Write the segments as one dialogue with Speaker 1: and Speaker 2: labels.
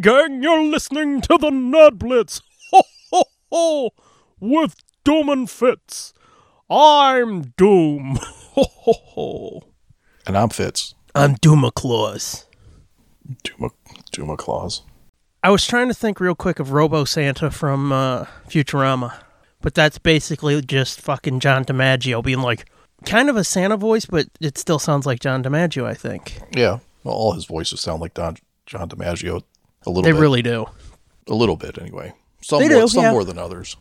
Speaker 1: gang, you're listening to the Nerd Blitz. Ho, ho, ho! With Doom and Fitz. I'm Doom. Ho, ho, ho.
Speaker 2: And I'm Fitz.
Speaker 1: I'm Doomaclaws.
Speaker 2: Duma, Duma Claus.
Speaker 3: I was trying to think real quick of Robo Santa from uh, Futurama, but that's basically just fucking John DiMaggio being like, kind of a Santa voice, but it still sounds like John DiMaggio. I think
Speaker 2: Yeah. Well, all his voices sound like Don, John DiMaggio a little
Speaker 3: they
Speaker 2: bit.
Speaker 3: really do.
Speaker 2: a little bit, anyway. Some,
Speaker 3: They
Speaker 2: more,
Speaker 3: do,
Speaker 2: some
Speaker 3: yeah.
Speaker 2: more than others.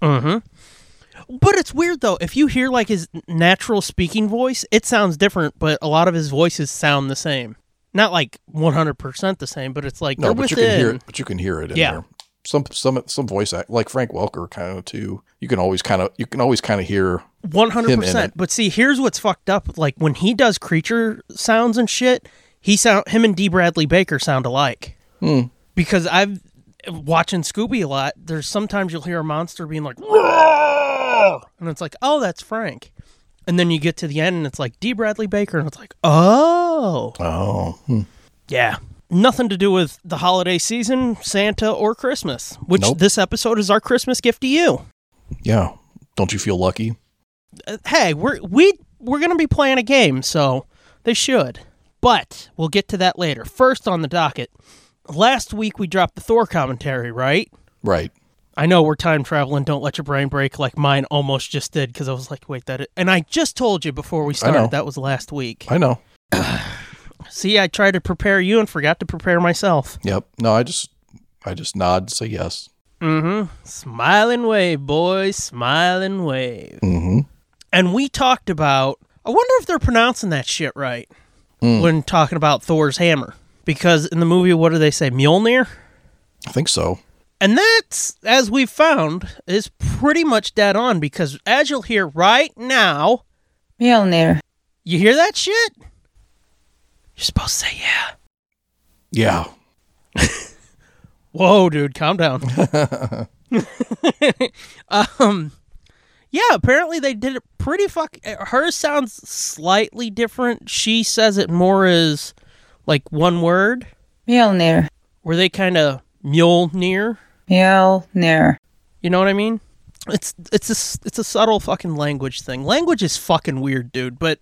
Speaker 3: But it's weird though. If you hear like his natural speaking voice, it sounds different, but a lot of his voices sound the same. Not like 100% the same, but it's like they're
Speaker 2: No, but
Speaker 3: within.
Speaker 2: you can hear it. But you can hear it in
Speaker 3: Yeah.
Speaker 2: there. Some some some voice act like Frank Welker kind of too. You can always kind of you can always kind of hear.
Speaker 3: One hundred
Speaker 2: him in it.
Speaker 3: percent. But see, here's what's fucked up. Like when he does creature sounds and shit, he sound him and D. Bradley Baker sound alike.
Speaker 2: Hmm.
Speaker 3: Because I've watching Scooby a lot. There's sometimes you'll hear a monster being like, "Roar!" and it's like, oh, that's Frank. And then you get to the end, and it's like D. Bradley Baker, and it's like, oh,
Speaker 2: Oh,
Speaker 3: yeah. Nothing to do with the holiday season, Santa, or Christmas. Which
Speaker 2: Nope.
Speaker 3: this episode is our Christmas gift to you.
Speaker 2: yeah. Don't you feel lucky?
Speaker 3: uh, hey, we're we we're gonna be playing a game, so they should. But we'll get to that later. First on the docket, last week we dropped the Thor commentary, right?
Speaker 2: Right.
Speaker 3: I know we're time traveling. Don't let your brain break like mine almost just did because I was like, wait, that. Is... And I just told you before we
Speaker 2: know.
Speaker 3: started that was last week.
Speaker 2: I know.
Speaker 3: See, I tried to prepare you and forgot to prepare myself.
Speaker 2: Yep. No, I just I just nod and say yes.
Speaker 3: Mm-hmm. Smile and wave, boys. Smile and wave.
Speaker 2: Mm-hmm.
Speaker 3: and we talked about I wonder if they're pronouncing that shit right when talking about Thor's hammer because in the movie what do they say Mjolnir
Speaker 2: I think so.
Speaker 3: and that's as we've found is pretty much dead on because as you'll hear right now
Speaker 4: Mjolnir.
Speaker 3: you hear that shit you're supposed to say yeah
Speaker 2: Yeah.
Speaker 3: whoa dude calm down um yeah apparently they did it pretty fuck eh, hers sounds slightly different she says it more as like one word
Speaker 4: Mjolnir.
Speaker 3: where they kind of mule near
Speaker 4: Mjolnir.
Speaker 3: you know what i mean it's it's a s- it's a subtle fucking language thing language is fucking weird dude but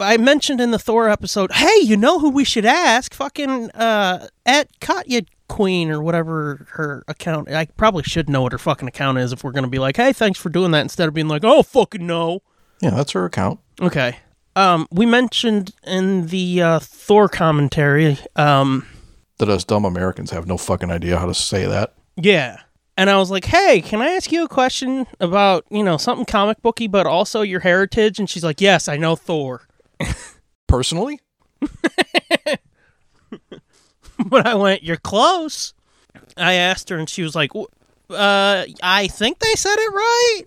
Speaker 3: i mentioned in the thor episode hey you know who we should ask fucking uh at katya queen or whatever her account i probably should know what her fucking account is if we're gonna be like hey thanks for doing that instead of being like oh fucking no
Speaker 2: Yeah, that's her account.
Speaker 3: Okay. Um, we mentioned in the uh, Thor commentary. Um,
Speaker 2: That us dumb Americans have no fucking idea how to say that.
Speaker 3: yeah. And I was like, "Hey, can I ask you a question about you know something comic booky, but also your heritage?" And she's like, "Yes, I know Thor."
Speaker 2: Personally?
Speaker 3: but I went, "You're close." I asked her, and she was like, "W- "Uh, I think they said it right."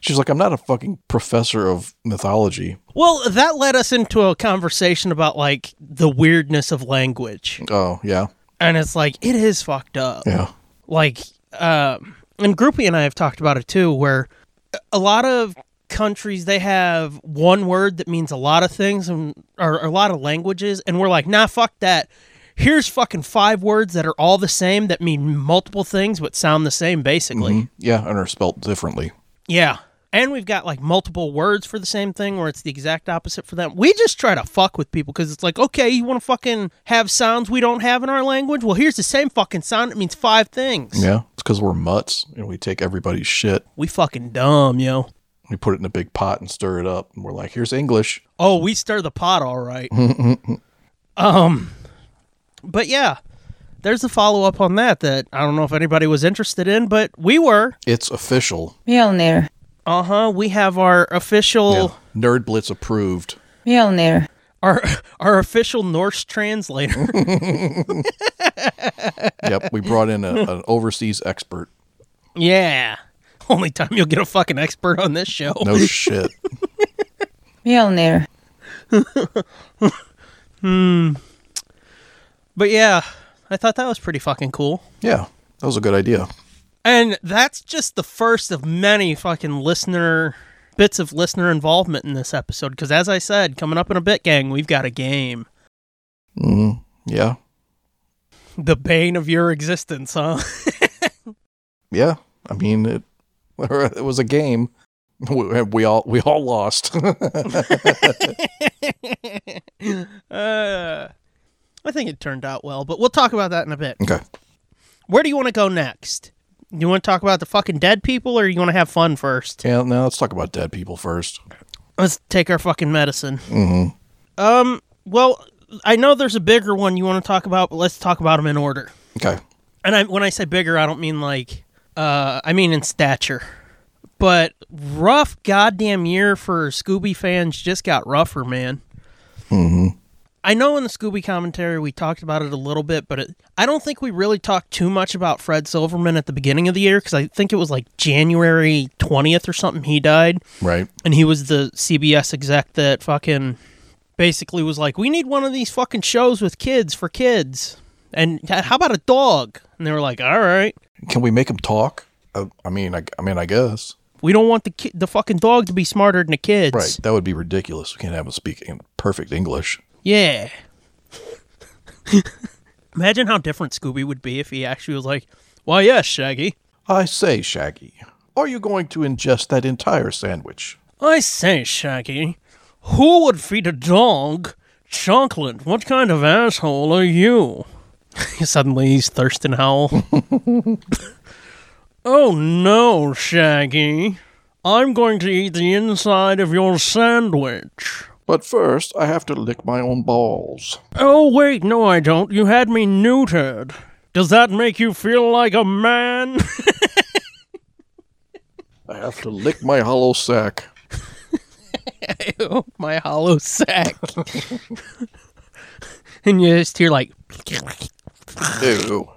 Speaker 2: She's like, I'm not a fucking professor of mythology.
Speaker 3: Well, that led us into a conversation about like the weirdness of language,
Speaker 2: Oh, yeah.
Speaker 3: and it's like it is fucked up.
Speaker 2: Yeah.
Speaker 3: like uh, and groupie and i have talked about it too where a lot of countries they have one word that means a lot of things and or a lot of languages and we're like nah fuck that here's fucking five words that are all the same that mean multiple things but sound the same basically
Speaker 2: Mm, Yeah, and are spelt differently.
Speaker 3: yeah and we've got like multiple words for the same thing where it's the exact opposite for them we just try to fuck with people because it's like okay you want to fucking have sounds we don't have in our language well here's the same fucking sound it means five things
Speaker 2: Yeah. It's because we're mutts and we take everybody's shit.
Speaker 3: we fucking dumb yo
Speaker 2: We put it in a big pot and stir it up. And we're like, here's English.
Speaker 3: Oh, we stir the pot all right. um, but yeah, there's a follow up on that that I don't know if anybody was interested in, but we were.
Speaker 2: It's official.
Speaker 4: Mjolnir.
Speaker 3: Uh huh. We have our official
Speaker 2: Yeah. Nerd Blitz approved.
Speaker 4: Mjolnir.
Speaker 3: our our official Norse translator.
Speaker 2: Yep. We brought in a, an overseas expert.
Speaker 3: yeah. Only time you'll get a fucking expert on this show.
Speaker 2: No shit.
Speaker 4: Mjolnir.
Speaker 3: But yeah, I thought that was pretty fucking cool.
Speaker 2: Yeah. That was a good idea.
Speaker 3: And that's just the first of many fucking listener bits of listener involvement in this episode. Because as I
Speaker 2: Mm-hmm.
Speaker 3: said, coming up in a bit, gang, we've got a game.
Speaker 2: Mm, yeah.
Speaker 3: The bane of your existence, huh?
Speaker 2: Yeah, I mean it. It was a game. We, we all we all lost.
Speaker 3: uh, I think it turned out well, but we'll talk about that in a bit.
Speaker 2: okay.
Speaker 3: Where do you want to go next? You want to talk about the fucking dead people, or you want to have fun first?
Speaker 2: Yeah. Now let's talk about dead people first.
Speaker 3: Let's take our fucking medicine.
Speaker 2: hmm
Speaker 3: Um. Well, I know there's a bigger one you want to talk about, but let's talk about them in order.
Speaker 2: Okay.
Speaker 3: And I, when I say bigger, I don't mean like, uh, I mean in stature. But rough goddamn year for Scooby fans just got rougher, man.
Speaker 2: hmm
Speaker 3: I know in the Scooby commentary we talked about it a little bit, but it, I don't think we really talked too much about Fred Silverman at the beginning of the year because I think it was like January 20th or something he died.
Speaker 2: Right.
Speaker 3: And he was the CBS exec that fucking basically was like, we need one of these fucking shows with kids for kids. And how about a dog? And they were like, all right.
Speaker 2: Can we make them talk? Uh, I mean, I, I mean, I guess.
Speaker 3: We don't want the ki- the fucking dog to be smarter than the kids.
Speaker 2: Right. That would be ridiculous. We can't have them speak in perfect English.
Speaker 3: Yeah. Imagine how different Scooby would be if he actually was like, "Why, yes, Shaggy.
Speaker 2: I say, Shaggy, are you going to ingest that entire sandwich?
Speaker 3: I say, Shaggy, who would feed a dog chocolate? What kind of asshole are you?" Suddenly, he's Thurston Howell. oh no, Shaggy! I'm going to eat the inside of your sandwich.
Speaker 2: But first, I have to lick my own balls.
Speaker 3: Oh, wait, no, I don't. You had me neutered. Does that make you feel like a man?
Speaker 2: I have to lick my hollow sack.
Speaker 3: Ew, Oh, my hollow sack. and you just hear, like,
Speaker 2: Ew.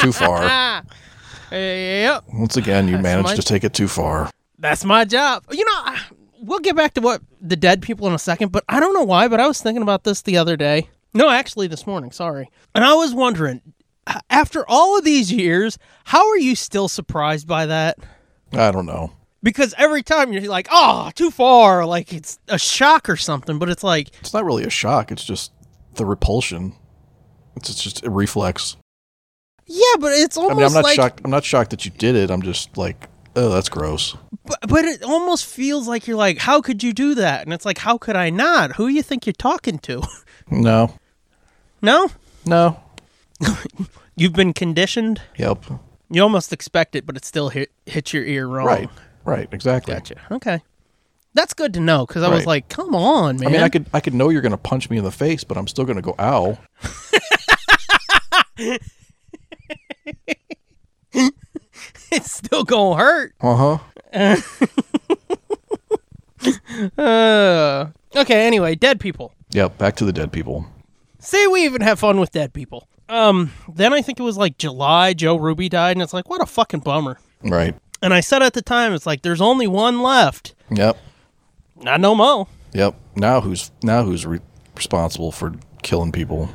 Speaker 2: too far.
Speaker 3: yep,
Speaker 2: Once again, you managed
Speaker 3: my-
Speaker 2: to take it too far.
Speaker 3: that's my job. You know, I- we'll get back to what the dead people in a second, but I don't know why, but I was thinking about this the other day. No, actually, this morning, sorry. And I was wondering, a- after all of these years, how are you still surprised by that?
Speaker 2: I don't know.
Speaker 3: because every time you're like, oh, too far, like it's a shock or something, but it's like,
Speaker 2: It's not really a shock. It's just the repulsion. It's, it's just a reflex.
Speaker 3: yeah, but it's
Speaker 2: I
Speaker 3: almost
Speaker 2: mean, I'm not
Speaker 3: like,
Speaker 2: shocked. I'm not shocked that you did it. I'm just like, oh, that's gross.
Speaker 3: but, but it almost feels like you're like, how could you do that? And it's like, how could I not? Who you think you're talking to?
Speaker 2: No,
Speaker 3: no,
Speaker 2: no.
Speaker 3: you've been conditioned.
Speaker 2: Yep.
Speaker 3: You almost expect it, but it still hit hits your ear wrong.
Speaker 2: Right. Right. Exactly.
Speaker 3: Gotcha. Okay. That's good to know because I was
Speaker 2: Right.
Speaker 3: like, come on, man.
Speaker 2: I mean, I could I could know you're gonna punch me in the face, but I'm still gonna go ow.
Speaker 3: it's still gonna hurt.
Speaker 2: Uh huh.
Speaker 3: Uh, okay. Anyway, dead people.
Speaker 2: Yep. Back to the dead people.
Speaker 3: Say we even have fun with dead people. Um, then I think it was like July, Joe Ruby died, and it's like, what a fucking bummer.
Speaker 2: Right.
Speaker 3: And I said at the time, it's like, there's only one left.
Speaker 2: Yep.
Speaker 3: Not no mo.
Speaker 2: Yep. Now who's now who's re- responsible for killing people?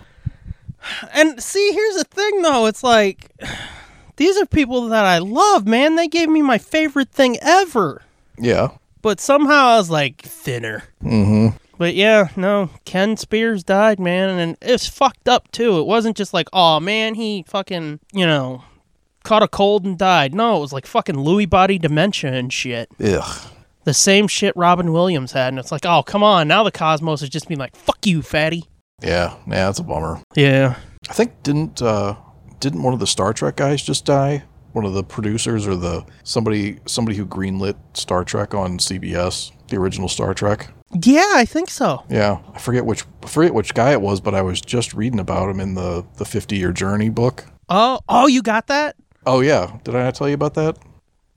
Speaker 3: And see, here's the thing though, it's like, these are people that I love, man. They gave me my favorite thing ever.
Speaker 2: Yeah.
Speaker 3: But somehow I was like, thinner. Mm hmm. But yeah, no, Ken Spears died, man, and it's fucked up too. It wasn't just like, oh man, he fucking, you know, caught a cold and died. No, it was like fucking Lewy body dementia and shit.
Speaker 2: Ugh.
Speaker 3: the same shit Robin Williams had, and it's like, oh come on, now the Cosmos is just being like, fuck you, fatty.
Speaker 2: Yeah. Yeah. That's a bummer.
Speaker 3: Yeah.
Speaker 2: I think didn't uh didn't one of the Star Trek guys just die? One of the producers or the somebody somebody who greenlit Star Trek on CBS, the original Star Trek.
Speaker 3: Yeah, I think so.
Speaker 2: Yeah, I forget which I forget which guy it was, but I was just reading about him in the the 50 year journey book.
Speaker 3: Oh, oh, you got that?
Speaker 2: Oh yeah, did I not tell you about that?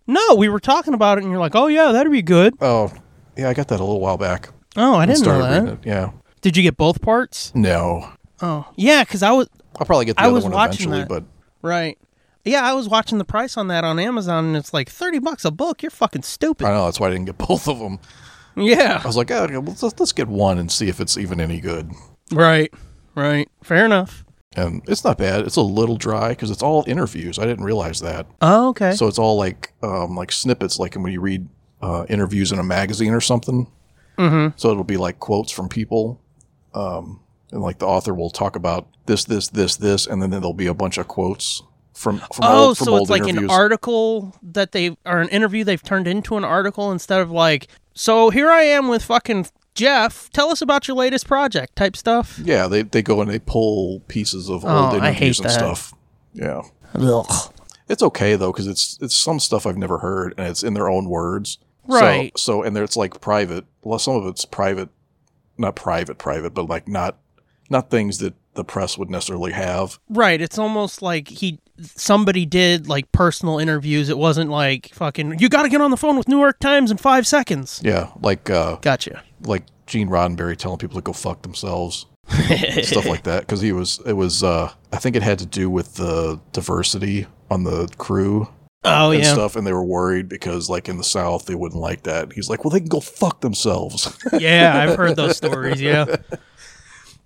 Speaker 3: No, we were talking about it, and you're like, oh yeah, that'd be good.
Speaker 2: Oh, yeah, I got that a little while back.
Speaker 3: Oh, I
Speaker 2: I
Speaker 3: didn't know
Speaker 2: started reading
Speaker 3: that.
Speaker 2: it. Yeah,
Speaker 3: Did you get both parts?
Speaker 2: no,
Speaker 3: Oh, yeah, because I was
Speaker 2: I'll probably get the
Speaker 3: I
Speaker 2: other
Speaker 3: was
Speaker 2: one
Speaker 3: watching
Speaker 2: eventually,
Speaker 3: that.
Speaker 2: but
Speaker 3: right. Yeah, I was watching the price on that on Amazon, and it's like thirty bucks a book. You're fucking
Speaker 2: I
Speaker 3: stupid.
Speaker 2: know that's why I didn't get both of them. I
Speaker 3: Yeah.
Speaker 2: was like, oh, okay, well, let's, let's get one and see if it's even any good.
Speaker 3: Right. Right. Fair enough.
Speaker 2: And it's not bad. It's a little dry because it's all interviews. I didn't realize that.
Speaker 3: Oh, okay.
Speaker 2: So it's all like um, like snippets, like when you read uh, interviews in a magazine or something. Mm-hmm. So it'll be like quotes from people, um, and like the author will talk about this, this, this, this, and then there'll be a bunch of quotes from from
Speaker 3: Oh,
Speaker 2: old, from
Speaker 3: so
Speaker 2: old
Speaker 3: it's like an
Speaker 2: interviews.
Speaker 3: article that they or an interview they've turned into an article instead of like, so here I am with fucking Jeff. Tell us about your latest project type stuff.
Speaker 2: Yeah, they they go and they pull pieces of old
Speaker 3: Oh,
Speaker 2: interviews
Speaker 3: I hate
Speaker 2: and
Speaker 3: that.
Speaker 2: stuff. Yeah,
Speaker 3: Ugh.
Speaker 2: it's okay though because it's it's some stuff I've never heard and it's in their own words. So-
Speaker 3: Right.
Speaker 2: So, and there it's like private. Well, some of it's private, not private, private, but like not not things that the press would necessarily have.
Speaker 3: Right. It's almost like he somebody did like personal interviews. It wasn't like fucking you got to get on the phone with New York Times in five seconds.
Speaker 2: Yeah, like uh
Speaker 3: Gotcha.
Speaker 2: like Gene Roddenberry telling people to go fuck themselves, stuff like that. Because he was it was uh I think it had to do with the diversity on the crew
Speaker 3: Oh
Speaker 2: and
Speaker 3: yeah,
Speaker 2: stuff, and they were worried because like in the South they wouldn't like that. He's like, well, they can go fuck themselves.
Speaker 3: yeah. I've heard those stories. Yeah.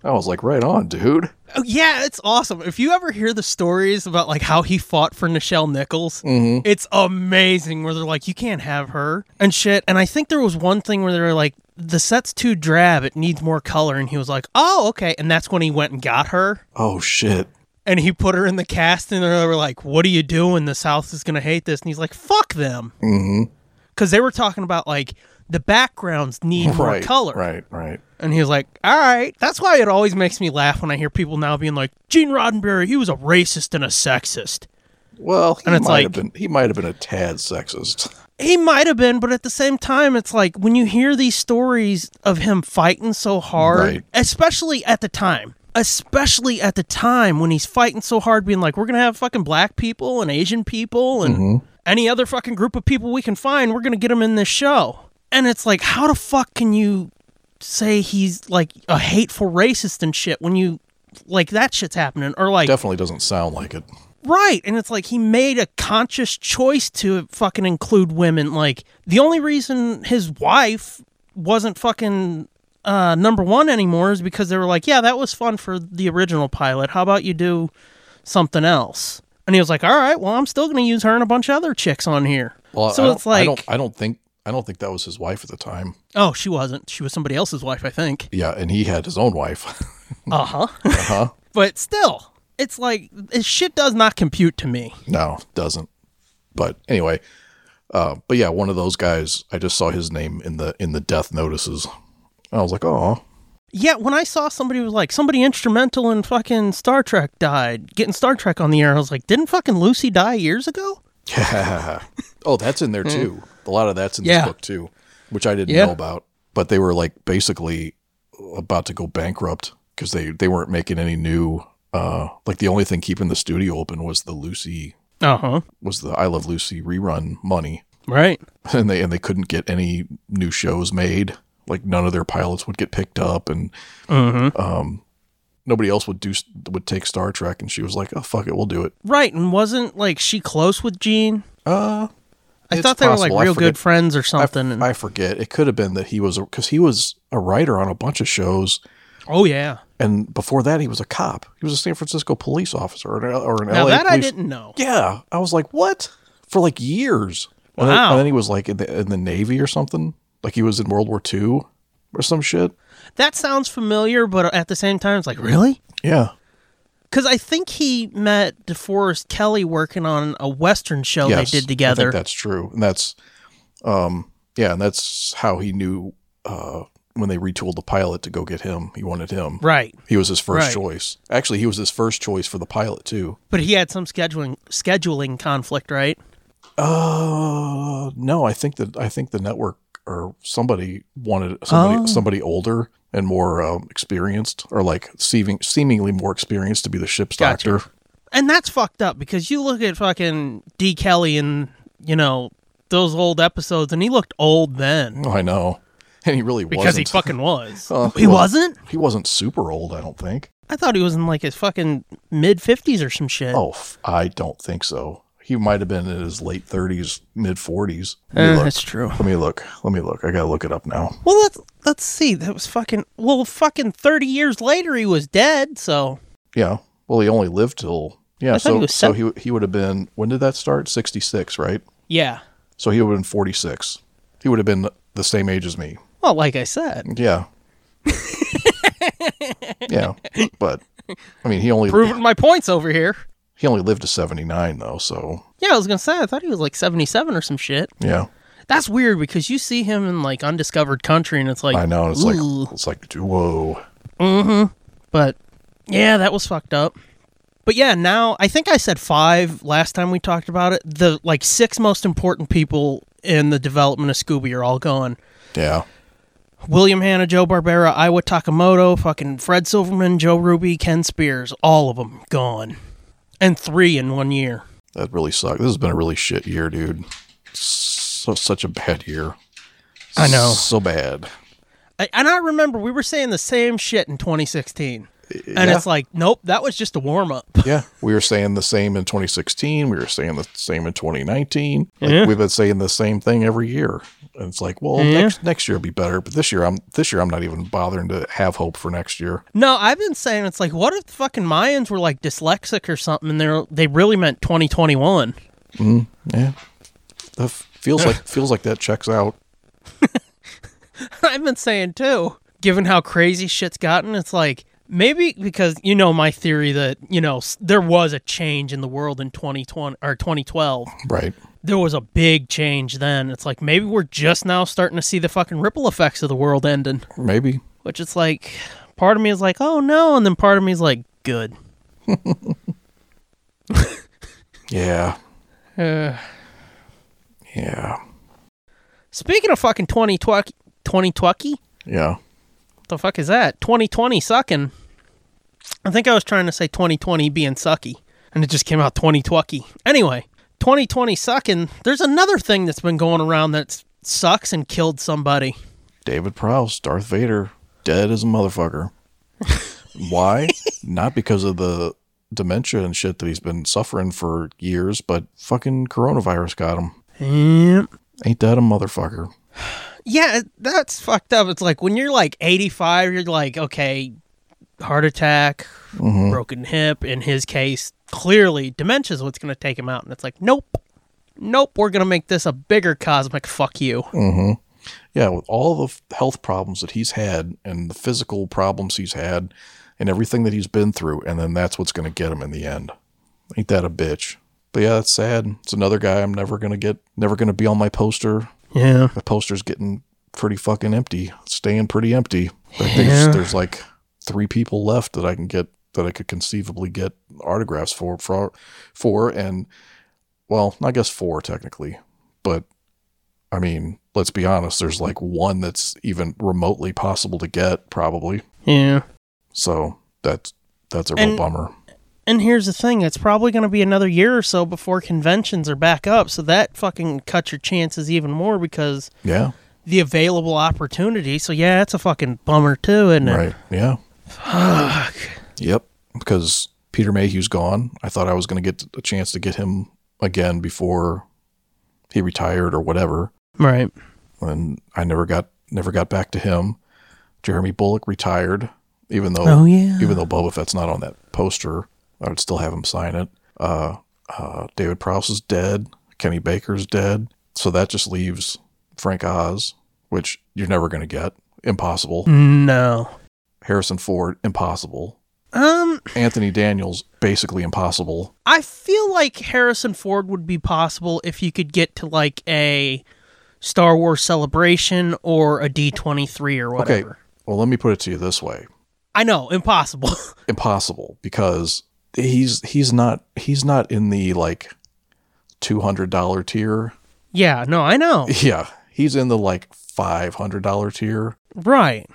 Speaker 2: I was like, right on, dude.
Speaker 3: Oh, yeah, it's awesome. If you ever hear the stories about like how he fought for Nichelle Nichols, it's amazing. Where they're like, you can't have her and shit. And I think there was one thing where they were like, the set's too drab. It needs more color. And he was like, oh okay. And that's when he went and got her.
Speaker 2: Oh shit.
Speaker 3: And he put her in the cast, and they were like, "What are you doing? The South is gonna hate this." And he's like, "Fuck them," because they were talking about like the backgrounds need more
Speaker 2: Right.
Speaker 3: color.
Speaker 2: Right. Right.
Speaker 3: And he was like, all right. That's why it always makes me laugh when I hear people now being like, Gene Roddenberry, he was a racist and a sexist.
Speaker 2: Well, he
Speaker 3: And it's
Speaker 2: might have
Speaker 3: like-
Speaker 2: been he might have been a tad sexist.
Speaker 3: He might have been, but at the same time, it's like when you hear these stories of him fighting so hard,
Speaker 2: Right.
Speaker 3: especially at the time, especially at the time when he's fighting so hard, being like, we're going to have fucking black people and Asian people and any other fucking group of people we can find, we're going to get them in this show. And it's like, how the fuck can you say he's like a hateful racist and shit when you like that shit's happening or like
Speaker 2: Definitely doesn't sound like it.
Speaker 3: right and it's like he made a conscious choice to fucking include women like the only reason his wife wasn't fucking uh number 1 anymore is because they were like yeah that was fun for the original pilot how about you do something else and he was like all right well I'm still going to use her and a bunch of other chicks on here
Speaker 2: Well, I
Speaker 3: so
Speaker 2: don't-
Speaker 3: it's like
Speaker 2: I don't, I don't think I don't think that was his wife at the time.
Speaker 3: oh she wasn't she was somebody else's wife I think
Speaker 2: Yeah, and he had his own wife. Uh-huh.
Speaker 3: Uh huh. Uh huh. but still, it's like this shit does not compute to me.
Speaker 2: no, doesn't. But anyway, uh, but yeah, one of those guys. I just saw his name in the in the death notices. I was like, oh,
Speaker 3: Yeah, when I saw somebody who was like somebody instrumental in fucking Star Trek died, getting Star Trek on the air, I was like, didn't fucking Lucy die years ago?
Speaker 2: oh, that's in there too. A lot of that's in
Speaker 3: Hmm. Yeah.
Speaker 2: this book too, which I didn't
Speaker 3: Yeah.
Speaker 2: know about. But they were like basically about to go bankrupt because they they weren't making any new. Uh, like the only thing keeping the studio open was the Lucy
Speaker 3: Uh huh.
Speaker 2: was the I Love Lucy rerun money,
Speaker 3: Right.
Speaker 2: and they and they couldn't get any new shows made. Like none of their pilots would get picked up, and
Speaker 3: Mm-hmm.
Speaker 2: um, nobody else would do would take Star Trek. And she was like, "Oh fuck it, we'll do it."
Speaker 3: Right. And wasn't like she close with Gene?
Speaker 2: Uh,
Speaker 3: I
Speaker 2: It's
Speaker 3: thought they were
Speaker 2: possible.
Speaker 3: like
Speaker 2: I
Speaker 3: real
Speaker 2: forget-
Speaker 3: good friends or
Speaker 2: I,
Speaker 3: something. and,
Speaker 2: I forget. It could have been that he was because he was a writer on a bunch of shows,
Speaker 3: oh, yeah.
Speaker 2: and before that he was a cop. He was a San Francisco police officer or an, L- or an
Speaker 3: Now
Speaker 2: LA
Speaker 3: that I
Speaker 2: police.
Speaker 3: didn't know.
Speaker 2: Yeah, I was like, what? For like years. And then,
Speaker 3: Wow.
Speaker 2: and then he was like in the, in the Navy or something. Like he was in World War II or some shit.
Speaker 3: That sounds familiar, but at the same time, it's like, really?
Speaker 2: Yeah.
Speaker 3: Because I think he met DeForest Kelly working on a Western show
Speaker 2: yes,
Speaker 3: they did
Speaker 2: I
Speaker 3: together.
Speaker 2: think that's true, and that's, um, yeah, and that's how he knew uh, when they retooled the pilot to go get him. He wanted him.
Speaker 3: Right.
Speaker 2: He was his first
Speaker 3: Right.
Speaker 2: choice. Actually, he was his first choice for the pilot too.
Speaker 3: But he had some scheduling scheduling conflict, right?
Speaker 2: Uh, no, I think that I think the network or somebody wanted somebody
Speaker 3: Oh.
Speaker 2: somebody older and more um, experienced, or like seeming, seemingly more experienced to be the ship's
Speaker 3: Gotcha.
Speaker 2: doctor.
Speaker 3: And that's fucked up because you look at fucking D. Kelly and you know those old episodes, and he looked old then
Speaker 2: Oh, I know, and he really
Speaker 3: because
Speaker 2: wasn't.
Speaker 3: he fucking was.
Speaker 2: Oh,
Speaker 3: he
Speaker 2: well.
Speaker 3: wasn't.
Speaker 2: he wasn't super old, I don't think.
Speaker 3: I thought he was in like his fucking mid fifties or some shit.
Speaker 2: Oh, f- I don't think so. He might have been in his late 30s, mid 40s.
Speaker 3: Eh,
Speaker 2: Let me look.
Speaker 3: that's true.
Speaker 2: Let me look. Let me look. I gotta look it up now.
Speaker 3: Well, let's let's see. That was fucking well, fucking thirty years later, he was dead. So
Speaker 2: Yeah. Well, he only lived till yeah.
Speaker 3: I thought
Speaker 2: So
Speaker 3: he
Speaker 2: he
Speaker 3: was
Speaker 2: so he w- he would have been. When did that start? 66, right?
Speaker 3: yeah.
Speaker 2: So he would have been 46. He would have been the same age as me.
Speaker 3: Well, like I said,
Speaker 2: Yeah. yeah. But I mean, he only
Speaker 3: Proving my points over here.
Speaker 2: he only lived to 79 though, so
Speaker 3: Yeah, I was gonna say I thought he was like seventy-seven or some shit.
Speaker 2: yeah.
Speaker 3: That's weird because you see him in like undiscovered country, and it's like
Speaker 2: I know. It's like
Speaker 3: ooh.
Speaker 2: it's like whoa.
Speaker 3: But yeah, that was fucked up. But yeah, now I think I said five last time we talked about it. The like six most important people in the development of Scooby are all gone.
Speaker 2: Yeah.
Speaker 3: William Hanna, Joe Barbera, Iwa Takamoto, fucking Fred Silverman, Joe Ruby, Ken Spears, all of them gone. And three in one year.
Speaker 2: That really sucked. This has been a really shit year, dude. So such a bad year.
Speaker 3: I know.
Speaker 2: So bad.
Speaker 3: I, and I remember we were saying the same shit in 2016. And it's like, nope, that was just a warm up.
Speaker 2: Yeah. We were saying the same in 2016. We were saying the same in 2019. Like,
Speaker 3: Yeah.
Speaker 2: We've been saying the same thing every year. And it's like, well, next next year will be better, but this year I'm this year I'm not even bothering to have hope for next year.
Speaker 3: No, I've been saying it's like, what if the fucking Mayans were like dyslexic or something and they're, they really meant 2021?
Speaker 2: Yeah. That f- feels like feels like that checks out.
Speaker 3: I've been saying too, given how crazy shit's gotten, it's like maybe because you know my theory that, you know, s- there was a change in the world in 2020 or 2012.
Speaker 2: Right.
Speaker 3: There was a big change then. It's like maybe we're just now starting to see the fucking ripple effects of the world ending,
Speaker 2: Maybe.
Speaker 3: which it's like part of me is like, "Oh no," and then part of me is like, "Good."
Speaker 2: Yeah. yeah.
Speaker 3: Speaking of fucking 2020 2020
Speaker 2: Yeah.
Speaker 3: the fuck is that? 2020 sucking. I think I was trying to say 2020 being sucky, and it just came out 2020. Anyway, 2020 sucking. There's another thing that's been going around that s- sucks and killed somebody.
Speaker 2: David Prowse, Darth Vader, dead as a motherfucker. Why? Not because of the dementia and shit that he's been suffering for years, but fucking coronavirus got him. Ain't that a motherfucker?
Speaker 3: Yeah, it- that's fucked up. It's like when you're like 85, you're like, okay, heart attack, broken hip. In his case, clearly dementia is what's going to take him out. And it's like, nope, nope, we're going to make this a bigger cosmic fuck you.
Speaker 2: Mm. Mm-hmm. Yeah, with all the f- health problems that he's had and the physical problems he's had and everything that he's been through, and then that's what's going to get him in the end. Ain't that a bitch? But yeah, that's sad. It's another guy I'm never going to get, never going to be on my poster.
Speaker 3: Yeah.
Speaker 2: the poster's getting pretty fucking empty, staying pretty empty. I think there's- there's like three people left that I can get that I could conceivably get autographs for for for and well, I guess four technically, but I mean, let's be honest, there's like one that's even remotely possible to get probably.
Speaker 3: Yeah.
Speaker 2: So that's that's a real
Speaker 3: And-
Speaker 2: bummer.
Speaker 3: And here's the thing, it's probably going to be another year or so before conventions are back up, so that fucking cuts your chances even more because
Speaker 2: Yeah.
Speaker 3: the available opportunity. So yeah, it's a fucking bummer too, isn't it?
Speaker 2: Right. Yeah. Yep. Because Peter Mayhew's gone. I thought I was going to get a chance to get him again before he retired or whatever,
Speaker 3: Right.
Speaker 2: and I never got never got back to him. Jeremy Bullock retired, even though
Speaker 3: Oh, yeah.
Speaker 2: even though Boba Fett's not on that poster, I would still have him sign it. Uh, uh, David Prowse is dead. Kenny Baker's dead. So that just leaves Frank Oz, which you're never going to get. Impossible.
Speaker 3: Hmm. No.
Speaker 2: Harrison Ford, impossible.
Speaker 3: Um
Speaker 2: Anthony Daniels, basically impossible.
Speaker 3: I feel like Harrison Ford would be possible if you could get to like a Star Wars celebration or a D23 or whatever.
Speaker 2: Okay. Well, let me put it to you this way.
Speaker 3: I know, impossible.
Speaker 2: Impossible because he's he's not he's not in the like $200 tier.
Speaker 3: yeah, no, I know.
Speaker 2: Yeah, he's in the like $500 tier.
Speaker 3: Right.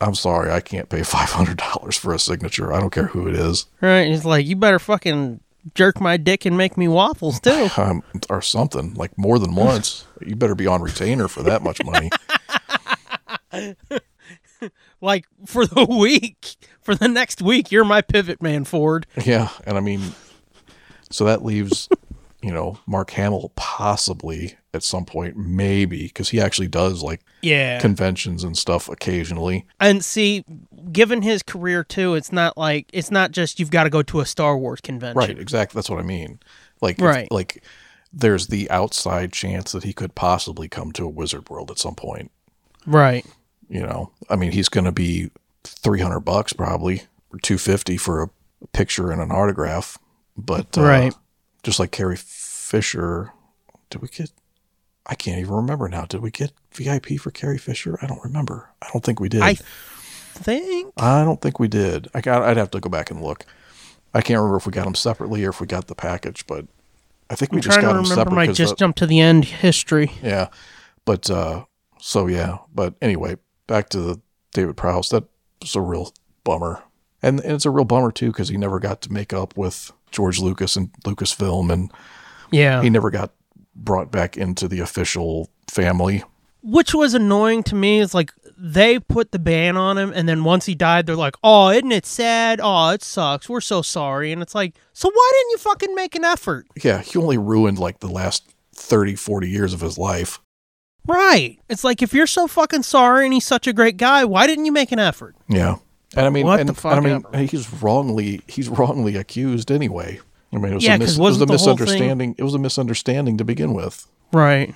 Speaker 2: I'm sorry, I can't pay $500 for a signature. I don't care who it is.
Speaker 3: Right. He's like, you better fucking jerk my dick and make me waffles too.
Speaker 2: Um, or something like more than once. You better be on retainer for that much money.
Speaker 3: like for the week, for the next week, you're my pivot man, Ford.
Speaker 2: Yeah, and I mean, so that leaves, you know, Mark Hamill possibly at some point, maybe because he actually does like
Speaker 3: Yeah.
Speaker 2: conventions and stuff occasionally.
Speaker 3: and see, given his career too, it's not like it's not just you've got to go to a Star Wars convention.
Speaker 2: Right, exactly. That's what I mean. Like, if-
Speaker 3: Right.
Speaker 2: like there's the outside chance that he could possibly come to a Wizard World at some point.
Speaker 3: Right.
Speaker 2: You know, I mean, he's going to be three hundred bucks probably 250 for a picture and an autograph, but uh,
Speaker 3: Right.
Speaker 2: just like Carrie Fisher, did we get? I can't even remember now. Did we get VIP for Carrie Fisher? I don't remember. I don't think we did.
Speaker 3: I think
Speaker 2: I don't think we did. I got. I'd have to go back and look. I can't remember if we got them separately or if we got the package, but I think we
Speaker 3: I'm
Speaker 2: just
Speaker 3: trying
Speaker 2: got
Speaker 3: to
Speaker 2: them
Speaker 3: remember
Speaker 2: separate.
Speaker 3: my
Speaker 2: 'cause
Speaker 3: just
Speaker 2: the-
Speaker 3: jump to the end history.
Speaker 2: yeah, but uh, so yeah, but anyway, back to the David Prowse. That was a real bummer, and, and it's a real bummer too because he never got to make up with George Lucas and Lucasfilm, and
Speaker 3: Yeah.
Speaker 2: he never got brought back into the official family.
Speaker 3: Which was annoying to me is like they put the ban on him and then once he died they're like, "Oh, isn't it sad? Oh, it sucks. We're so sorry." And it's like, "So why didn't you fucking make an effort?"
Speaker 2: Yeah, he only ruined like the last 30, 40 years of his life.
Speaker 3: Right. It's like if you're so fucking sorry and he's such a great guy, why didn't you make an effort?
Speaker 2: Yeah. And I mean,
Speaker 3: What
Speaker 2: and,
Speaker 3: the fuck
Speaker 2: and I mean,
Speaker 3: ever.
Speaker 2: he's wrongly he's wrongly accused anyway. I mean, it was,
Speaker 3: Yeah,
Speaker 2: a, mis-
Speaker 3: 'cause
Speaker 2: it was a
Speaker 3: wasn't the whole thing-
Speaker 2: misunderstanding. It was a misunderstanding to begin with.
Speaker 3: Right.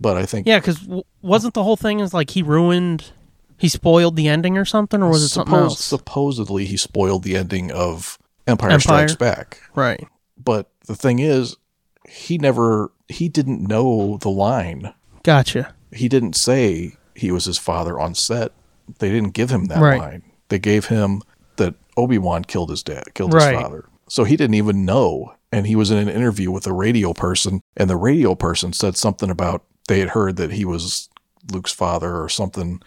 Speaker 2: But I think
Speaker 3: Yeah, cuz w- wasn't the whole thing is like he ruined he spoiled the ending or something or was it something
Speaker 2: suppos-
Speaker 3: else?
Speaker 2: supposedly he spoiled the ending of Empire, Strikes Back.
Speaker 3: right.
Speaker 2: But the thing is, he never he didn't know the line.
Speaker 3: Gotcha.
Speaker 2: He didn't say he was his father on set. They didn't give him that
Speaker 3: Right.
Speaker 2: line. They gave him that Obi Wan killed his dad, killed
Speaker 3: Right.
Speaker 2: his father. So he didn't even know. And he was in an interview with a radio person, and the radio person said something about they had heard that he was Luke's father or something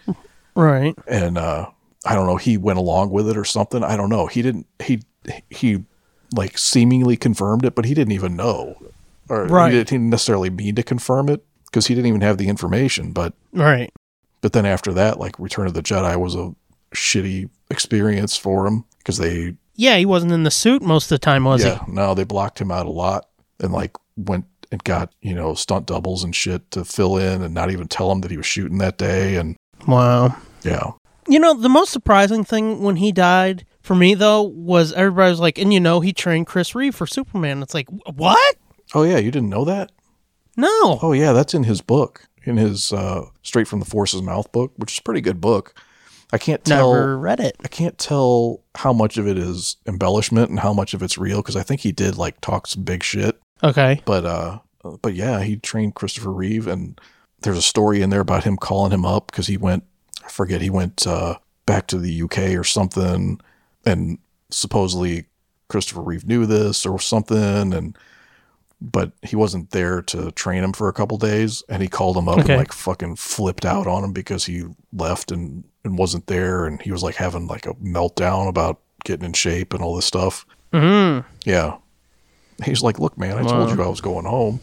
Speaker 3: Right.
Speaker 2: and uh I don't know, he went along with it or something. I don't know. He didn't he he like seemingly confirmed it, but he didn't even know. Or
Speaker 3: Right.
Speaker 2: he, didn't, he didn't necessarily mean to confirm it because he didn't even have the information, but
Speaker 3: Right.
Speaker 2: but then after that, like Return of the Jedi was a shitty experience for him because they
Speaker 3: Yeah, he wasn't in the suit most of the time, was
Speaker 2: yeah, no, they blocked him out a lot and like went and got, you know, stunt doubles and shit to fill in and not even tell him that he was shooting that day and
Speaker 3: he? Wow.
Speaker 2: yeah.
Speaker 3: You know, the most surprising thing when he died for me though was everybody was like, and you know, he trained Chris Reeve for Superman. It's like, "Wh- what?
Speaker 2: Oh yeah, you didn't know that?
Speaker 3: No.
Speaker 2: Oh yeah, that's in his book, in his uh, Straight from the Force's Mouth book, which is a pretty good book. I can't tell.
Speaker 3: Never read it.
Speaker 2: I can't tell how much of it is embellishment and how much of it's real because I think he did like talk some big shit.
Speaker 3: Okay.
Speaker 2: But uh, but yeah, he trained Christopher Reeve, and there's a story in there about him calling him up because he went. I forget he went uh, back to the UK or something, and supposedly Christopher Reeve knew this or something, and but he wasn't there to train him for a couple days, and he called him up
Speaker 3: Okay.
Speaker 2: and like fucking flipped out on him because he left and and wasn't there, and he was like having like a meltdown about getting in shape and all this stuff.
Speaker 3: Mm.
Speaker 2: Yeah. He's like, look, man, I told
Speaker 3: Wow.
Speaker 2: you I was going home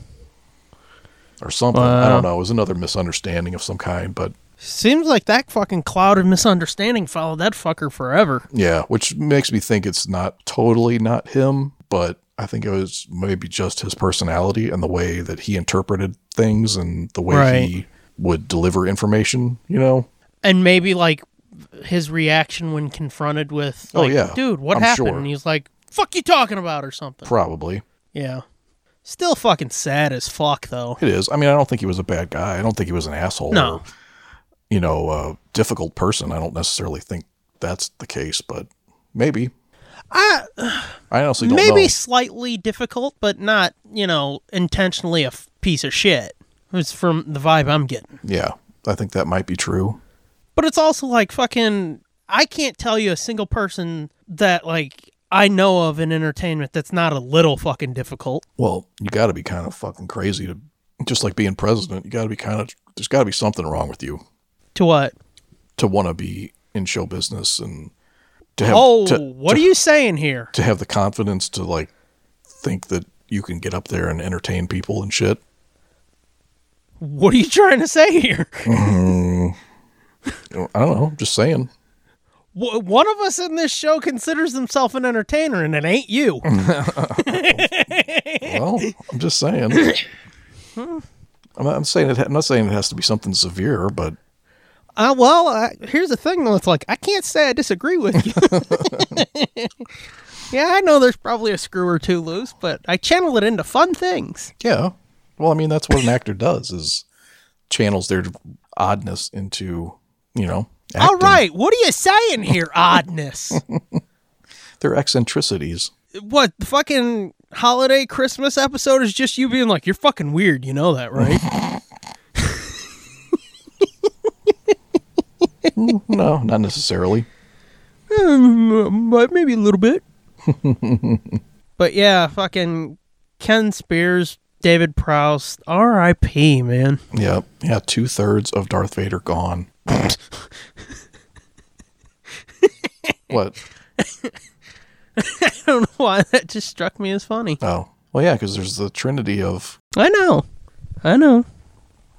Speaker 2: or something. I don't know. It was another misunderstanding of some kind, but
Speaker 3: Seems like that fucking cloud of misunderstanding followed that fucker forever.
Speaker 2: yeah, which makes me think it's not totally not him, but I think it was maybe just his personality and the way that he interpreted things and the way he
Speaker 3: Right.
Speaker 2: would deliver information, you know?
Speaker 3: And maybe like his reaction when confronted with,
Speaker 2: Oh,
Speaker 3: like,
Speaker 2: yeah.
Speaker 3: dude, what
Speaker 2: I'm
Speaker 3: happened?
Speaker 2: sure.
Speaker 3: And he's like, fuck you talking about or something.
Speaker 2: Probably.
Speaker 3: yeah. Still fucking sad as fuck though.
Speaker 2: It is. I mean, I don't think he was a bad guy. I don't think he was an asshole
Speaker 3: No.
Speaker 2: or, you know, a difficult person. I don't necessarily think that's the case, but maybe.
Speaker 3: I
Speaker 2: I honestly don't
Speaker 3: maybe
Speaker 2: know.
Speaker 3: slightly difficult, but not you know intentionally a f- piece of shit. It's from the vibe I'm getting.
Speaker 2: Yeah, I think that might be true.
Speaker 3: But it's also like fucking. I can't tell you a single person that like I know of in entertainment that's not a little fucking difficult.
Speaker 2: Well, you got to be kind of fucking crazy to just like being president. You got to be kind of there's got to be something wrong with you
Speaker 3: To what?
Speaker 2: to want to be in show business and to have
Speaker 3: oh,
Speaker 2: to,
Speaker 3: what
Speaker 2: to,
Speaker 3: are you saying here?
Speaker 2: to have the confidence to like think that you can get up there and entertain people and shit.
Speaker 3: What are you trying to say here?
Speaker 2: You know, I don't know, I'm just saying.
Speaker 3: W- One of us in this show considers himself an entertainer, and it ain't you.
Speaker 2: Well, I'm just saying.
Speaker 3: Hmm.
Speaker 2: I'm not, I'm saying it. ha- I'm not saying it has to be something severe, but
Speaker 3: Uh, well, uh, here's the thing though. It's like I can't say I disagree with you. yeah, I know there's probably a screw or two loose, but I channel it into fun things.
Speaker 2: Yeah. Well, I mean, that's what an actor does is channels their oddness into, you know, acting.
Speaker 3: All right, what are you saying here, oddness?
Speaker 2: They're eccentricities.
Speaker 3: What the fucking holiday Christmas episode is just you being like, you're fucking weird. You know that, right?
Speaker 2: No, not necessarily.
Speaker 3: Um, but maybe a little bit. but yeah, fucking Ken Spears, David Prowse, R.I.P. Man.
Speaker 2: Yeah, yeah. Two thirds of Darth Vader gone. what?
Speaker 3: I don't know why that just struck me as funny.
Speaker 2: Oh, well, yeah, because there's the trinity of
Speaker 3: I know, I know,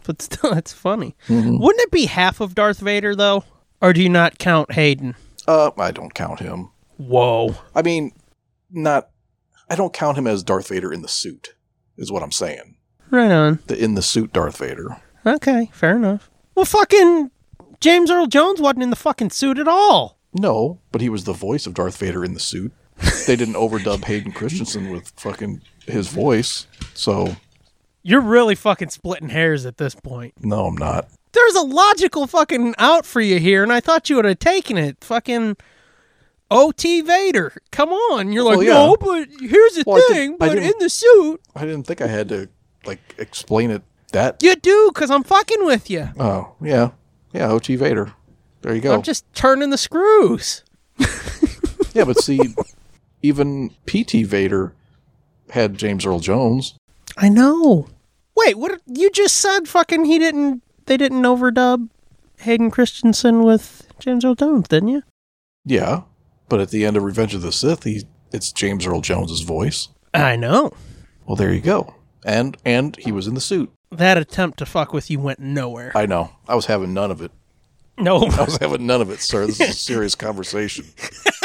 Speaker 3: but still, that's funny.
Speaker 2: Mm-hmm.
Speaker 3: Wouldn't it be half of Darth Vader though? Or do you not count Hayden?
Speaker 2: Uh, I don't count him.
Speaker 3: Whoa.
Speaker 2: I mean, not. I don't count him as Darth Vader in the suit. Is what I'm saying.
Speaker 3: Right on.
Speaker 2: The in the suit Darth Vader.
Speaker 3: Okay, fair enough. Well, fucking James Earl Jones wasn't in the fucking suit at all.
Speaker 2: No, but he was the voice of Darth Vader in the suit. They didn't overdub Hayden Christensen with fucking his voice. So
Speaker 3: You're really fucking splitting hairs at this point.
Speaker 2: no, I'm not.
Speaker 3: There's a logical fucking out for you here, and I thought you would have taken it. Fucking OT Vader. Come on. You're like,
Speaker 2: Well, Oh, yeah.
Speaker 3: no, but here's the
Speaker 2: Well, I did-
Speaker 3: thing,
Speaker 2: I
Speaker 3: but
Speaker 2: didn't-
Speaker 3: in the suit,
Speaker 2: I didn't think I had to like explain it that.
Speaker 3: you do, because I'm fucking with you.
Speaker 2: Oh yeah, yeah. Ot Vader. There you go.
Speaker 3: I'm just turning the screws.
Speaker 2: Yeah, but see, even PT Vader had James Earl Jones.
Speaker 3: I know. Wait, what? You just said fucking he didn't, they didn't overdub Hayden Christensen with James Earl Jones, didn't you?
Speaker 2: Yeah, but at the end of Revenge of the Sith, he it's James Earl Jones's voice.
Speaker 3: I know.
Speaker 2: Well, there you go. And and he was in the suit.
Speaker 3: That attempt to fuck with you went nowhere.
Speaker 2: I know. I was having none of it.
Speaker 3: no.
Speaker 2: I was having none of it, sir. This is a serious conversation.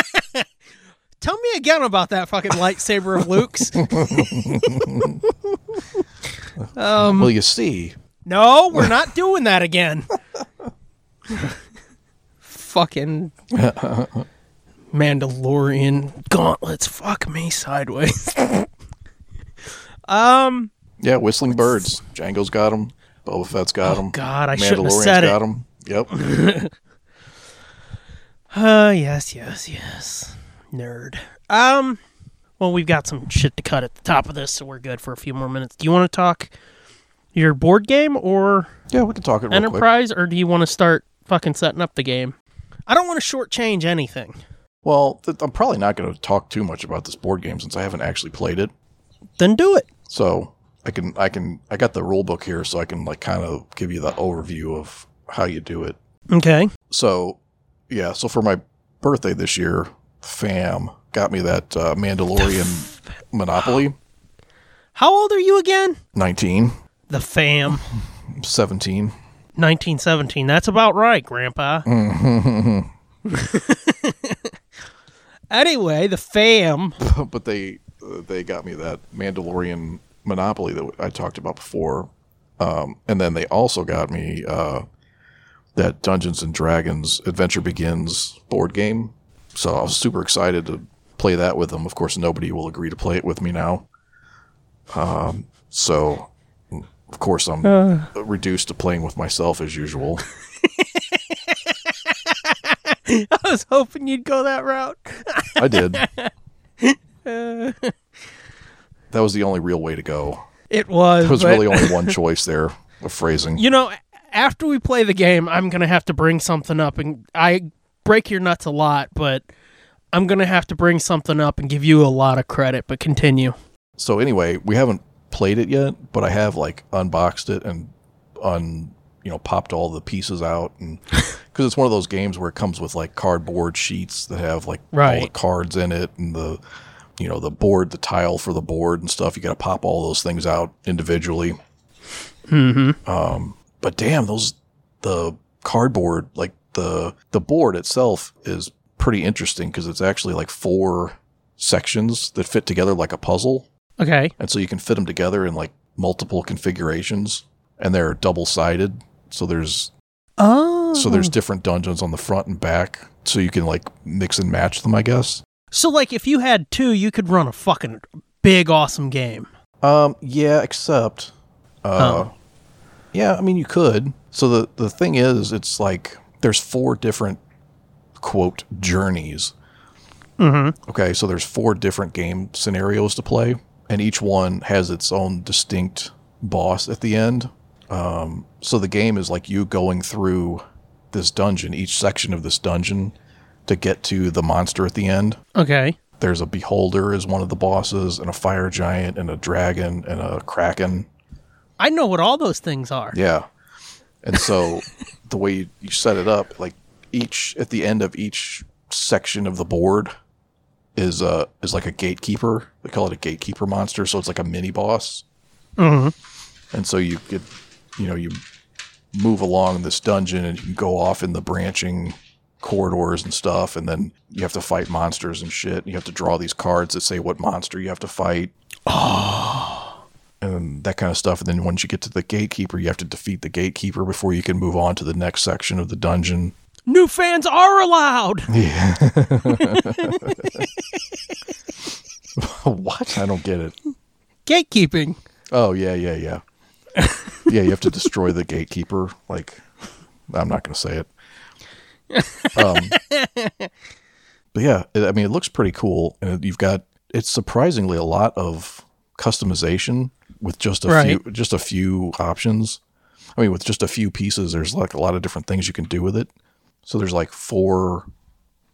Speaker 3: Tell me again about that fucking lightsaber of Luke's. Um,
Speaker 2: well, you see,
Speaker 3: no, we're not doing that again. fucking Mandalorian gauntlets. Fuck me sideways. um,
Speaker 2: yeah, whistling birds. Django's got him. Boba Fett's got him.
Speaker 3: Oh, God, I shouldn't have
Speaker 2: Mandalorian's
Speaker 3: said
Speaker 2: got
Speaker 3: it.
Speaker 2: him. Yep.
Speaker 3: Uh, yes, yes, yes. Nerd. Um, well, we've got some shit to cut at the top of this, so we're good for a few more minutes. Do you want to talk your board game or
Speaker 2: Yeah, we can talk it real quick.
Speaker 3: Enterprise, or do you want to start fucking setting up the game? I don't want to shortchange anything.
Speaker 2: Well, th- I'm probably not going to talk too much about this board game since I haven't actually played it.
Speaker 3: Then do it.
Speaker 2: So I can I can I got the rule book here, so I can like kind of give you the overview of how you do it.
Speaker 3: Okay.
Speaker 2: So yeah, so for my birthday this year, fam got me that uh, Mandalorian Monopoly
Speaker 3: How old are you again?
Speaker 2: 19,
Speaker 3: The fam.
Speaker 2: 17.
Speaker 3: 1917. That's about right, Grandpa. anyway, the fam.
Speaker 2: but they uh, they got me that Mandalorian Monopoly that I talked about before, um, and then they also got me uh, that Dungeons and Dragons Adventure Begins board game. So I was super excited to play that with them. Of course, nobody will agree to play it with me now. Um, so of course I'm reduced to playing with myself as usual.
Speaker 3: I was hoping you'd go that route.
Speaker 2: I did. that was the only real way to go.
Speaker 3: It was.
Speaker 2: There was
Speaker 3: but-
Speaker 2: really only one choice there of phrasing.
Speaker 3: You know, after we play the game, I'm gonna have to bring something up, and I break your nuts a lot, but I'm gonna have to bring something up and give you a lot of credit. But continue.
Speaker 2: So anyway, we haven't played it yet, but I have like unboxed it and un you know popped all the pieces out and because it's one of those games where it comes with like cardboard sheets that have like all the
Speaker 3: Right.
Speaker 2: cards in it and the you know the board the tile for the board and stuff you got to pop all those things out individually mm-hmm. um but damn those the cardboard like the the board itself is pretty interesting because it's actually like four sections that fit together like a puzzle
Speaker 3: Okay.
Speaker 2: and so you can fit them together in like multiple configurations and they're double sided so there's
Speaker 3: Oh.
Speaker 2: so there's different dungeons on the front and back so you can like mix and match them i guess
Speaker 3: So like, if you had two, you could run a fucking big awesome game.
Speaker 2: um yeah except uh yeah i mean you could so the the thing is it's like there's four different quote journeys Okay, so there's four different game scenarios to play, and each one has its own distinct boss at the end. Um, so the game is like you going through this dungeon, each section of this dungeon, to get to the monster at the end.
Speaker 3: Okay.
Speaker 2: There's a beholder as one of the bosses, and a fire giant, and a dragon, and a kraken.
Speaker 3: I know what all those things are.
Speaker 2: Yeah. And so the way you, you set it up, like each at the end of each section of the board is uh is like a gatekeeper. They call it a gatekeeper monster, so it's like a mini boss. Mm-hmm. And so you get you know, you move along this dungeon and you can go off in the branching corridors and stuff and then you have to fight monsters and shit. And you have to draw these cards that say what monster you have to fight and um, that kind of stuff. And then once you get to the gatekeeper, you have to defeat the gatekeeper before you can move on to the next section of the dungeon.
Speaker 3: New fans are allowed.
Speaker 2: what? I don't get it.
Speaker 3: Gatekeeping.
Speaker 2: Oh yeah, yeah, yeah, yeah. You have to destroy the gatekeeper. Like, I'm not going to say it. Um, but yeah, it- I mean, it looks pretty cool, and you've got it's surprisingly a lot of customization with just a
Speaker 3: Right.
Speaker 2: few just a few options. I mean, with just a few pieces, there's like a lot of different things you can do with it. So there's like four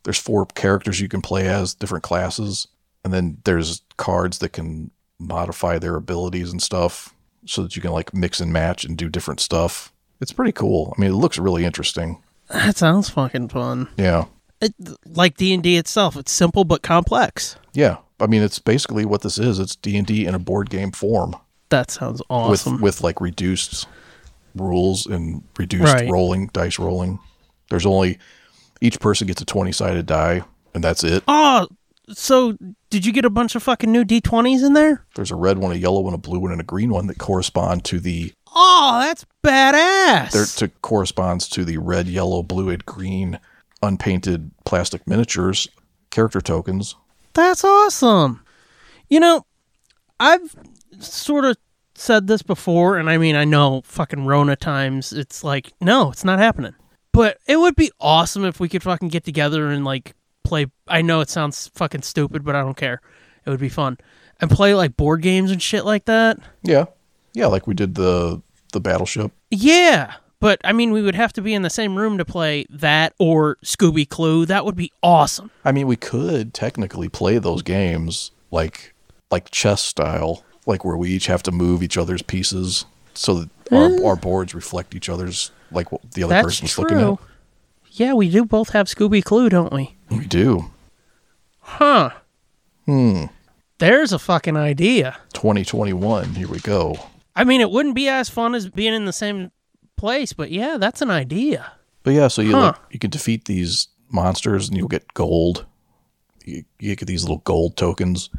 Speaker 2: there's four characters you can play as, different classes, and then there's cards that can modify their abilities and stuff so that you can like mix and match and do different stuff. It's pretty cool. I mean, it looks really interesting.
Speaker 3: That sounds fucking fun.
Speaker 2: Yeah.
Speaker 3: It, like D and D itself, it's simple but complex.
Speaker 2: Yeah. I mean, it's basically what this is. It's D&D in a board game form
Speaker 3: That sounds awesome.
Speaker 2: with with like reduced rules and reduced
Speaker 3: Right.
Speaker 2: rolling dice rolling. There's only each person gets a 20-sided die and that's it.
Speaker 3: oh, so did you get a bunch of fucking new D twenties in there?
Speaker 2: There's a red one, a yellow one, a blue one and a green one that correspond to the
Speaker 3: Oh, that's badass.
Speaker 2: there to corresponds to the red, yellow, blue, and green unpainted plastic miniatures, character tokens.
Speaker 3: That's awesome. You know, I've sort of said this before, and I mean, I know fucking Rona times, it's like, no, it's not happening. But it would be awesome if we could fucking get together and like play. I know it sounds fucking stupid, but I don't care. It would be fun. And play like board games and shit like that.
Speaker 2: Yeah. Yeah, like we did the the battleship.
Speaker 3: Yeah. But I mean, we would have to be in the same room to play that or Scooby Clue. That would be awesome.
Speaker 2: I mean, we could technically play those games like like chess style, like where we each have to move each other's pieces so that our, our boards reflect each other's like what the other
Speaker 3: That's
Speaker 2: person's
Speaker 3: true.
Speaker 2: looking at.
Speaker 3: Yeah, we do both have Scooby Clue, don't we?
Speaker 2: We do.
Speaker 3: Huh. Hmm. There's a fucking idea.
Speaker 2: 2021, here we go.
Speaker 3: I mean, it wouldn't be as fun as being in the same place, but yeah, that's an idea.
Speaker 2: But yeah, so you
Speaker 3: Huh.
Speaker 2: like, you can defeat these monsters and you'll get gold. You, you get these little gold tokens,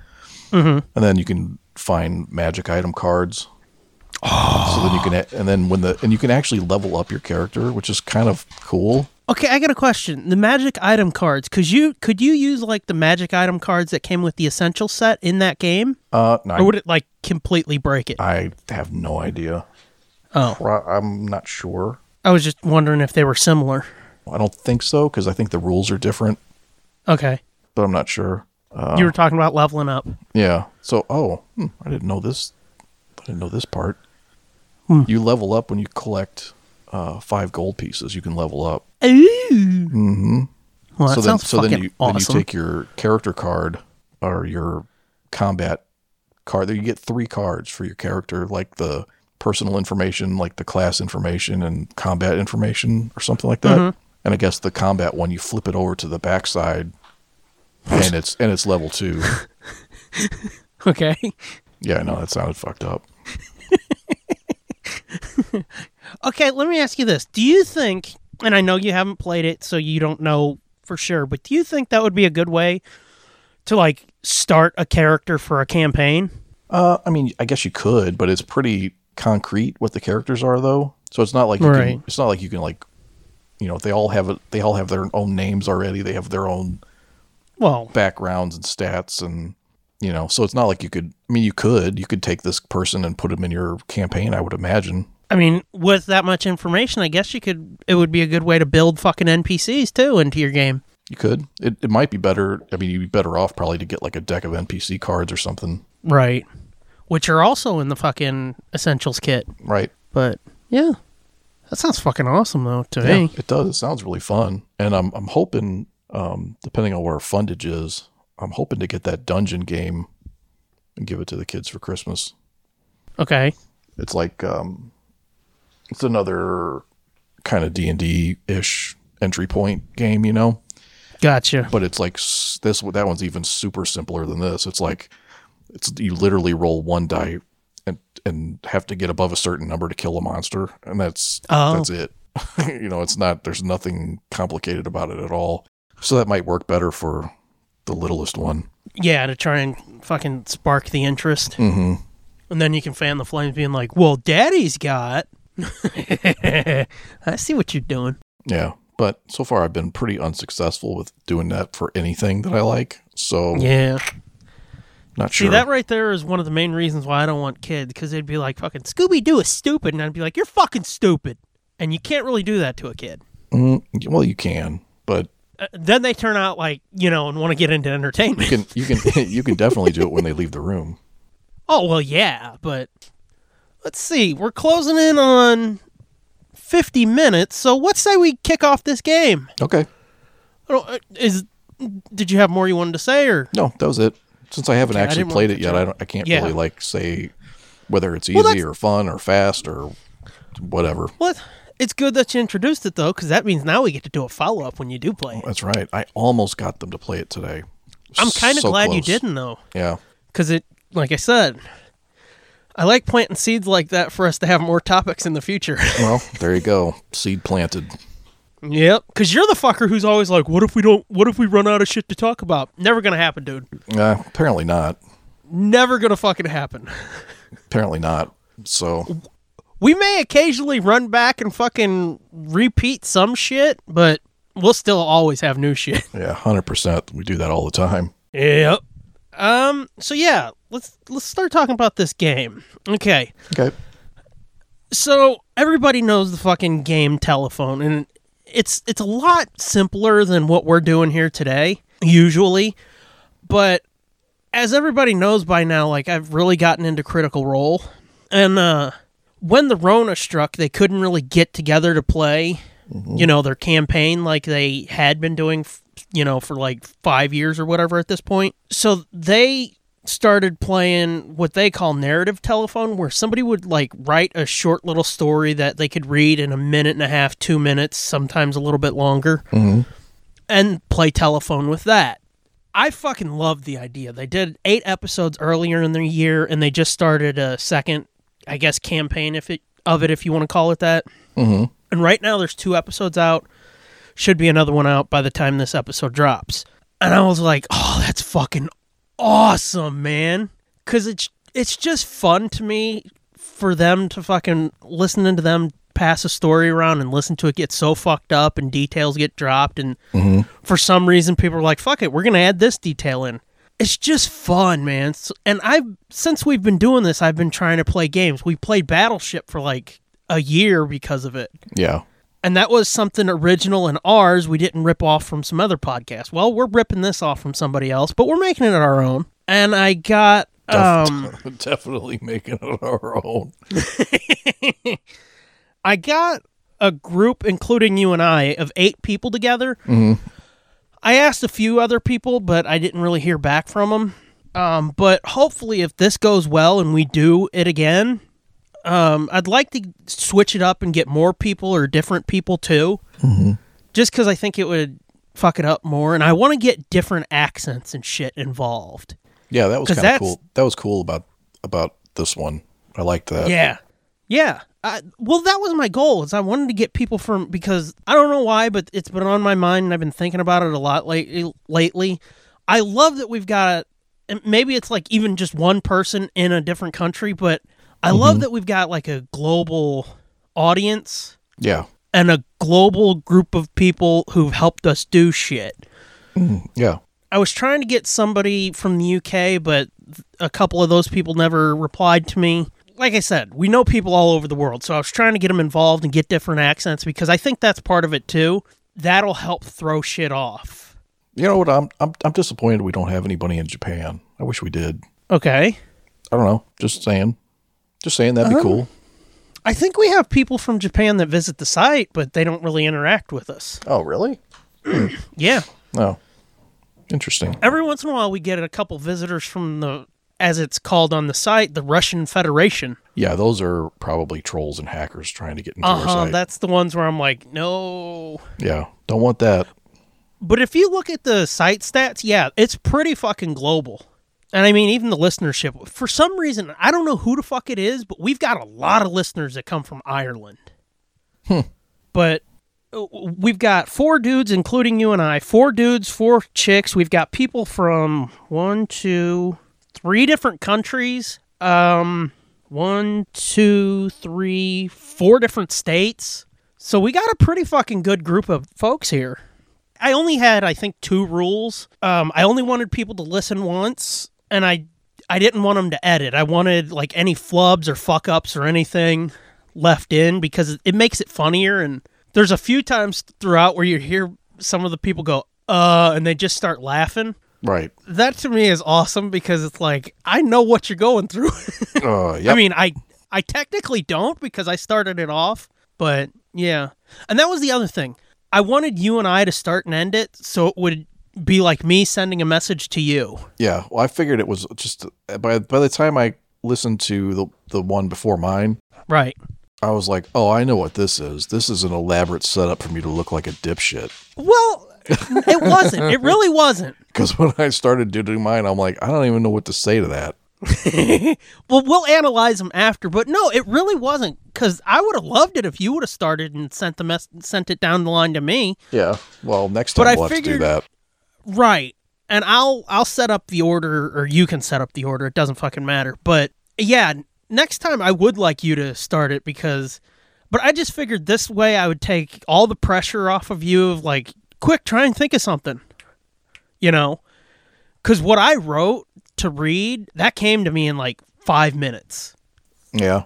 Speaker 2: mm-hmm. and then you can find magic item cards. So then you can, a- and then when the and you can actually level up your character, which is kind of cool.
Speaker 3: Okay, I got a question. The magic item cards, could you could you use like the magic item cards that came with the essential set in that game,
Speaker 2: Uh, no,
Speaker 3: or would it like completely break it?
Speaker 2: I have no idea.
Speaker 3: Oh.
Speaker 2: Pro- I'm not sure.
Speaker 3: I was just wondering if they were similar.
Speaker 2: I don't think so because I think the rules are different,
Speaker 3: Okay,
Speaker 2: but I'm not sure.
Speaker 3: you were talking about leveling up.
Speaker 2: Yeah. So, oh, hmm, I didn't know this. I didn't know this part.
Speaker 3: Hmm.
Speaker 2: You level up when you collect uh, five gold pieces. You can level up.
Speaker 3: Ooh. Mm-hmm. Well, that
Speaker 2: so then,
Speaker 3: sounds
Speaker 2: so
Speaker 3: fucking
Speaker 2: then you
Speaker 3: awesome.
Speaker 2: then you take your character card or your combat card. You get three cards for your character, like the personal information, like the class information, and combat information, or something like that.
Speaker 3: Mm-hmm.
Speaker 2: And I guess the combat one, you flip it over to the backside, and it's and it's level two.
Speaker 3: okay.
Speaker 2: Yeah, I know that sounded fucked up.
Speaker 3: Okay, let me ask you this. Do you think, and I know you haven't played it, so you don't know for sure, but do you think that would be a good way to like start a character for a campaign?
Speaker 2: Uh, I mean, I guess you could, but it's pretty concrete what the characters are, though. So it's not like you
Speaker 3: Right.
Speaker 2: can, it's not like you can like, you know, they all have a, they all have their own names already. They have their own
Speaker 3: Well,
Speaker 2: backgrounds and stats, and you know, so it's not like you could. I mean, you could you could take this person and put them in your campaign. I would imagine.
Speaker 3: I mean, with that much information, I guess you could it would be a good way to build fucking NPCs too into your game.
Speaker 2: You could. It, it might be better. I mean, you'd be better off probably to get like a deck of NPC cards or something,
Speaker 3: Right. Which are also in the fucking essentials kit.
Speaker 2: right?
Speaker 3: But yeah. That sounds fucking awesome though to me.
Speaker 2: it does. It sounds really fun, and I'm I'm hoping, um, depending on where our fundage is, I'm hoping to get that dungeon game and give it to the kids for Christmas.
Speaker 3: Okay.
Speaker 2: It's like um, it's another kind of D and D ish entry point game, you know.
Speaker 3: Gotcha.
Speaker 2: but it's like s- this that one's even super simpler than this it's like it's you literally roll one die and and have to get above a certain number to kill a monster and that's
Speaker 3: Oh.
Speaker 2: that's it you know it's not there's nothing complicated about it at all so that might work better for the littlest one
Speaker 3: Yeah, to try and fucking spark the interest.
Speaker 2: mm-hmm.
Speaker 3: And then you can fan the flames being like, Well, daddy's got I see what you're doing.
Speaker 2: yeah but so far i've been pretty unsuccessful with doing that for anything that i like so
Speaker 3: Yeah.
Speaker 2: not sure
Speaker 3: See, that right there is one of the main reasons why I don't want kids because they'd be like, fucking Scooby Doo is stupid. And I'd be like, you're fucking stupid. And you can't really do that to a kid.
Speaker 2: Mm, well you can but
Speaker 3: Uh, then they turn out like, you know, and want to get into entertainment.
Speaker 2: you can you can you can definitely do it when they leave the room
Speaker 3: oh, well, yeah, but let's see. We're closing in on 50 minutes. So what say we kick off this game?
Speaker 2: okay
Speaker 3: I don't- uh, Is Did you have more you wanted to say or?
Speaker 2: No, that was it. Since I haven't
Speaker 3: I
Speaker 2: actually
Speaker 3: didn't
Speaker 2: played
Speaker 3: want
Speaker 2: it yet, I don't, I can't
Speaker 3: Yeah.
Speaker 2: really like say whether it's
Speaker 3: Well,
Speaker 2: easy
Speaker 3: that's-
Speaker 2: or fun or fast or whatever.
Speaker 3: What? It's good that you introduced it, though, because that means now we get to do a follow up when you do play. it.
Speaker 2: That's right. I almost got them to play it today.
Speaker 3: I'm kind of
Speaker 2: So
Speaker 3: glad you
Speaker 2: close.
Speaker 3: didn't, though.
Speaker 2: Yeah.
Speaker 3: because it like i said i like planting seeds like that for us to have more topics in the future
Speaker 2: Well, there you go. Seed planted.
Speaker 3: yep because you're the fucker who's always like what if we don't what if we run out of shit to talk about never gonna happen dude
Speaker 2: Uh, apparently not.
Speaker 3: never gonna fucking happen
Speaker 2: Apparently not. So
Speaker 3: we may occasionally run back and fucking repeat some shit but we'll still always have new shit
Speaker 2: yeah, hundred percent. We do that all the time.
Speaker 3: yep um so yeah let's let's start talking about this game okay
Speaker 2: Okay.
Speaker 3: so everybody knows the fucking game telephone and it's it's a lot simpler than what we're doing here today usually but as everybody knows by now like i've really gotten into critical role and uh when the rona struck they couldn't really get together to play you know their campaign like they had been doing f- you know for like 5 years or whatever at this point so they started playing what they call narrative telephone where somebody would like write a short little story that they could read in a minute and a half, 2 minutes, sometimes a little bit longer and play telephone with that. I fucking love the idea. They did 8 episodes earlier in the year and they just started a second I guess campaign if it of it if you want to call it that.
Speaker 2: Mm-hmm.
Speaker 3: And right now there's two episodes out. Should be another one out by the time this episode drops. And I was like, "Oh, that's fucking awesome, man." Cuz it's it's just fun to me for them to fucking listening to them pass a story around and listen to it get so fucked up and details get dropped and for some reason people are like, "Fuck it, we're going to add this detail in." It's just fun, man. S- And I've since we've been doing this, I've been trying to play games. We played Battleship for like a year because of it.
Speaker 2: Yeah.
Speaker 3: And that was something original in ours we didn't rip off from some other podcast. Well, we're ripping this off from somebody else, but we're making it our own. And I got um
Speaker 2: Definitely making it our own.
Speaker 3: I got a group including you and I of 8 people together. I asked a few other people, but I didn't really hear back from them. Um, but hopefully if this goes well and we do it again, um, I'd like to switch it up and get more people or different people too. just because I think it would fuck it up more, and I want to get different accents and shit involved.
Speaker 2: Yeah, that was
Speaker 3: 'Cause
Speaker 2: kind of
Speaker 3: that's-
Speaker 2: cool. That was cool about about this one. I liked that.
Speaker 3: yeah, yeah. I, well, that was my goal. Is I wanted to get people from because I don't know why, but it's been on my mind, and I've been thinking about it a lot lately. Lately, I love that we've got. and Maybe it's like even just one person in a different country, but I love that we've got like a global audience
Speaker 2: Yeah.
Speaker 3: and a global group of people who've helped us do shit.
Speaker 2: Yeah.
Speaker 3: I was trying to get somebody from the UK, but a couple of those people never replied to me. Like I said, we know people all over the world, so I was trying to get them involved and get different accents because I think that's part of it too. That'll help throw shit off.
Speaker 2: You know what? I'm I'm I'm disappointed we don't have anybody in Japan. I wish we did.
Speaker 3: Okay.
Speaker 2: I don't know. Just saying. Just saying that'd be cool.
Speaker 3: I think we have people from Japan that visit the site, but they don't really interact with us.
Speaker 2: Oh, really?
Speaker 3: Yeah.
Speaker 2: No. Oh. Interesting.
Speaker 3: Every once in a while, we get a couple visitors from the, as it's called on the site, the Russian Federation.
Speaker 2: Yeah, those are probably trolls and hackers trying to get into
Speaker 3: Uh
Speaker 2: our
Speaker 3: huh.
Speaker 2: site.
Speaker 3: That's the ones where I'm like, no.
Speaker 2: yeah, don't want that.
Speaker 3: But if you look at the site stats, yeah, it's pretty fucking global. And I mean, even the listenership. For some reason, I don't know who the fuck it is, but we've got a lot of listeners that come from Ireland. But uh, we've got four dudes, including you and I, four dudes, four chicks. We've got people from one, two, three different countries. Um, one, two, three, four different states. So we got a pretty fucking good group of folks here. I only had, I think, two rules. Um, I only wanted people to listen once, and I I didn't want them to edit. I wanted like any flubs or fuck ups or anything left in because it- it makes it funnier. And there's a few times throughout where you hear some of the people go, "Uh," and they just start laughing.
Speaker 2: Right.
Speaker 3: That to me is awesome because it's like I know what you're going through.
Speaker 2: Uh,
Speaker 3: I
Speaker 2: yep.
Speaker 3: mean, I I technically don't because I started it off, but yeah. And that was the other thing. I wanted you and I to start and end it so it would be like me sending a message to you.
Speaker 2: yeah. Well, I figured it was just uh, by by the time I listened to the the one before mine,
Speaker 3: Right.
Speaker 2: I was like, oh, I know what this is. This is an elaborate setup for me to look like a dipshit.
Speaker 3: Well, it wasn't. It really wasn't.
Speaker 2: Because when I started doing mine, I'm like, I don't even know what to say to that.
Speaker 3: Well, we'll analyze them after, but no, it really wasn't cuz I would have loved it if you would have started and sent the mess- sent it down the line to me.
Speaker 2: Yeah. Well, next
Speaker 3: But
Speaker 2: time
Speaker 3: I
Speaker 2: we'll have to do
Speaker 3: figured-
Speaker 2: that.
Speaker 3: Right. And I'll I'll set up the order or you can set up the order. It doesn't fucking matter. But yeah, next time I would like you to start it because but I just figured this way I would take all the pressure off of you of like quick try and think of something. You know? Cuz what I wrote to read, that came to me in like 5 minutes.
Speaker 2: Yeah.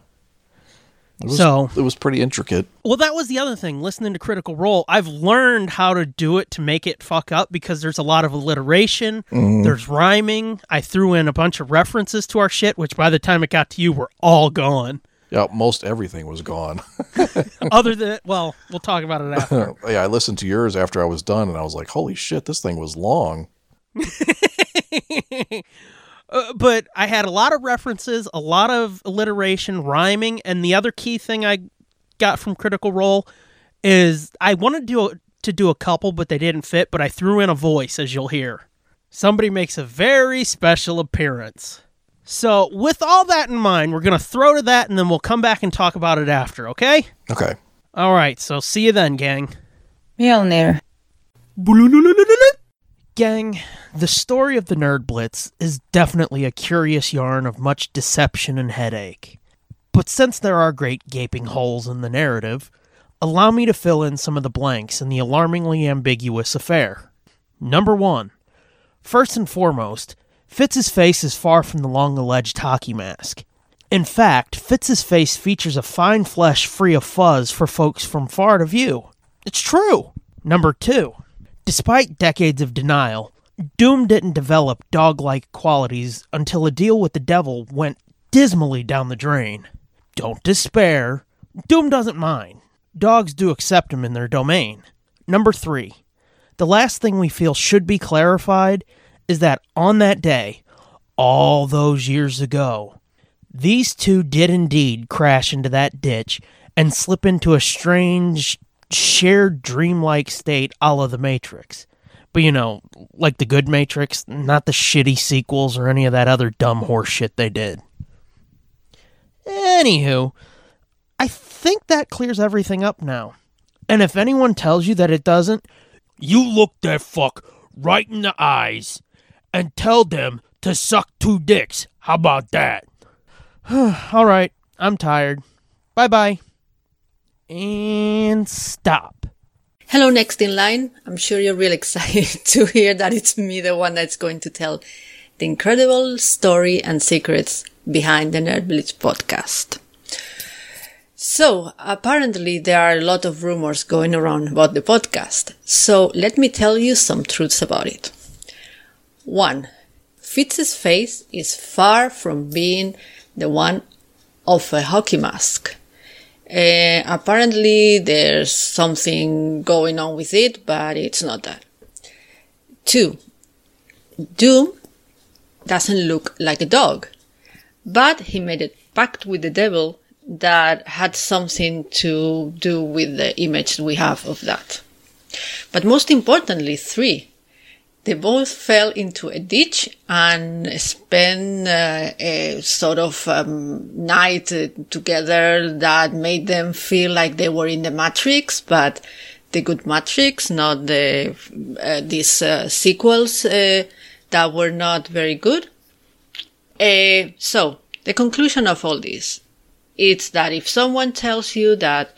Speaker 2: It was,
Speaker 3: So-
Speaker 2: it was pretty intricate.
Speaker 3: Well, that was the other thing. Listening to Critical Role, I've learned how to do it to make it fuck up because there's a lot of alliteration, there's rhyming. I threw in a bunch of references to our shit, which by the time it got to you, were all gone.
Speaker 2: Yeah, most everything was gone.
Speaker 3: other than, well, we'll talk about it after.
Speaker 2: yeah, I listened to yours after I was done, and I was like, holy shit, this thing was long.
Speaker 3: Uh, but I had a lot of references, a lot of alliteration, rhyming, and the other key thing I got from Critical Role is I wanted to do a, to do a couple, but they didn't fit. But I threw in a voice, as you'll hear. Somebody makes a very special appearance. So, with all that in mind, we're gonna throw to that, and then we'll come back and talk about it after. Okay?
Speaker 2: Okay.
Speaker 3: All right. So, see you then, gang.
Speaker 4: Mjolnir.
Speaker 3: Gang, the story of the Nerd Blitz is definitely a curious yarn of much deception and headache. But since there are great gaping holes in the narrative, allow me to fill in some of the blanks in the alarmingly ambiguous affair. Number one, first and foremost, Fitz's face is far from the long alleged hockey mask. In fact, Fitz's face features a fine flesh free of fuzz for folks from far to view. It's true. Number two, despite decades of denial, Doom didn't develop dog like qualities until a deal with the devil went dismally down the drain. Don't despair. Doom doesn't mind. Dogs do accept him in their domain. Number three, the last thing we feel should be clarified is that on that day, all those years ago, these two did indeed crash into that ditch and slip into a strange, shared dreamlike state a la the Matrix. But you know, like the good Matrix, not the shitty sequels or any of that other dumb horse shit they did. Anywho, I think that clears everything up now. And if anyone tells you that it doesn't, you look that fuck right in the eyes and tell them to suck two dicks. How about that? All right, I'm tired. Bye bye. And stop.
Speaker 5: Hello, next in line. I'm sure you're real excited to hear that it's me, the one that's going to tell the incredible story and secrets behind the Nerd Blitz podcast. So, apparently, there are a lot of rumors going around about the podcast. So, let me tell you some truths about it. One, Fitz's face is far from being the one of a hockey mask. Uh, apparently, there's something going on with it, but it's not that. Two, Doom doesn't look like a dog, but he made a pact with the devil that had something to do with the image we have of that. But most importantly, three, they both fell into a ditch and spent uh, a sort of um, night uh, together that made them feel like they were in the Matrix, but the good Matrix, not the uh, these uh, sequels uh, that were not very good. Uh, so the conclusion of all this it's that if someone tells you that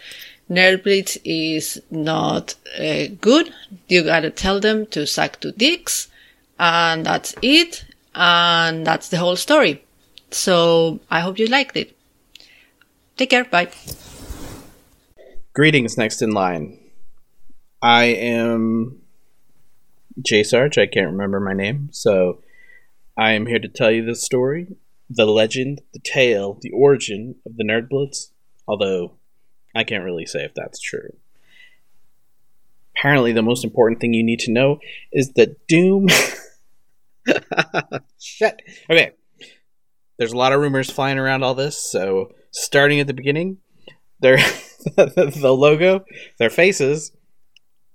Speaker 5: Nerdblitz is not uh, good, you gotta tell them to suck two dicks, and that's it, and that's the whole story. So I hope you liked it. Take care, bye.
Speaker 6: Greetings, next in line. I am J Sarge. I can't remember my name, so I am here to tell you the story, the legend, the tale, the origin of the Nerd Blitz. Although I can't really say if that's true. Apparently, the most important thing you need to know is that Doom. Shit. Okay. There's a lot of rumors flying around all this, so starting at the beginning, their the logo, their faces,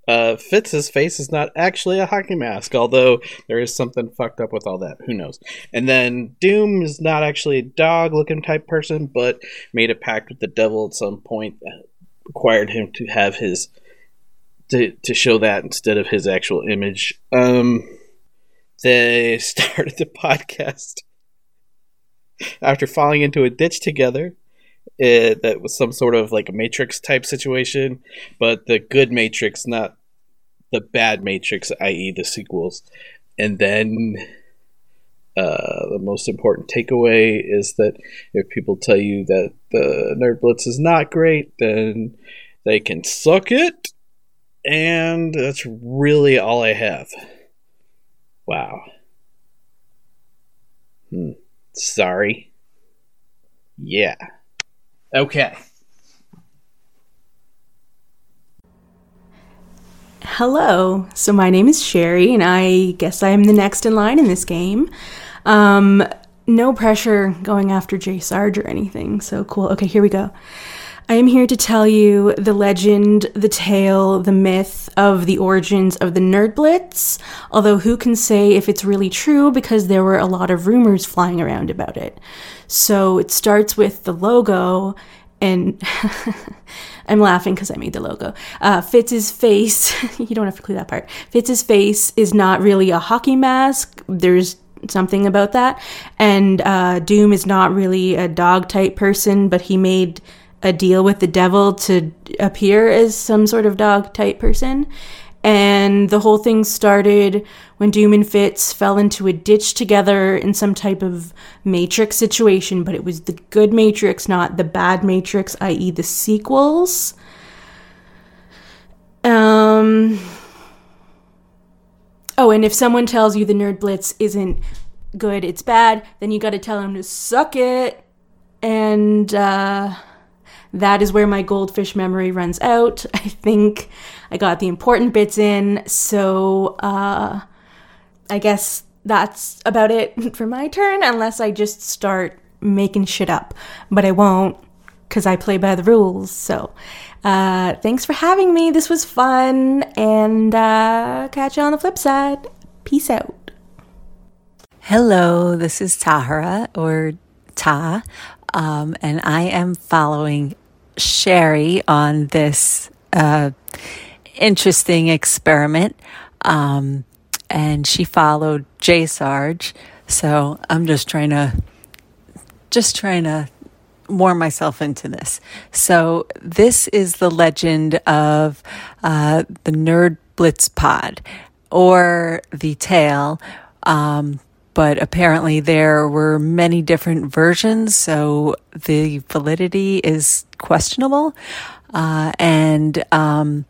Speaker 6: uh, Fitz's face is not actually a hockey mask, although there is something fucked up with all that. Who knows? And then Doom is not actually a dog looking type person, but made a pact with the devil at some point that required him to have his. To, to show that instead of his actual image. Um, they started the podcast after falling into a ditch together. It, uh, that was some sort of like a matrix type situation but the good Matrix, not the bad Matrix, i.e., the sequels. And then uh, the most important takeaway is that if people tell you that the Nerd Blitz is not great, then they can suck it. And that's really all I have. Wow. Hmm. Sorry. Yeah. Okay.
Speaker 7: Hello. So my name is Sherry, and I guess I am the next in line in this game. Um, no pressure going after Jay Sarge or anything. So cool. Okay, here we go. I am here to tell you the legend, the tale, the myth of the origins of the Nerd Blitz. Although, who can say if it's really true because there were a lot of rumors flying around about it. So, it starts with the logo, and I'm laughing because I made the logo. Uh, Fitz's face, you don't have to clue that part. Fitz's face is not really a hockey mask. There's something about that. And uh, Doom is not really a dog type person, but he made a deal with the devil to appear as some sort of dog type person. And the whole thing started when Doom and Fitz fell into a ditch together in some type of Matrix situation, but it was the good Matrix, not the bad Matrix, i.e., the sequels. Um. Oh, and if someone tells you the Nerd Blitz isn't good, it's bad, then you gotta tell them to suck it. And, uh. That is where my goldfish memory runs out. I think I got the important bits in, so uh, I guess that's about it for my turn, unless I just start making shit up. But I won't, because I play by the rules. So uh, thanks for having me. This was fun, and uh, catch you on the flip side. Peace out.
Speaker 8: Hello, this is Tahara or Ta, um, and I am following Sherry on this uh, interesting experiment. Um, and she followed J Sarge, so I'm just trying to just trying to warm myself into this. So this is the legend of uh, the Nerd Blitz Pod, or the tale. Um, but apparently there were many different versions, so the validity is questionable. Uh, and um,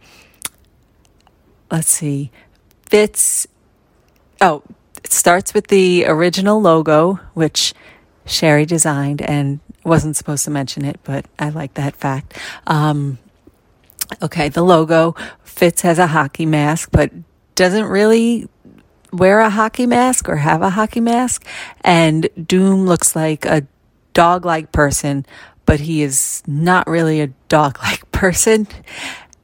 Speaker 8: let's see, Fitz. Oh, it starts with the original logo, which Sherry designed, and wasn't supposed to mention it, but I like that fact. Um, okay, the logo. Fitz has a hockey mask, but doesn't really wear a hockey mask or have a hockey mask. And Doom looks like a dog like person, but he is not really a dog like person.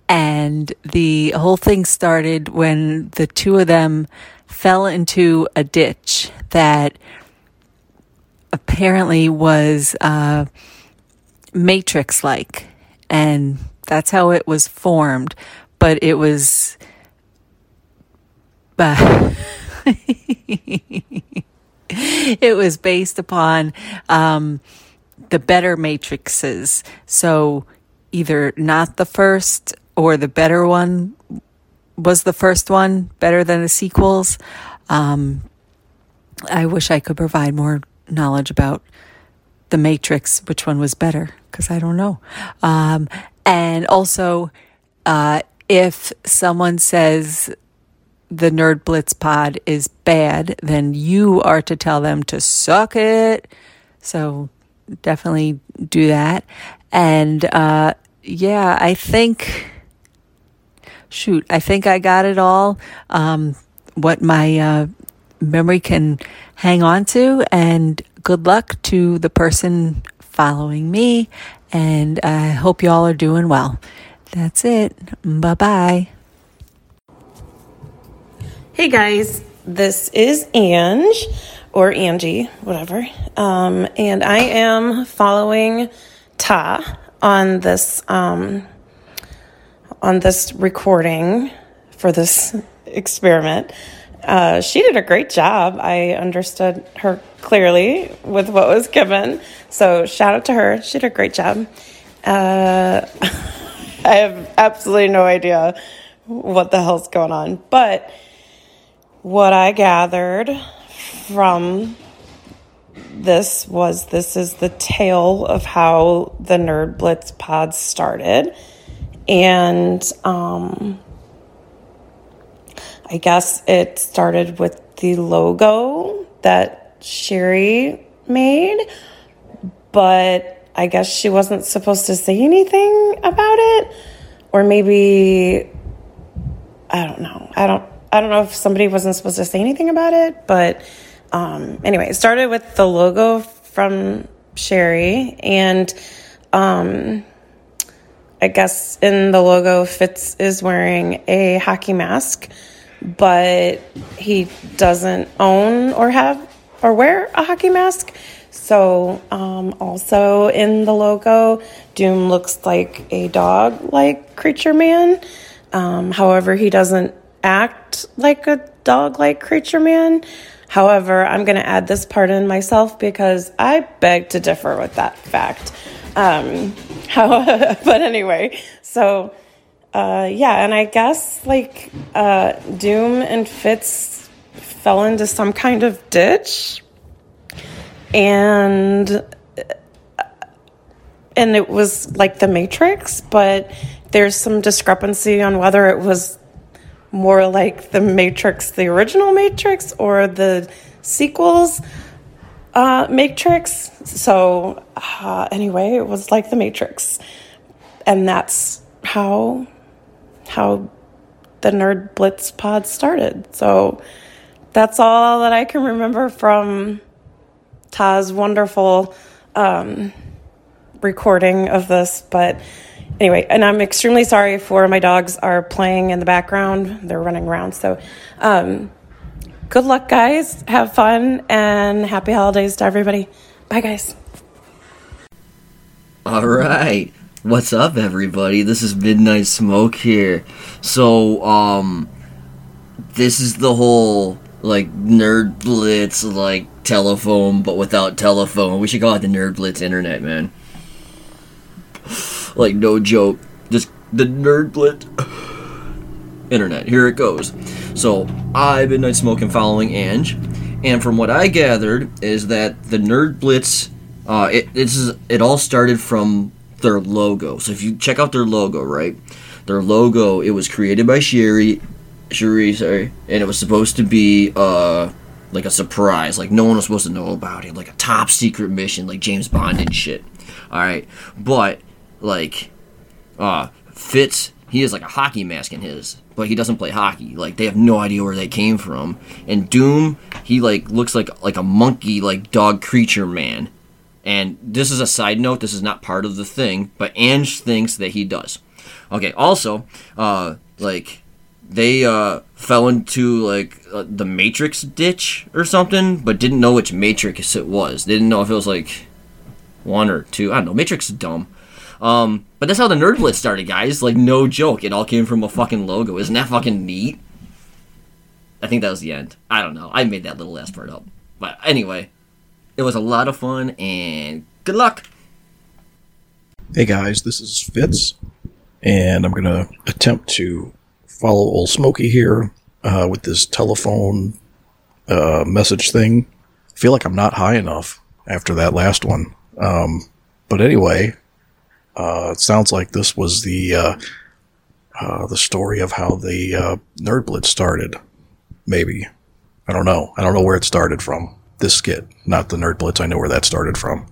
Speaker 8: And the whole thing started when the two of them fell into a ditch that apparently was uh, Matrix like. And that's how it was formed. But it was. Uh, it was based upon um, the better matrices. So either not the first or the better one was the first one, better than the sequels. Um, I wish I could provide more knowledge about the Matrix, which one was better, because I don't know. Um, and also, uh, if someone says the Nerd Blitz pod is bad, then you are to tell them to suck it. So definitely do that. And uh, yeah, I think shoot, I think I got it all. Um, what my uh, memory can hang on to, and good luck to the person following me. And I hope y'all are doing well. That's it. Bye bye.
Speaker 9: Hey guys, this is Ange or Angie, whatever. Um, and I am following Ta on this um, on this recording for this experiment. Uh, she did a great job. I understood her clearly with what was given. So shout out to her. She did a great job. Uh, I have absolutely no idea what the hell's going on, but what I gathered from this was this is the tale of how the Nerd Blitz pod started. And um, I guess it started with the logo that Sherry made, but I guess she wasn't supposed to say anything about it. Or maybe I don't know. I don't I don't know if somebody wasn't supposed to say anything about it, but um, anyway, it started with the logo from Sherry, and um, I guess in the logo, Fitz is wearing a hockey mask, but he doesn't own or have or wear a hockey mask. So, um, also in the logo, Doom looks like a dog like creature man. Um, however, he doesn't act like a dog like creature man. However, I'm going to add this part in myself because I beg to differ with that fact. Um, how, but anyway, so uh, yeah, and I guess like uh, Doom and Fitz fell into some kind of ditch, and uh, and it was like the Matrix, but there's some discrepancy on whether it was more like the Matrix, the original Matrix, or the sequels uh, Matrix. So, uh, anyway, it was like the Matrix, and that's how how the Nerd Blitz pod started. So, that's all that I can remember from Ta's wonderful um, recording of this, but anyway, and I'm extremely sorry for my dogs are playing in the background. They're running around. So, um, good luck, guys. Have fun and happy holidays to everybody. Bye, guys.
Speaker 10: All right. What's up, everybody? This is Midnight Smoke here. So, um, this is the whole, like, Nerd Blitz, like, telephone, but without telephone. We should call it the Nerd Blitz Internet, man. Like, no joke. Just the Nerd Blitz Internet. Here it goes. So, I've been Night Smoke and following Ange, And from what I gathered is that the Nerd Blitz, uh, it this is it all started from their logo. So if you check out their logo, right, their logo it was created by Sherry, Sherry, sorry, and it was supposed to be uh like a surprise, like no one was supposed to know about it, like a top secret mission, like James Bond and shit. All right, but like uh Fitz, he has like a hockey mask in his, but he doesn't play hockey. Like they have no idea where they came from. And Doom, he like looks like like a monkey, like dog creature man. And this is a side note. This is not part of the thing, but Ange thinks that he does. Okay. Also, uh, like they uh, fell into like uh, the Matrix ditch or something, but didn't know which Matrix it was. They didn't know if it was like one or two. I don't know. Matrix is dumb. Um, but that's how the Nerd Blitz started, guys. Like, no joke. It all came from a fucking logo. Isn't that fucking neat? I think that was the end. I don't know. I made that little last part up. But anyway, it was a lot of fun and good luck.
Speaker 2: Hey guys, this is Fitz, and I'm going to attempt to follow old Smokey here uh, with this telephone uh, message thing. I feel like I'm not high enough after that last one. Um, but anyway, uh, it sounds like this was the uh, uh, the story of how the uh, Nerd Blitz started. Maybe I don't know. I don't know where it started from. This skit, not the Nerd Blitz. I know where that started from.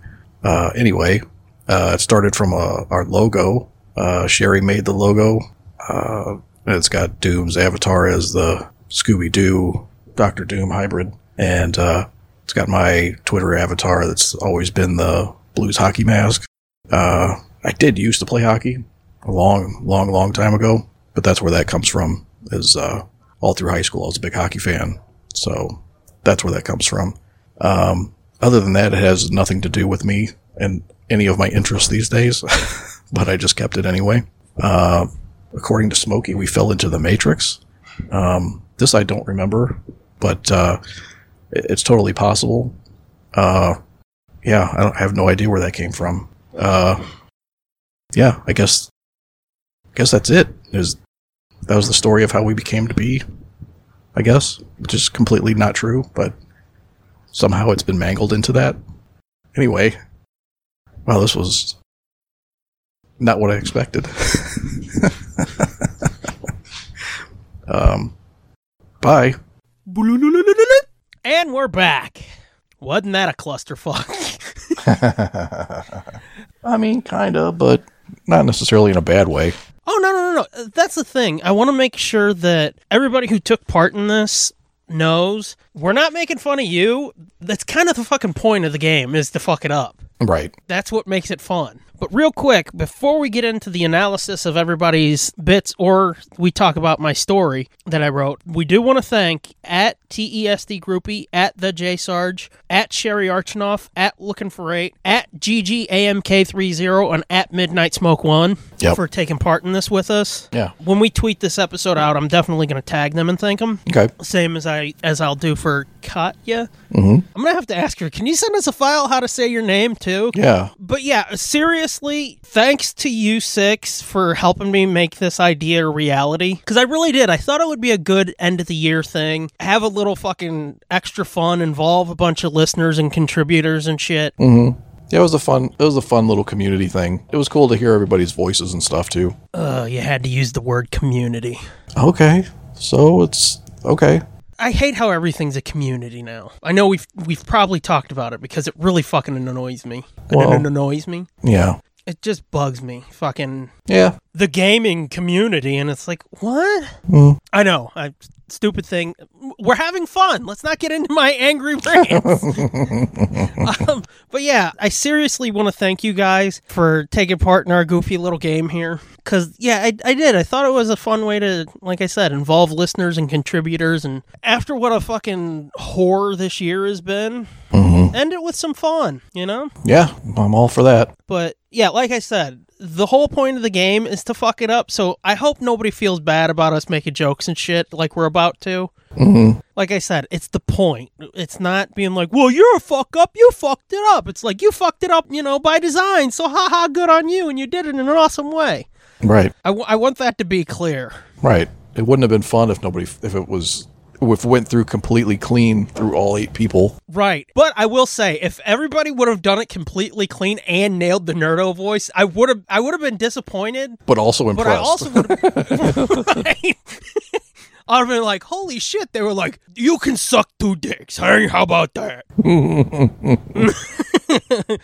Speaker 2: Uh, anyway, uh, it started from uh, our logo. Uh, Sherry made the logo. Uh, and it's got Doom's avatar as the Scooby Doo Doctor Doom hybrid, and uh, it's got my Twitter avatar that's always been the Blues hockey mask. Uh, I did used to play hockey a long, long, long time ago, but that's where that comes from. Is uh, all through high school, I was a big hockey fan, so that's where that comes from. Um, other than that, it has nothing to do with me and any of my interests these days, but I just kept it anyway. Uh, according to Smokey, we fell into the Matrix. Um, this I don't remember, but uh, it- it's totally possible. Uh, yeah, I, don't, I have no idea where that came from. Uh, yeah, I guess I guess that's it. Is that was the story of how we became to be, I guess. Which is completely not true, but somehow it's been mangled into that. Anyway. Wow, this was not what I expected. um bye.
Speaker 3: And we're back. Wasn't that a clusterfuck?
Speaker 2: I mean kinda, but not necessarily in a bad way.
Speaker 3: oh no no no no! That's the thing. I want to make sure that everybody who took part in this knows we're not making fun of you. That's kind of the fucking point of the game is to fuck it up.
Speaker 2: Right.
Speaker 3: That's what makes it fun. But real quick, before we get into the analysis of everybody's bits or we talk about my story that I wrote, we do want to thank at TESD Groupie, at the J Sarge, at Sherry Archinoff, at Looking for Eight, at GGAMK30, and at Midnight Smoke One
Speaker 2: Yep.
Speaker 3: for taking part in this with us.
Speaker 2: Yeah.
Speaker 3: When we tweet this episode out, I'm definitely going to tag them and thank them
Speaker 2: Okay.
Speaker 3: same as I as I'll do for Katya. Mm-hmm. I'm gonna have to ask her. Can you send us a file how to say your name too?
Speaker 2: Yeah.
Speaker 3: But yeah, seriously, thanks to you six for helping me make this idea a reality. Because I really did. I thought it would be a good end of the year thing. Have a little fucking extra fun, involve a bunch of listeners and contributors and shit.
Speaker 2: Yeah, it was a fun it was a fun little community thing. It was cool to hear everybody's voices and stuff too.
Speaker 3: Uh, you had to use the word community.
Speaker 2: Okay. So it's okay.
Speaker 3: I hate how everything's a community now. I know we've we've probably talked about it because it really fucking annoys me.
Speaker 2: Well-
Speaker 3: it annoys me.
Speaker 2: Yeah.
Speaker 3: It just bugs me. Fucking
Speaker 2: Yeah.
Speaker 3: the gaming community, and it's like, what? I know. I stupid thing. We're having fun. Let's not get into my angry rants. um, but yeah, I seriously want to thank you guys for taking part in our goofy little game here. Cause yeah, I, I did. I thought it was a fun way to, like I said, involve listeners and contributors. And after what a fucking horror this year has been, end it with some fun. You know.
Speaker 2: Yeah. I'm all for that.
Speaker 3: But yeah, like I said, the whole point of the game is to fuck it up. So I hope nobody feels bad about us making jokes and shit like we're about to.
Speaker 2: Mhm.
Speaker 3: Like I said, it's the point. It's not being like, well, you're a fuck up. You fucked it up. It's like, you fucked it up, you know, by design. So haha, good on you. And you did it in an awesome way.
Speaker 2: Right.
Speaker 3: I, w- I want that to be clear.
Speaker 2: Right. It wouldn't have been fun if nobody if it was if went through completely clean through all eight people.
Speaker 3: Right. But I will say, if everybody would have done it completely clean and nailed the Nerdo voice, I would have I would have been disappointed.
Speaker 2: But also impressed.
Speaker 3: But I also would have right? I'd have been like, holy shit, they were like, You can suck two dicks. Hey, how about that?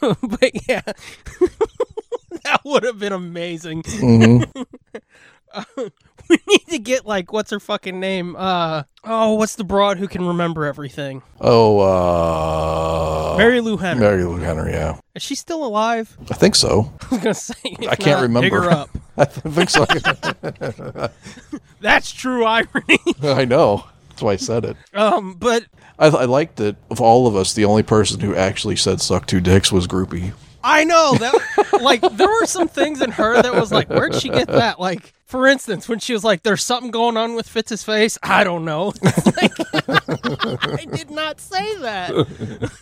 Speaker 3: but yeah. that would have been amazing. Uh, we need to get like what's her fucking name? Uh oh, what's the broad who can remember everything?
Speaker 2: oh, uh,
Speaker 3: Mary Lou Henner.
Speaker 2: Mary Lou Henner. Yeah,
Speaker 3: Is she still alive?
Speaker 2: I think so.
Speaker 3: I was gonna say. if
Speaker 2: I can't
Speaker 3: not, Dig
Speaker 2: remember.
Speaker 3: her up.
Speaker 2: I think so.
Speaker 3: That's true irony.
Speaker 2: I know. That's why I said it.
Speaker 3: Um, but
Speaker 2: I, I liked that of all of us, the only person who actually said "suck two dicks" was Groupie.
Speaker 3: I know that like there were some things in her that was like, where'd she get that? Like, for instance, when she was like, "There's something going on with Fitz's face," I don't know. It's like, I did not say that.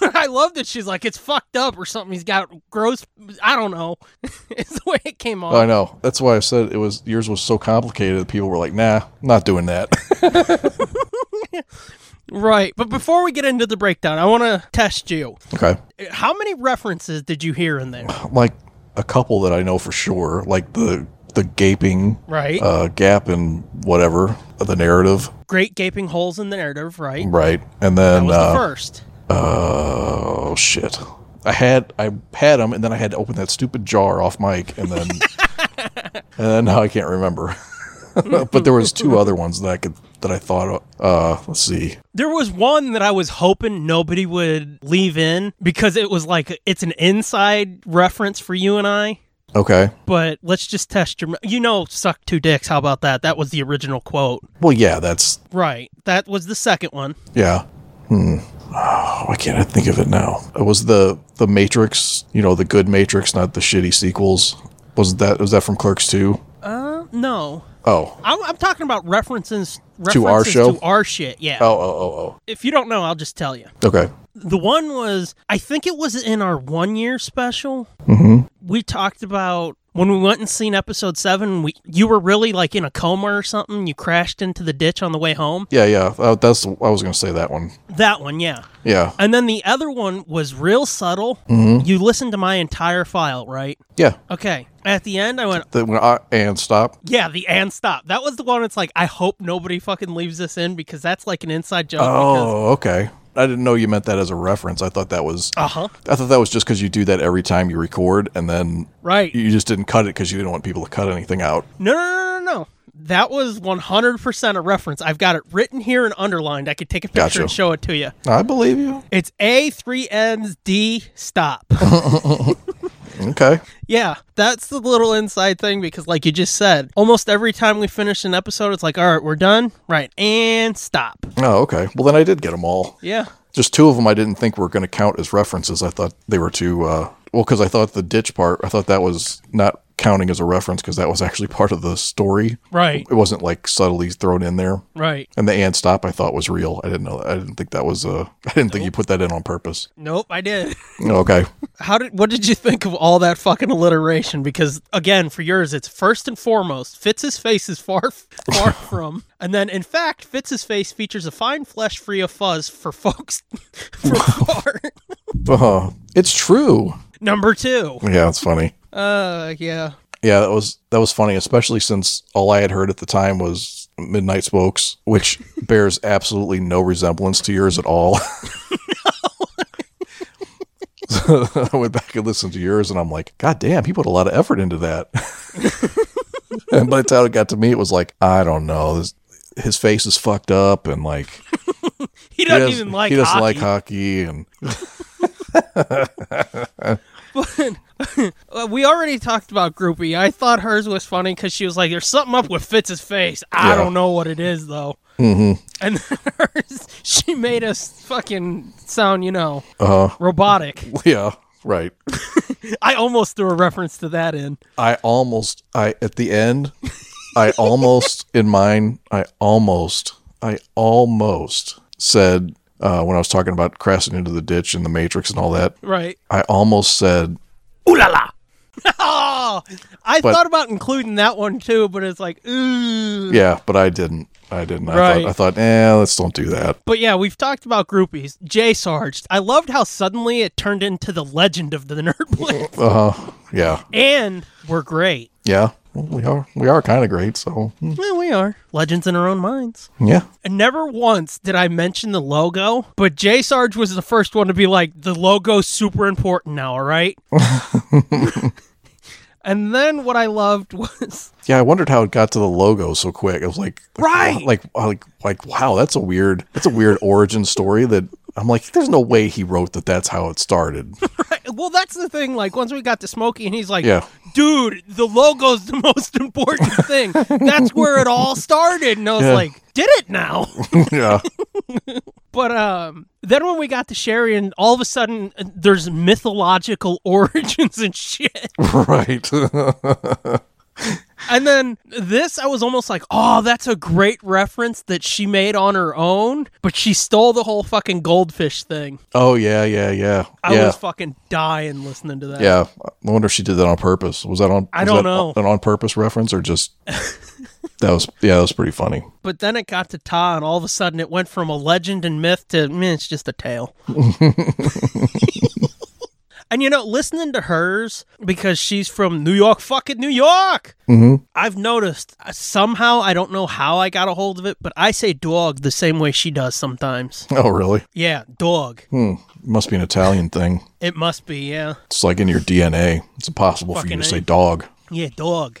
Speaker 3: But I love that she's like, "It's fucked up" or something. He's got gross. I don't know. it's the way it came off.
Speaker 2: I know. That's why I said it was yours was so complicated that people were like, "Nah, not doing that."
Speaker 3: Right. But before we get into the breakdown, I want to test you.
Speaker 2: okay,
Speaker 3: How many references did you hear in there?
Speaker 2: like a couple that I know for sure, like the the gaping
Speaker 3: Right.
Speaker 2: uh, gap in whatever the narrative,
Speaker 3: Great gaping holes in the narrative, right?
Speaker 2: right? And
Speaker 3: That
Speaker 2: then
Speaker 3: was
Speaker 2: uh,
Speaker 3: the first.
Speaker 2: Oh shit! I had I had them, and then I had to open that stupid jar off mic, and then and then now I can't remember. but there was two other ones that I could that I thought. Uh, let's see.
Speaker 3: There was one that I was hoping nobody would leave in because it was like it's an inside reference for you and I.
Speaker 2: Okay.
Speaker 3: But let's just test your. You know, suck two dicks. How about that? That was the original quote.
Speaker 2: Well, yeah, that's
Speaker 3: Right. That was the second one.
Speaker 2: yeah. Hmm. Oh, why can't I think of it now? It was the the Matrix. You know, the good Matrix, not the shitty sequels. Was that was that from Clerks two?
Speaker 3: No,
Speaker 2: Oh.
Speaker 3: I'm, I'm talking about references, references
Speaker 2: To our show?
Speaker 3: To our shit. Yeah.
Speaker 2: Oh, oh, oh,
Speaker 3: If you don't know, I'll just tell you.
Speaker 2: oh. Okay.
Speaker 3: The one was, I think it was in our one year special. We talked about when we went and seen episode seven. We you were really like in a coma or something. You crashed into the ditch on the way home.
Speaker 2: Yeah, yeah. Uh, that's I was gonna say that one.
Speaker 3: That one, yeah.
Speaker 2: Yeah,
Speaker 3: And then the other one was real subtle. You listened to my entire file, right?
Speaker 2: yeah.
Speaker 3: Okay. At the end, I went,
Speaker 2: The, when I, and stop.
Speaker 3: yeah, the and stop. That was the one. It's like I hope nobody fucking leaves this in because that's like an inside joke.
Speaker 2: Oh, okay. I didn't know you meant that as a reference. I thought that was
Speaker 3: Uh huh.
Speaker 2: I thought that was just because you do that every time you record, and then
Speaker 3: Right.
Speaker 2: you just didn't cut it because you didn't want people to cut anything out.
Speaker 3: No, no, no, no, no. That was 100% a reference. I've got it written here and underlined. I could take a picture
Speaker 2: Gotcha.
Speaker 3: and show it to you.
Speaker 2: I believe you.
Speaker 3: It's A3ND stop.
Speaker 2: Okay.
Speaker 3: yeah, that's the little inside thing because, like you just said, almost every time we finish an episode, it's like, all right, we're done. Right. And stop.
Speaker 2: Oh, okay. Well, then I did get them all.
Speaker 3: Yeah.
Speaker 2: Just two of them I didn't think were going to count as references. I thought they were too. Uh, well, because I thought the ditch part, I thought that was not counting as a reference because that was actually part of the story.
Speaker 3: Right.
Speaker 2: It wasn't like subtly thrown in there.
Speaker 3: Right.
Speaker 2: And the and stop I thought was real. I didn't know. I didn't think that was. Uh, I didn't think you put that in on purpose.
Speaker 3: Nope, I did.
Speaker 2: Okay.
Speaker 3: How did what did you think of all that fucking alliteration? Because again, for yours, it's first and foremost Fitz's face is far far from, and then in fact, Fitz's face features a fine flesh free of fuzz for folks. for far.
Speaker 2: Uh, it's true.
Speaker 3: Number two,
Speaker 2: Yeah, it's funny.
Speaker 3: uh, yeah,
Speaker 2: Yeah, that was that was funny, especially since all I had heard at the time was Midnight Spokes, which bears absolutely no resemblance to yours at all. so I went back and listened to yours, and I'm like, God damn, he put a lot of effort into that. and by the time it got to me, it was like, I don't know, this, his face is fucked up, and like
Speaker 3: he doesn't
Speaker 2: does-
Speaker 3: even like
Speaker 2: he
Speaker 3: hockey.
Speaker 2: doesn't like hockey, and
Speaker 3: Uh, we already talked about groupie. I thought hers was funny because she was like, "There's something up with Fitz's face. I
Speaker 2: Yeah.
Speaker 3: don't know what it is though." Mm-hmm. And hers, she made us fucking sound, you know,
Speaker 2: uh,
Speaker 3: robotic.
Speaker 2: yeah, right.
Speaker 3: I almost threw a reference to that in.
Speaker 2: I almost I at the end I almost in mine I almost I almost said uh, when I was talking about crashing into the ditch and the matrix and all that
Speaker 3: Right.
Speaker 2: I almost said
Speaker 3: Ooh la la. Oh, I
Speaker 2: But-
Speaker 3: thought about including that one too, but it's like, ooh.
Speaker 2: Yeah, but I didn't. I didn't.
Speaker 3: Right.
Speaker 2: I thought. I thought. Eh, let's don't do that.
Speaker 3: But yeah, we've talked about groupies. J Sarge. I loved how suddenly it turned into the legend of the nerd blitz.
Speaker 2: Uh huh. Yeah.
Speaker 3: and we're great.
Speaker 2: Yeah. Well, we are. We are kind of great. So hmm,
Speaker 3: Yeah, we are. Legends in our own minds.
Speaker 2: yeah.
Speaker 3: And never once did I mention the logo, but J Sarge was the first one to be like, the logo's super important now, all right? and then what I loved was
Speaker 2: Yeah. I wondered how it got to the logo so quick. It was like. like,
Speaker 3: Right.
Speaker 2: Like like like wow. That's a weird. That's a weird origin story. That I'm like. There's no way he wrote that. That's how it started.
Speaker 3: well, that's the thing. Like once we got to Smokey, and he's like,
Speaker 2: Yeah.
Speaker 3: "Dude, the logo's the most important thing. That's where it all started." And I was
Speaker 2: Yeah.
Speaker 3: like, "Did it now?"
Speaker 2: yeah.
Speaker 3: But um, then when we got to Sherry, and all of a sudden uh, there's mythological origins and shit.
Speaker 2: right.
Speaker 3: And then this, I was almost like, "Oh, that's a great reference that she made on her own," but she stole the whole fucking goldfish thing.
Speaker 2: oh yeah. Yeah. Yeah.
Speaker 3: I
Speaker 2: yeah.
Speaker 3: was fucking dying listening to that.
Speaker 2: yeah. I wonder if she did that on purpose. Was that on?
Speaker 3: I
Speaker 2: was
Speaker 3: don't
Speaker 2: that
Speaker 3: know.
Speaker 2: An on purpose reference or just. that was yeah. That was pretty funny.
Speaker 3: But then it got to Ta, and all of a sudden it went from a legend and myth to, man, it's just a tale. and you know, listening to hers, because she's from New York, fucking New York,
Speaker 2: Mm-hmm.
Speaker 3: I've noticed uh, somehow, I don't know how I got a hold of it, but I say dog the same way she does sometimes.
Speaker 2: Oh really?
Speaker 3: Yeah, dog.
Speaker 2: Hmm. Must be an Italian thing.
Speaker 3: It must be, yeah.
Speaker 2: It's like in your DNA. It's impossible for
Speaker 3: Fucking
Speaker 2: you to
Speaker 3: A.
Speaker 2: say dog.
Speaker 3: Yeah, dog.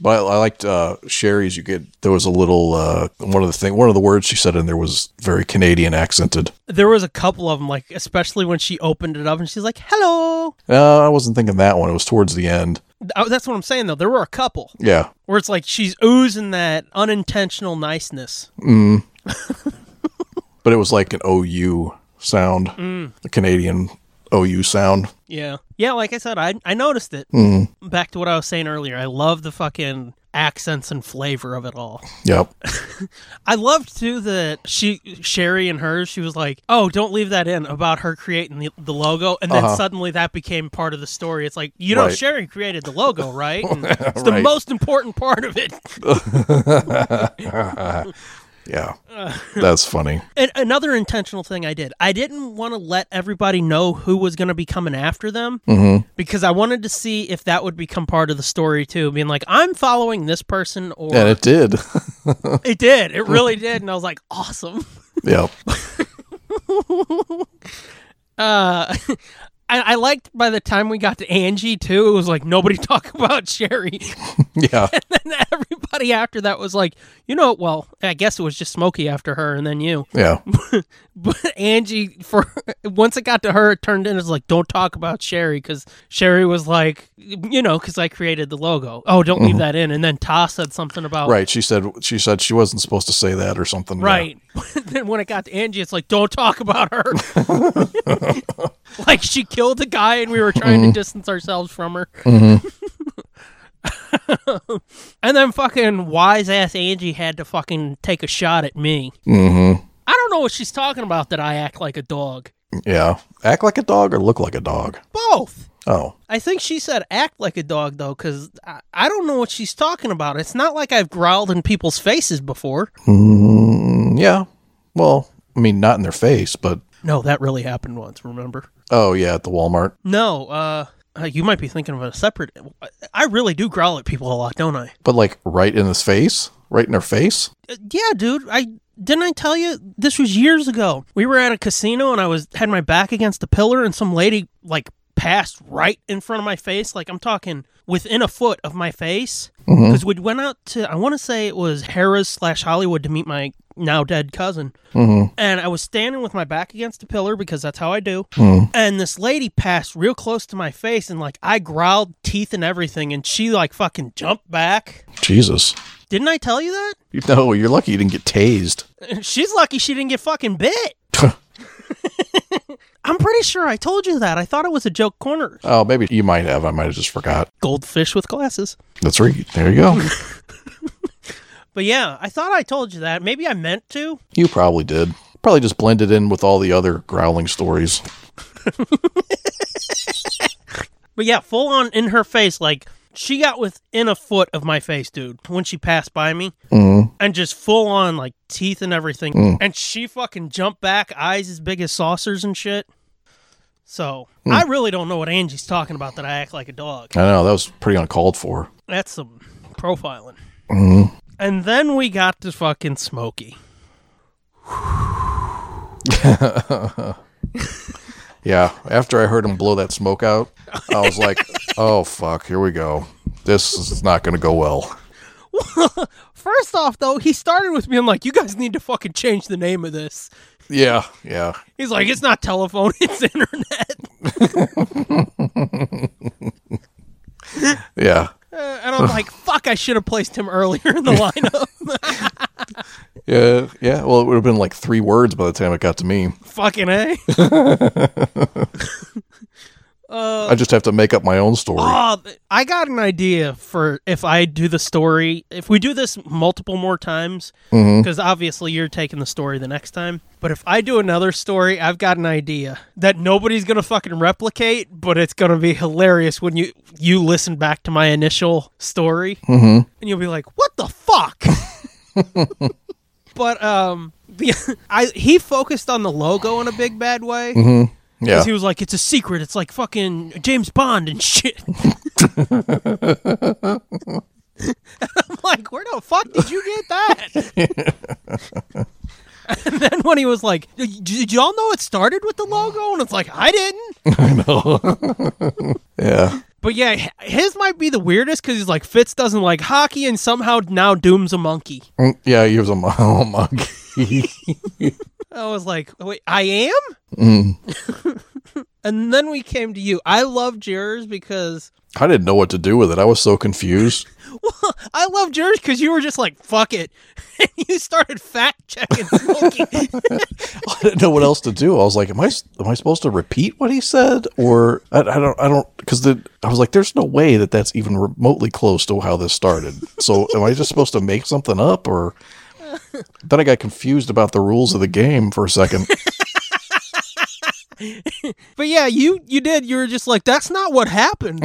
Speaker 2: But I, I liked uh, Sherry's. You get there was a little uh, one of the thing one of the words she said in there was very Canadian accented.
Speaker 3: There was a couple of them, like, especially when she opened it up and she's like, hello.
Speaker 2: Uh, I wasn't thinking that one. It was towards the end.
Speaker 3: Uh, That's what I'm saying, though. There were a couple.
Speaker 2: Yeah.
Speaker 3: where it's like she's oozing that unintentional niceness.
Speaker 2: But it was like an OU sound, a Canadian OU sound.
Speaker 3: Yeah. Yeah, like I said, I I noticed it.
Speaker 2: Hmm.
Speaker 3: Back to what I was saying earlier. I love the fucking accents and flavor of it all.
Speaker 2: Yep.
Speaker 3: I loved too that she Sherry and hers, she was like, "Oh, don't leave that in about her creating the, the logo." And then suddenly that became part of the story. It's like, "You know,
Speaker 2: Uh-huh. Right.
Speaker 3: Sherry created the logo, right?" And it's the
Speaker 2: Right.
Speaker 3: most important part of it.
Speaker 2: Yeah. That's funny.
Speaker 3: And another intentional thing I did, I didn't want to let everybody know who was going to be coming after them because I wanted to see if that would become part of the story too. Being like, I'm following this person, or
Speaker 2: And it did.
Speaker 3: it did, it really did, and I was like, awesome.
Speaker 2: yep.
Speaker 3: Uh, I, I liked by the time we got to Angie too, it was like nobody talk about Sherry,
Speaker 2: Yeah.
Speaker 3: and everybody after that was like, you know, well, I guess it was just Smokey after her, and then you.
Speaker 2: Yeah.
Speaker 3: But Angie, for once it got to her, it turned in as like, don't talk about Sherry because Sherry was like, you know, because I created the logo. Oh, don't leave that in. And then Ta said something about
Speaker 2: Right. She said she said she wasn't supposed to say that or something. Yeah.
Speaker 3: right. then when it got to Angie, it's like, don't talk about her. like she killed a guy, and we were trying to distance ourselves from her. and then fucking wise ass Angie had to fucking take a shot at me.
Speaker 2: Mm-hmm.
Speaker 3: I don't know what she's talking about that I act like a dog.
Speaker 2: Yeah. Act like a dog or look like a dog.
Speaker 3: Both.
Speaker 2: Oh.
Speaker 3: I think she said act like a dog though, because I, I don't know what she's talking about. It's not like I've growled in people's faces before.
Speaker 2: Mm, yeah. Well, I mean, not in their face, but
Speaker 3: No, that really happened once. Remember?
Speaker 2: oh yeah, at the Walmart.
Speaker 3: No. Uh, uh, you might be thinking of a separate. I really do growl at people a lot, don't I?
Speaker 2: But like right in his face, right in their face.
Speaker 3: Uh, yeah, dude. I didn't I tell you this was years ago. We were at a casino and I was had my back against a pillar and some lady like passed right in front of my face. Like I'm talking within a foot of my face.
Speaker 2: Mm-hmm.
Speaker 3: Because we went out to I want to say it was Harrah's slash Hollywood to meet my now dead cousin. And I was standing with my back against a pillar because that's how I do. And this lady passed real close to my face and like I growled teeth and everything and she like fucking jumped back.
Speaker 2: Jesus.
Speaker 3: Didn't I tell you that?
Speaker 2: You know, you're lucky you didn't get tased.
Speaker 3: She's lucky she didn't get fucking bit. I'm pretty sure I told you that. I thought it was a joke corner.
Speaker 2: Oh, maybe you might have. I might have just forgot.
Speaker 3: Goldfish with glasses.
Speaker 2: That's right. There you go.
Speaker 3: But yeah, I thought I told you that. Maybe I meant to.
Speaker 2: you probably did. Probably just blended in with all the other growling stories.
Speaker 3: But yeah, full on in her face, like she got within a foot of my face, dude, when she passed by me.
Speaker 2: Mm.
Speaker 3: And just full on, like teeth and everything.
Speaker 2: Mm.
Speaker 3: And she fucking jumped back, eyes as big as saucers and shit. So I really don't know what Angie's talking about that I act like a dog.
Speaker 2: I know that was pretty uncalled for.
Speaker 3: That's some profiling.
Speaker 2: Mm.
Speaker 3: And then we got to fucking Smokey.
Speaker 2: yeah. After I heard him blow that smoke out, I was like, "Oh fuck, here we go. This is not going to go well."
Speaker 3: First off, though, he started with being like, "You guys need to fucking change the name of this."
Speaker 2: Yeah, yeah.
Speaker 3: He's like, "It's not telephone, it's internet."
Speaker 2: Yeah.
Speaker 3: Uh, and I'm like, "Fuck, I should have placed him earlier in the lineup."
Speaker 2: Yeah, yeah. Well, it would have been like three words by the time it got to me.
Speaker 3: fucking a.
Speaker 2: I just have to make up my own story.
Speaker 3: Oh, th- I got an idea for if I do the story. If we do this multiple more times,
Speaker 2: Mm-hmm.
Speaker 3: because obviously you're taking the story the next time. But if I do another story, I've got an idea that nobody's gonna fucking replicate, but it's gonna be hilarious when you you listen back to my initial story,
Speaker 2: Mhm.
Speaker 3: and you'll be like, "What the fuck." but um, the, I he focused on the logo in a big bad way.
Speaker 2: Mm-hmm. yeah.
Speaker 3: Because he was like, it's a secret. It's like fucking James Bond and shit. I'm like, where the fuck did you get that? and then when he was like, "Y- did y'all know it started with the logo? And it's like, I didn't.
Speaker 2: yeah.
Speaker 3: But yeah, h- his might be the weirdest because he's like, Fitz doesn't like hockey and somehow now Doom's a monkey.
Speaker 2: Mm, Yeah, he was a mo- a monkey.
Speaker 3: I was like, wait, I am?
Speaker 2: Mm.
Speaker 3: And then we came to you. I loved yours because
Speaker 2: I didn't know what to do with it. I was so confused.
Speaker 3: Well, I loved yours because you were just like, fuck it. And you started fact checking Smokey.
Speaker 2: I didn't know what else to do. I was like, "Am I am I supposed to repeat what he said?" Or I, I don't I don't because I was like, "There's no way that that's even remotely close to how this started." So am I just supposed to make something up? Or then I got confused about the rules of the game for a second.
Speaker 3: but yeah, you you did. You were just like, that's not what happened.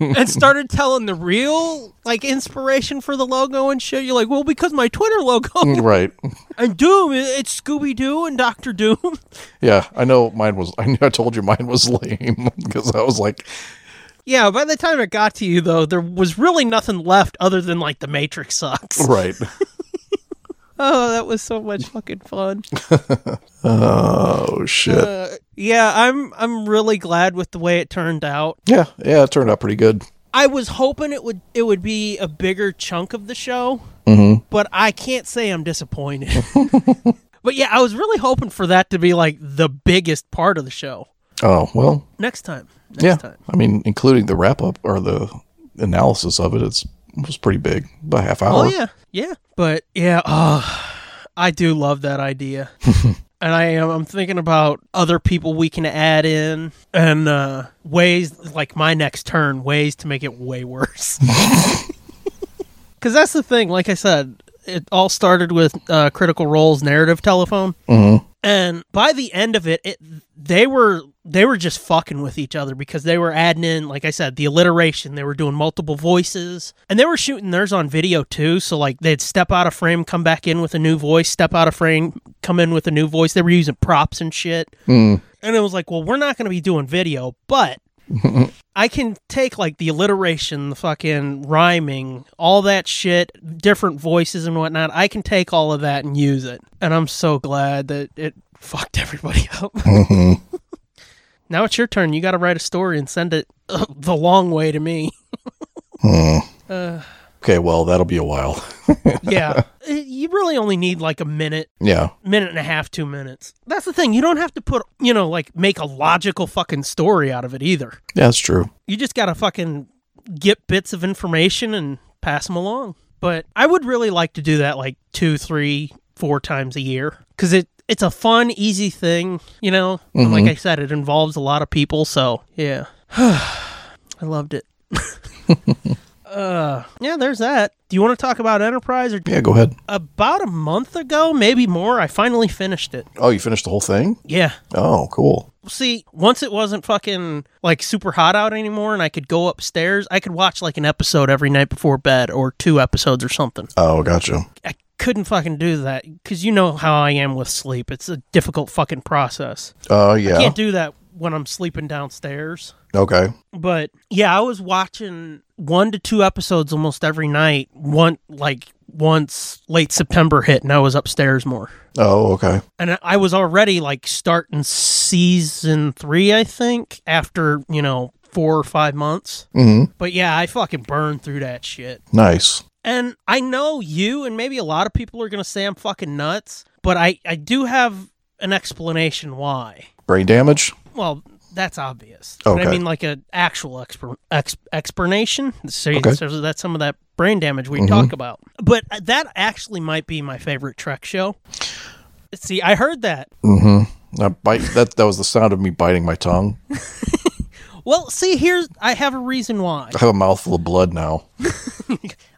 Speaker 3: and started telling the real like inspiration for the logo and shit. You're like, well, because my Twitter logo
Speaker 2: right?
Speaker 3: and Doom, it- it's Scooby Doo and Doctor Doom.
Speaker 2: Yeah, I know mine was. I knew I told you mine was lame because I was like,
Speaker 3: yeah. By the time it got to you though, there was really nothing left other than like the Matrix sucks.
Speaker 2: right.
Speaker 3: Oh, that was so much fucking fun.
Speaker 2: Oh shit.
Speaker 3: Uh, yeah, I'm I'm really glad with the way it turned out.
Speaker 2: Yeah, yeah, it turned out pretty good.
Speaker 3: I was hoping it would it would be a bigger chunk of the show, but I can't say I'm disappointed. but yeah, I was really hoping for that to be like the biggest part of the show
Speaker 2: Oh well,
Speaker 3: next time. Next
Speaker 2: yeah.
Speaker 3: time.
Speaker 2: I mean, including the wrap up or the analysis of it, it's it was pretty big, about a half hour.
Speaker 3: Oh yeah, yeah. But yeah, oh, I do love that idea, and I am. I'm thinking about other people we can add in and uh, ways like my next turn, ways to make it way worse. Because that's the thing. Like I said, it all started with uh, Critical Role's narrative telephone.
Speaker 2: Mm-hmm.
Speaker 3: And by the end of it, it they were they were just fucking with each other because they were adding in, like I said, the alliteration. They were doing multiple voices, and they were shooting theirs on video too. So like they'd step out of frame, come back in with a new voice, step out of frame, come in with a new voice. They were using props and shit.
Speaker 2: Mm-hmm.
Speaker 3: And it was like, well, we're not going to be doing video, but I can take like the alliteration, the fucking rhyming, all that shit, different voices and whatnot. I can take all of that and use it. And I'm so glad that it fucked everybody up. Mm-hmm. now it's your turn. You got to write a story and send it uh, the long way to me.
Speaker 2: Mm-hmm. Okay, well, that'll be a while.
Speaker 3: yeah. Uh, You really only need like a minute,
Speaker 2: Yeah,
Speaker 3: minute and a half, two minutes. That's the thing. You don't have to put, you know, like make a logical fucking story out of it either.
Speaker 2: yeah, that's true.
Speaker 3: you just gotta fucking get bits of information and pass them along. But I would really like to do that like two, three, four times a year because it it's a fun, easy thing, you know. And like I said, it involves a lot of people, so yeah, I loved it. Uh, Yeah, there's that. Do you want to talk about Enterprise? Or
Speaker 2: Yeah, go ahead.
Speaker 3: about a month ago, maybe more, I finally finished it.
Speaker 2: Oh, you finished the whole thing?
Speaker 3: Yeah.
Speaker 2: Oh, cool.
Speaker 3: See, once it wasn't fucking like super hot out anymore and I could go upstairs, I could watch like an episode every night before bed or two episodes or something.
Speaker 2: Oh, gotcha.
Speaker 3: I couldn't fucking do that because you know how I am with sleep. It's a difficult fucking process.
Speaker 2: Uh, yeah.
Speaker 3: Can't do that when I'm sleeping downstairs.
Speaker 2: okay.
Speaker 3: But yeah, I was watching one to two episodes almost every night. One like once late September hit, and I was upstairs more.
Speaker 2: Oh, okay.
Speaker 3: And I- I was already like starting season three, I think, after you know four or five months.
Speaker 2: hmm
Speaker 3: But yeah, I fucking burned through that shit.
Speaker 2: Nice.
Speaker 3: And I know you and maybe a lot of people are going to say I'm fucking nuts, but I, I do have an explanation why.
Speaker 2: Brain damage?
Speaker 3: Well, that's obvious. But I
Speaker 2: Okay.
Speaker 3: mean, like an actual exper- ex- explanation. So,
Speaker 2: Okay. Mm-hmm.
Speaker 3: so that's some of that brain damage we talk about. But that actually might be my favorite Trek show. See, I heard that.
Speaker 2: Mm-hmm. That bite. That that was the sound of me biting my tongue.
Speaker 3: Well, see, here's I have a reason why.
Speaker 2: I have a mouthful of blood now.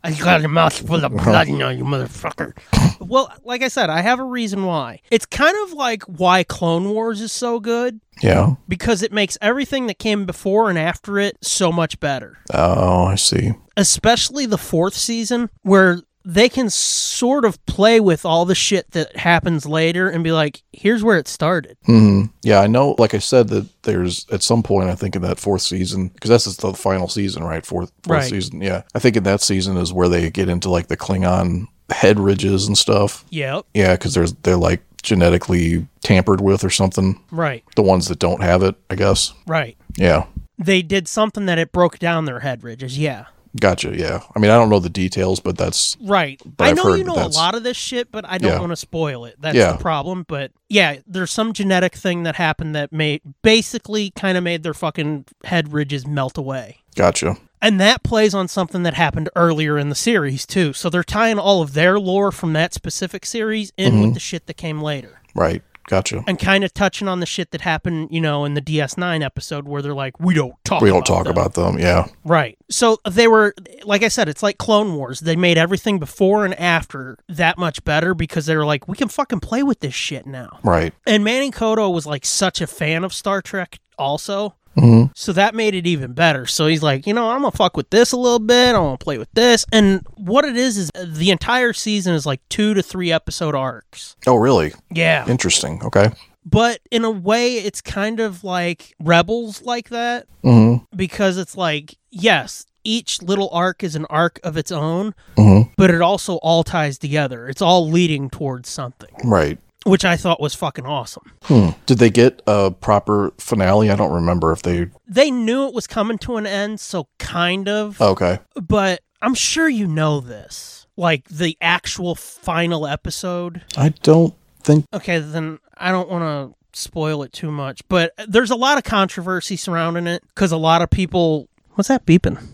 Speaker 3: I got a mouthful of blood now, you motherfucker. well, like I said, I have a reason why. It's kind of like why Clone Wars is so good
Speaker 2: Yeah.
Speaker 3: because it makes everything that came before and after it so much better.
Speaker 2: Oh, I see.
Speaker 3: Especially the fourth season where they can sort of play with all the shit that happens later and be like, here's where it started.
Speaker 2: hmm Yeah, I know. Like I said, that there's at some point I think in that fourth season because that's just the final season, right? Fourth, fourth
Speaker 3: Right.
Speaker 2: season. Yeah, I think in that season is where they get into like the Klingon head ridges and stuff.
Speaker 3: Yep.
Speaker 2: Yeah, because there's they're like genetically tampered with or something.
Speaker 3: Right.
Speaker 2: The ones that don't have it, I guess.
Speaker 3: Right.
Speaker 2: Yeah.
Speaker 3: They did something that it broke down their head ridges. Yeah.
Speaker 2: Gotcha. Yeah. I mean, I don't know the details, but that's
Speaker 3: Right.
Speaker 2: But
Speaker 3: I
Speaker 2: I've
Speaker 3: know you
Speaker 2: heard that
Speaker 3: know a
Speaker 2: that's-
Speaker 3: lot of this shit, but I don't
Speaker 2: Yeah.
Speaker 3: want to spoil it. That's
Speaker 2: Yeah.
Speaker 3: the problem. But yeah, there's some genetic thing that happened that made basically kind of made their fucking head ridges melt away.
Speaker 2: gotcha.
Speaker 3: And that plays on something that happened earlier in the series too. So they're tying all of their lore from that specific series in
Speaker 2: Mm-hmm.
Speaker 3: with the shit that came later.
Speaker 2: Right. Gotcha.
Speaker 3: And kind of touching on the shit that happened, you know, in the DS9 episode where they're like, we don't talk
Speaker 2: We
Speaker 3: about
Speaker 2: don't talk
Speaker 3: them."
Speaker 2: about them. Yeah.
Speaker 3: Right. So they were, like I said, it's like Clone Wars. They made everything before and after that much better because they were like, we can fucking play with this shit now.
Speaker 2: Right.
Speaker 3: And Manning Kodo was like such a fan of Star Trek, also.
Speaker 2: Mm-hmm.
Speaker 3: So that made it even better. So he's like, you know, I'm gonna fuck with this a little bit. I'm gonna play with this. And what it is is the entire season is like two to three episode arcs.
Speaker 2: Oh, really?
Speaker 3: Yeah.
Speaker 2: Interesting. Okay.
Speaker 3: But in a way, it's kind of like Rebels like that
Speaker 2: hmm
Speaker 3: because it's like yes each little arc is an arc of its own
Speaker 2: hmm
Speaker 3: but it also all ties together it's all leading towards something
Speaker 2: Right.
Speaker 3: which i thought was fucking awesome
Speaker 2: Hmm. Did they get a proper finale? I don't remember if they.
Speaker 3: they knew it was coming to an end so kind of
Speaker 2: Okay.
Speaker 3: but i'm sure you know this like the actual final episode
Speaker 2: I don't think.
Speaker 3: okay then i don't want to spoil it too much but there's a lot of controversy surrounding it because a lot of people what's that beeping is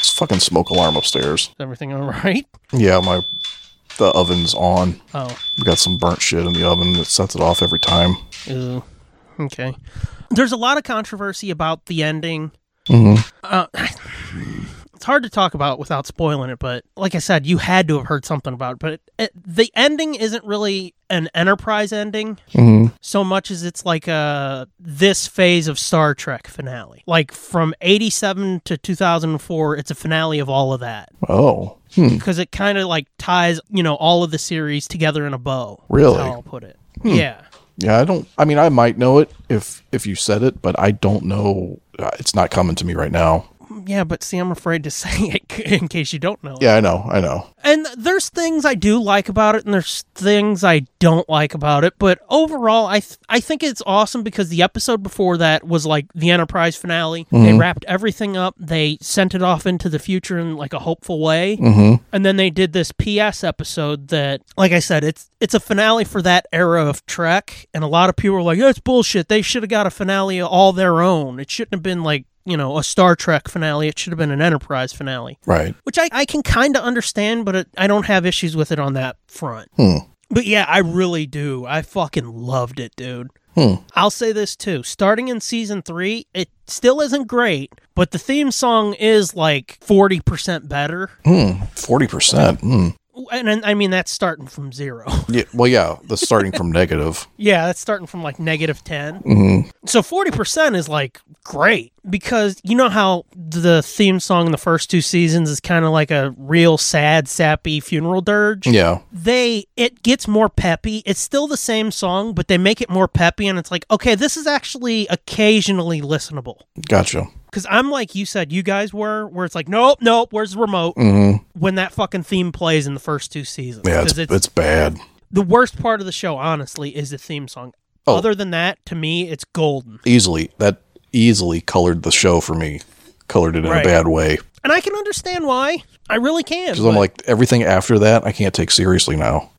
Speaker 2: It's fucking smoke alarm upstairs.
Speaker 3: everything all right
Speaker 2: Yeah, my the oven's on.
Speaker 3: oh
Speaker 2: We got some burnt shit in the oven that sets it off every time.
Speaker 3: Ew. Okay. There's a lot of controversy about the ending.
Speaker 2: hmm
Speaker 3: Uh, it's hard to talk about without spoiling it, but like I said, you had to have heard something about it. But it, it, the ending isn't really an Enterprise ending
Speaker 2: hmm
Speaker 3: so much as it's like a this phase of Star Trek finale. Like from 87 to 2004, it's a finale of all of that
Speaker 2: Oh. Hmm.
Speaker 3: because it kind of like ties, you know, all of the series together in a bow. is
Speaker 2: Really? Hmm.
Speaker 3: how I'll put it. Yeah.
Speaker 2: Yeah, I don't. I mean, I might know it if if you said it, but I don't know. Uh, It's not coming to me right now.
Speaker 3: Yeah, but see, I'm afraid to say it in case you don't know. it.
Speaker 2: Yeah, I know. I know.
Speaker 3: And there's things I do like about it, and there's things I don't like about it. But overall, I th- I think it's awesome because the episode before that was like the Enterprise finale. They wrapped everything up. They sent it off into the future in like a hopeful way,
Speaker 2: hmm
Speaker 3: and then they did this PS episode that, like I said, it's it's a finale for that era of Trek. And a lot of people were like, "That's bullshit. They should have got a finale all their own. It shouldn't have been like." You know, a Star Trek finale. It should have been an Enterprise finale
Speaker 2: Right.
Speaker 3: which I, I can kind of understand, but it, I don't have issues with it on that front.
Speaker 2: Hmm.
Speaker 3: But yeah, I really do. I fucking loved it, dude. I'll say this too. Starting in season three, it still isn't great, but the theme song is like 40% better.
Speaker 2: Hmm, Forty percent. Mm.
Speaker 3: And, and I mean, that's starting from zero.
Speaker 2: Yeah. Well, yeah. The starting from negative.
Speaker 3: yeah, that's starting from like negative 10.
Speaker 2: Mm-hmm.
Speaker 3: So 40% is like great because you know how the theme song in the first two seasons is kind of like a real sad, sappy funeral dirge?
Speaker 2: Yeah.
Speaker 3: they it gets more peppy. It's still the same song, but they make it more peppy and it's like, okay, this is actually occasionally listenable.
Speaker 2: Gotcha.
Speaker 3: Cause I'm like you said, you guys were where it's like, nope, nope, where's the remote?
Speaker 2: Mm-hmm.
Speaker 3: When that fucking theme plays in the first two seasons,
Speaker 2: Yeah.
Speaker 3: 'Cause
Speaker 2: It's, it's bad.
Speaker 3: the worst part of the show. Honestly, is the theme song.
Speaker 2: Oh.
Speaker 3: Other than that, to me, it's golden.
Speaker 2: Easily that easily colored the show for me. Colored it in
Speaker 3: Right.
Speaker 2: a bad way
Speaker 3: And I can understand why. I really can.
Speaker 2: because I'm
Speaker 3: but-
Speaker 2: like everything after that I can't take seriously now.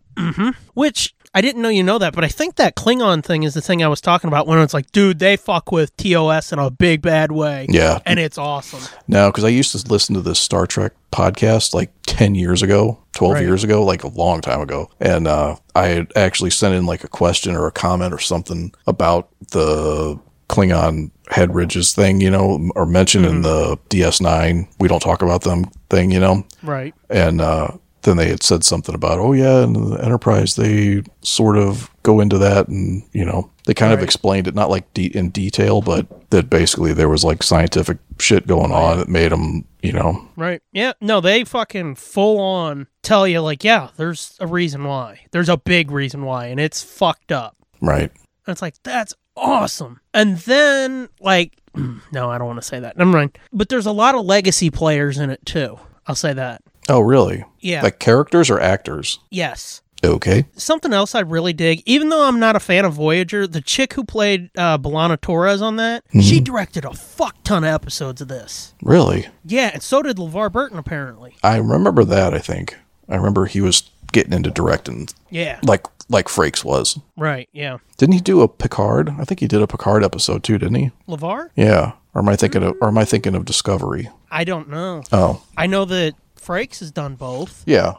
Speaker 3: Which I didn't know you know that, but I think that Klingon thing is the thing I was talking about when it's like, dude, they fuck with TOS in a big bad way.
Speaker 2: Yeah.
Speaker 3: And it's awesome.
Speaker 2: No, because I used to listen to this Star Trek podcast like 10 years ago, 12
Speaker 3: Right.
Speaker 2: years ago, like a long time ago. And uh, I had actually sent in like a question or a comment or something about the Klingon head ridges thing, you know, or mentioned
Speaker 3: Mm-hmm.
Speaker 2: in the DS9, we don't talk about them thing, you know.
Speaker 3: Right.
Speaker 2: And uh, then they had said something about, oh, yeah, and the Enterprise, they sort of go into that. And, you know, they kind of explained it, not like de- in detail, but that basically there was like scientific shit going on that made them, you know,
Speaker 3: Right. Yeah. No, they fucking full on tell you, like, yeah, there's a reason why. There's a big reason why, and it's fucked up.
Speaker 2: right.
Speaker 3: And it's like, that's awesome. And then, like, no, I don't want to say that. Never mind. But there's a lot of legacy players in it, too. I'll say that.
Speaker 2: Oh, really?
Speaker 3: Yeah.
Speaker 2: Like characters or actors?
Speaker 3: yes.
Speaker 2: Okay.
Speaker 3: something else I really dig, even though I'm not a fan of Voyager, the chick who played uh, Belana Torres on that, she directed a fuck ton of episodes of this.
Speaker 2: Really?
Speaker 3: Yeah, and so did LeVar Burton, apparently.
Speaker 2: I remember that, I think. I remember he was getting into directing
Speaker 3: Yeah,
Speaker 2: like like Frakes was.
Speaker 3: right, yeah.
Speaker 2: Didn't he do a Picard? I think he did a Picard episode too, didn't he?
Speaker 3: LeVar?
Speaker 2: Yeah. Or am I thinking of or am I thinking of Discovery?
Speaker 3: I don't know.
Speaker 2: Oh.
Speaker 3: I know that Frakes has done both.
Speaker 2: Yeah.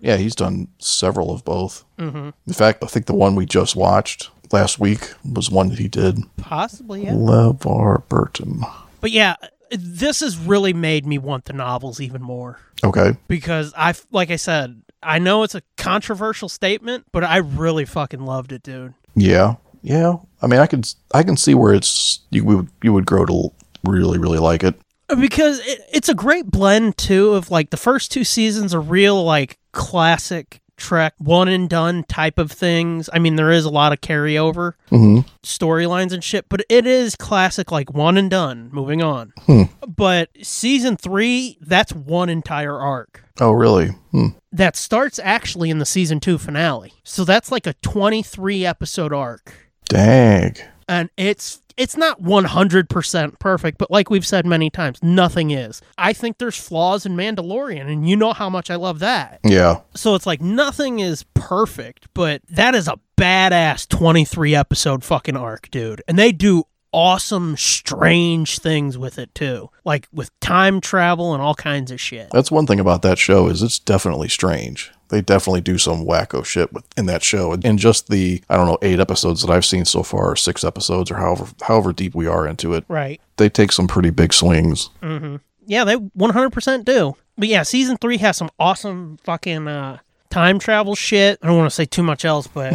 Speaker 2: Yeah, he's done several of both. Mm-hmm. In fact, I think the one we just watched last week was one that he did.
Speaker 3: Possibly, yeah.
Speaker 2: LeVar Burton.
Speaker 3: But yeah, this has really made me want the novels even more.
Speaker 2: Okay.
Speaker 3: Because I, like I said, I know it's a controversial statement, but I really fucking loved it, dude.
Speaker 2: Yeah. Yeah. I mean, I could I can see where it's you would you would grow to really really like it.
Speaker 3: because it, it's a great blend too of like the first two seasons are real like classic trek one and done type of things i mean there is a lot of carryover
Speaker 2: Mm-hmm.
Speaker 3: storylines and shit but it is classic like one and done moving on but season three that's one entire arc
Speaker 2: Oh, really? Hmm.
Speaker 3: that starts actually in the season two finale so that's like a 23 episode arc
Speaker 2: Dang.
Speaker 3: and it's it's not 100% perfect but like we've said many times nothing is i think there's flaws in mandalorian and you know how much i love that
Speaker 2: Yeah.
Speaker 3: so it's like nothing is perfect but that is a badass 23 episode fucking arc dude and they do awesome strange things with it too like with time travel and all kinds of shit
Speaker 2: That's one thing about that show is it's definitely strange. They definitely do some wacko shit with, in that show. And just the I don't know eight episodes that I've seen so far, or six episodes, or however however deep we are into it,
Speaker 3: right
Speaker 2: they take some pretty big swings.
Speaker 3: Yeah, they 100% do. But yeah, season three has some awesome fucking uh, time travel shit. I don't want to say too much else, but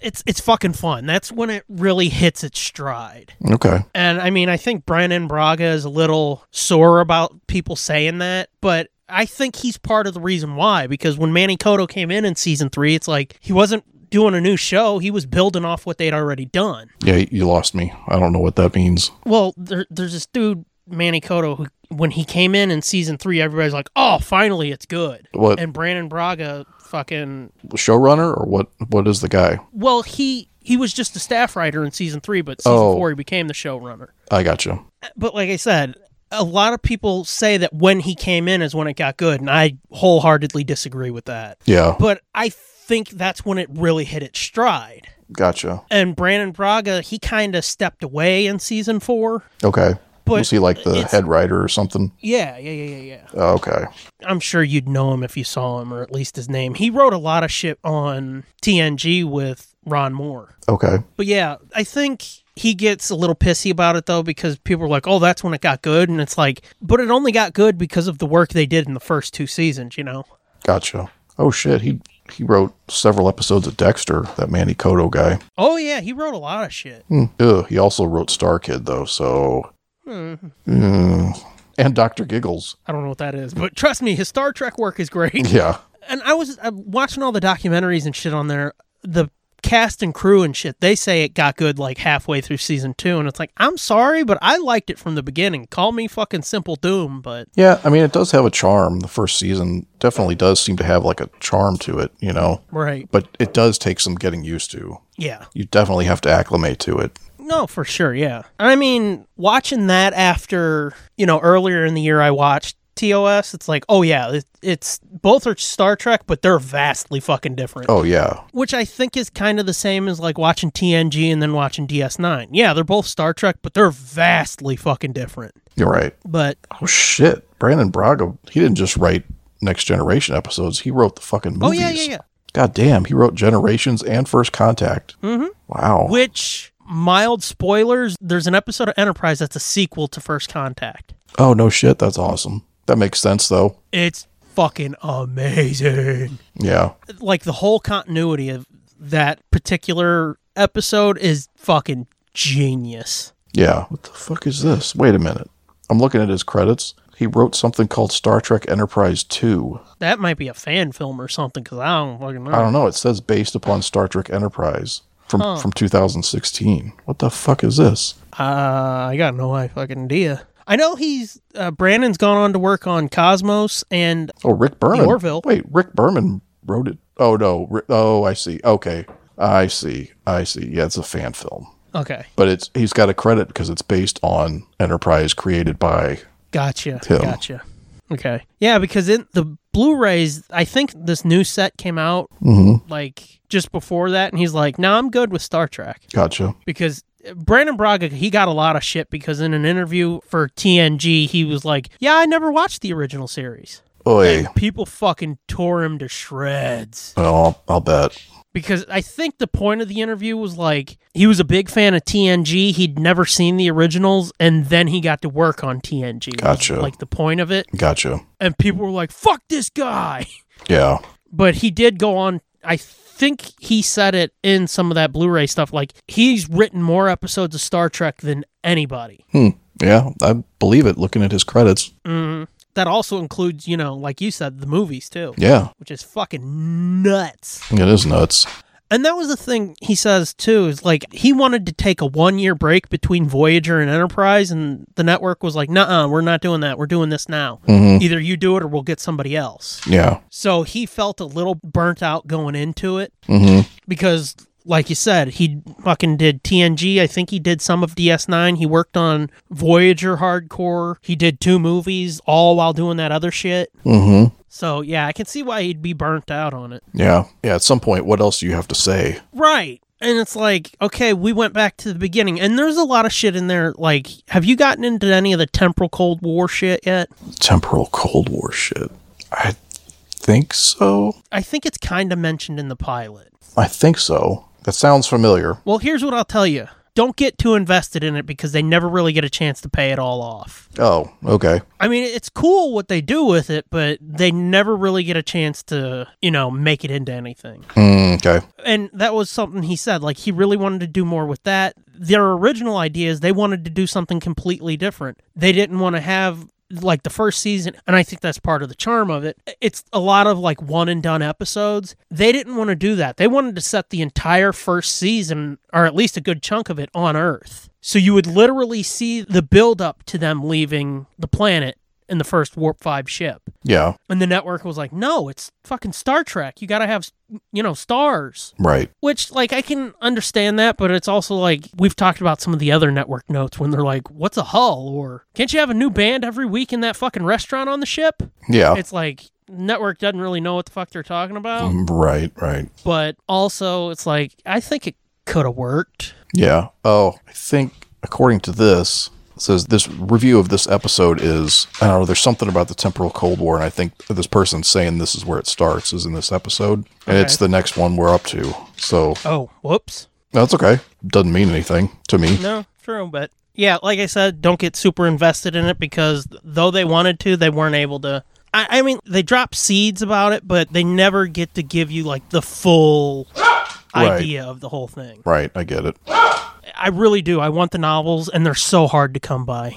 Speaker 3: it's it's fucking fun. That's when it really hits its stride.
Speaker 2: Okay.
Speaker 3: And I mean, I think Brian N. Braga is a little sore about people saying that, but I think he's part of the reason why. Because when Manny Cotto came in in season three, it's like he wasn't doing a new show; he was building off what they'd already done.
Speaker 2: Yeah, you lost me. I don't know what that means.
Speaker 3: Well, there, there's this dude Manny Cotto who, when he came in in season three, everybody's like, "Oh, finally, it's good."
Speaker 2: What?
Speaker 3: And Brandon Braga, fucking,
Speaker 2: Showrunner or what? What is the guy?
Speaker 3: well, he he was just a staff writer in season three, but season
Speaker 2: Oh.
Speaker 3: four he became the showrunner.
Speaker 2: I got you.
Speaker 3: But like I said, a lot of people say that when he came in is when it got good, and I wholeheartedly disagree with that.
Speaker 2: Yeah,
Speaker 3: But I think that's when it really hit its stride.
Speaker 2: gotcha.
Speaker 3: And Brandon Braga, he kind of stepped away in season four.
Speaker 2: Okay.
Speaker 3: But
Speaker 2: Was he like the
Speaker 3: it's-
Speaker 2: head writer or something?
Speaker 3: Yeah, yeah, yeah, yeah, yeah.
Speaker 2: Oh, okay.
Speaker 3: I'm sure you'd know him if you saw him, or at least his name. He wrote a lot of shit on TNG with Ron Moore.
Speaker 2: Okay.
Speaker 3: But yeah, I think he gets a little pissy about it though because people are like, "Oh, that's when it got good," and it's like, but it only got good because of the work they did in the first two seasons, you know.
Speaker 2: Gotcha. Oh shit. He he wrote several episodes of Dexter, that Manny Koto guy.
Speaker 3: Oh yeah, he wrote a lot of shit.
Speaker 2: Hmm. Ugh, he also wrote Star Kid though, so
Speaker 3: Hmm.
Speaker 2: Mm. and Doctor Giggles.
Speaker 3: I don't know what that is, but trust me, his Star Trek work is great.
Speaker 2: Yeah.
Speaker 3: And I was uh, watching all the documentaries and shit on there. The cast and crew and shit, they say it got good like halfway through season two. And it's like, I'm sorry, but I liked it from the beginning. Call me fucking Simple Doom, but
Speaker 2: Yeah, I mean it does have a charm. The first season definitely does seem to have like a charm to it, you know.
Speaker 3: right.
Speaker 2: But it does take some getting used to.
Speaker 3: Yeah.
Speaker 2: You definitely have to acclimate to it.
Speaker 3: No, for sure. Yeah. I mean, watching that after, you know, earlier in the year I watched TOS, it's like, oh yeah, it, it's both are Star Trek, but they're vastly fucking different.
Speaker 2: Oh yeah.
Speaker 3: which I think is kind of the same as like watching TNG and then watching DS9. Yeah, they're both Star Trek, but they're vastly fucking different.
Speaker 2: You're right.
Speaker 3: But
Speaker 2: Oh shit. Brandon Braga, he didn't just write Next Generation episodes. He wrote the fucking
Speaker 3: oh
Speaker 2: movies.
Speaker 3: yeah, yeah, yeah.
Speaker 2: God damn, he wrote Generations and First Contact. Mm-hmm. Wow.
Speaker 3: Which mild spoilers? There's an episode of Enterprise that's a sequel to First Contact.
Speaker 2: oh no shit, that's awesome. That makes sense though.
Speaker 3: It's fucking amazing.
Speaker 2: Yeah.
Speaker 3: Like the whole continuity of that particular episode is fucking genius.
Speaker 2: Yeah. What the fuck is this? Wait a minute. I'm looking at his credits. He wrote something called Star Trek Enterprise 2.
Speaker 3: That might be a fan film or something because I don't fucking know.
Speaker 2: I don't know. It says based upon Star Trek Enterprise from, from 2016. What the fuck is this?
Speaker 3: Uh, I got no fucking idea. I know he's uh, Brandon's gone on to work on Cosmos, and
Speaker 2: Oh, Rick Berman.
Speaker 3: Orville.
Speaker 2: Wait, Rick Berman wrote it. Oh, no. Ri- Oh, I see. Okay. I see. I see. Yeah, it's a fan film.
Speaker 3: okay,
Speaker 2: But it's he's got a credit because it's based on Enterprise created by.
Speaker 3: gotcha,
Speaker 2: Him.
Speaker 3: gotcha. Okay, yeah, because in the Blu-rays, I think this new set came out Mm-hmm.
Speaker 2: Mhm.
Speaker 3: like just before that, and he's like, "No, I'm good with Star Trek,"
Speaker 2: Gotcha.
Speaker 3: because. uh, Brandon Braga, he got a lot of shit because in an interview for TNG, he was like, Yeah, I never watched the original series.
Speaker 2: Oi.
Speaker 3: People fucking tore him to shreds.
Speaker 2: Oh, I'll bet.
Speaker 3: because I think the point of the interview was like he was a big fan of TNG. He'd never seen the originals, and then he got to work on TNG. was,
Speaker 2: Gotcha.
Speaker 3: Like the point of it,
Speaker 2: Gotcha.
Speaker 3: and people were like, "Fuck this guy,"
Speaker 2: Yeah.
Speaker 3: but he did go on. I think he said it in some of that Blu-ray stuff. Like he's written more episodes of Star Trek than anybody.
Speaker 2: Hmm. Yeah, I believe it looking at his credits.
Speaker 3: Mm. That also includes, you know, like you said, the movies too,
Speaker 2: Yeah,
Speaker 3: which is fucking nuts.
Speaker 2: it is nuts.
Speaker 3: And that was the thing he says too is like he wanted to take a one year break between Voyager and Enterprise, and the network was like, "Nah, we're not doing that. We're doing this now.
Speaker 2: Mm.
Speaker 3: Either you do it or we'll get somebody else."
Speaker 2: Mm-hmm. Yeah.
Speaker 3: So he felt a little burnt out going into it
Speaker 2: Mm-hmm.
Speaker 3: because, like you said, he fucking did TNG. I think he did some of DS9. He worked on Voyager Hardcore. He did two movies, all while doing that other shit.
Speaker 2: Mm-hmm.
Speaker 3: So yeah, I can see why he'd be burnt out on it.
Speaker 2: Yeah. Yeah. At some point, what else do you have to say?
Speaker 3: Right. And it's like, okay, we went back to the beginning. And there's a lot of shit in there. Like, have you gotten into any of the temporal Cold War shit yet?
Speaker 2: Temporal Cold War shit. I think so.
Speaker 3: I think it's kind of mentioned in the pilot.
Speaker 2: I think so. That sounds familiar.
Speaker 3: Well, here's what I'll tell you don't get too invested in it because they never really get a chance to pay it all off.
Speaker 2: Oh, okay.
Speaker 3: I mean, it's cool what they do with it, but they never really get a chance to, you know, make it into anything.
Speaker 2: Mm, okay.
Speaker 3: and that was something he said like he really wanted to do more with that their original ideas they wanted to do something completely different they didn't want to have like the first season and i think that's part of the charm of it it's a lot of like one and done episodes they didn't want to do that they wanted to set the entire first season or at least a good chunk of it on earth so you would literally see the build up to them leaving the planet in the first warp 5 ship
Speaker 2: Yeah.
Speaker 3: and the network was like no it's fucking star trek you gotta have you know stars
Speaker 2: Right.
Speaker 3: which, like, I can understand that, but it's also like we've talked about some of the other network notes when they're like, what's a hull? Or can't you have a new band every week in that fucking restaurant on the ship?
Speaker 2: Yeah.
Speaker 3: It's like, network doesn't really know what the fuck they're talking about.
Speaker 2: Mm, Right. Right.
Speaker 3: But also, it's like, I think it could have worked.
Speaker 2: Yeah. Oh, I think according to this it says this review of this episode is I don't know. There's something about the temporal Cold War, and I think this person's saying this is where it starts is in this episode, and it's the next one we're up to. So
Speaker 3: Oh, whoops.
Speaker 2: that's okay. Doesn't mean anything to me.
Speaker 3: No, true, but yeah, like I said, don't get super invested in it because though they wanted to, they weren't able to. I, I mean, they drop seeds about it, but they never get to give you like the full idea of the whole thing.
Speaker 2: Right, I get it.
Speaker 3: I really do. I want the novels, and they're so hard to come by.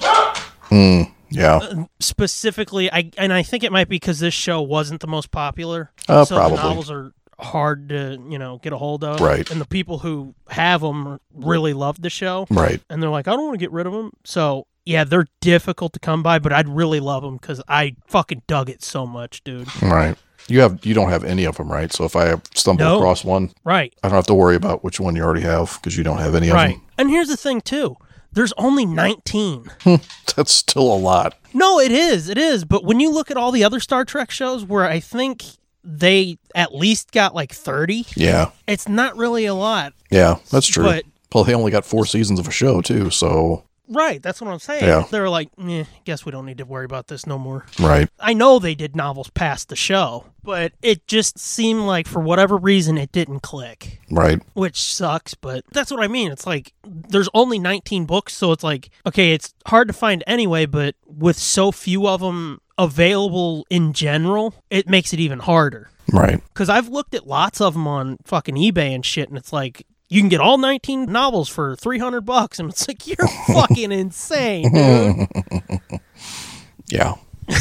Speaker 2: Yeah.
Speaker 3: Specifically, I and I think it might be because this show wasn't the most popular.
Speaker 2: Uh,
Speaker 3: so
Speaker 2: probably.
Speaker 3: the novels are hard to you know get a hold of.
Speaker 2: Right.
Speaker 3: And the people who have them really love the show.
Speaker 2: Right.
Speaker 3: and they're like, I don't want to get rid of them. So yeah, they're difficult to come by, but I'd really love them because I fucking dug it so much, dude.
Speaker 2: Right. You have you don't have any of them, right? So if I stumble
Speaker 3: No.
Speaker 2: across one,
Speaker 3: Right,
Speaker 2: I don't have to worry about which one you already have because you don't have any
Speaker 3: right.
Speaker 2: of them.
Speaker 3: And here's the thing too: there's only 19.
Speaker 2: That's still a lot.
Speaker 3: no, it is, it is. But when you look at all the other Star Trek shows, where I think they at least got like 30,
Speaker 2: Yeah.
Speaker 3: it's not really a lot.
Speaker 2: Yeah, that's true.
Speaker 3: But-
Speaker 2: well, they only got four seasons of a show too, so
Speaker 3: Right, that's what I'm saying.
Speaker 2: Yeah.
Speaker 3: They're like, eh, guess we don't need to worry about this no more.
Speaker 2: right.
Speaker 3: I know they did novels past the show, but it just seemed like for whatever reason it didn't click.
Speaker 2: Right.
Speaker 3: which sucks but that's what i mean it's like there's only 19 books so it's like okay it's hard to find anyway but with so few of them available in general it makes it even harder
Speaker 2: Right.
Speaker 3: because i've looked at lots of them on fucking ebay and shit and it's like you can get all 19 novels for 300 bucks and it's like you're fucking insane dude.
Speaker 2: Yeah.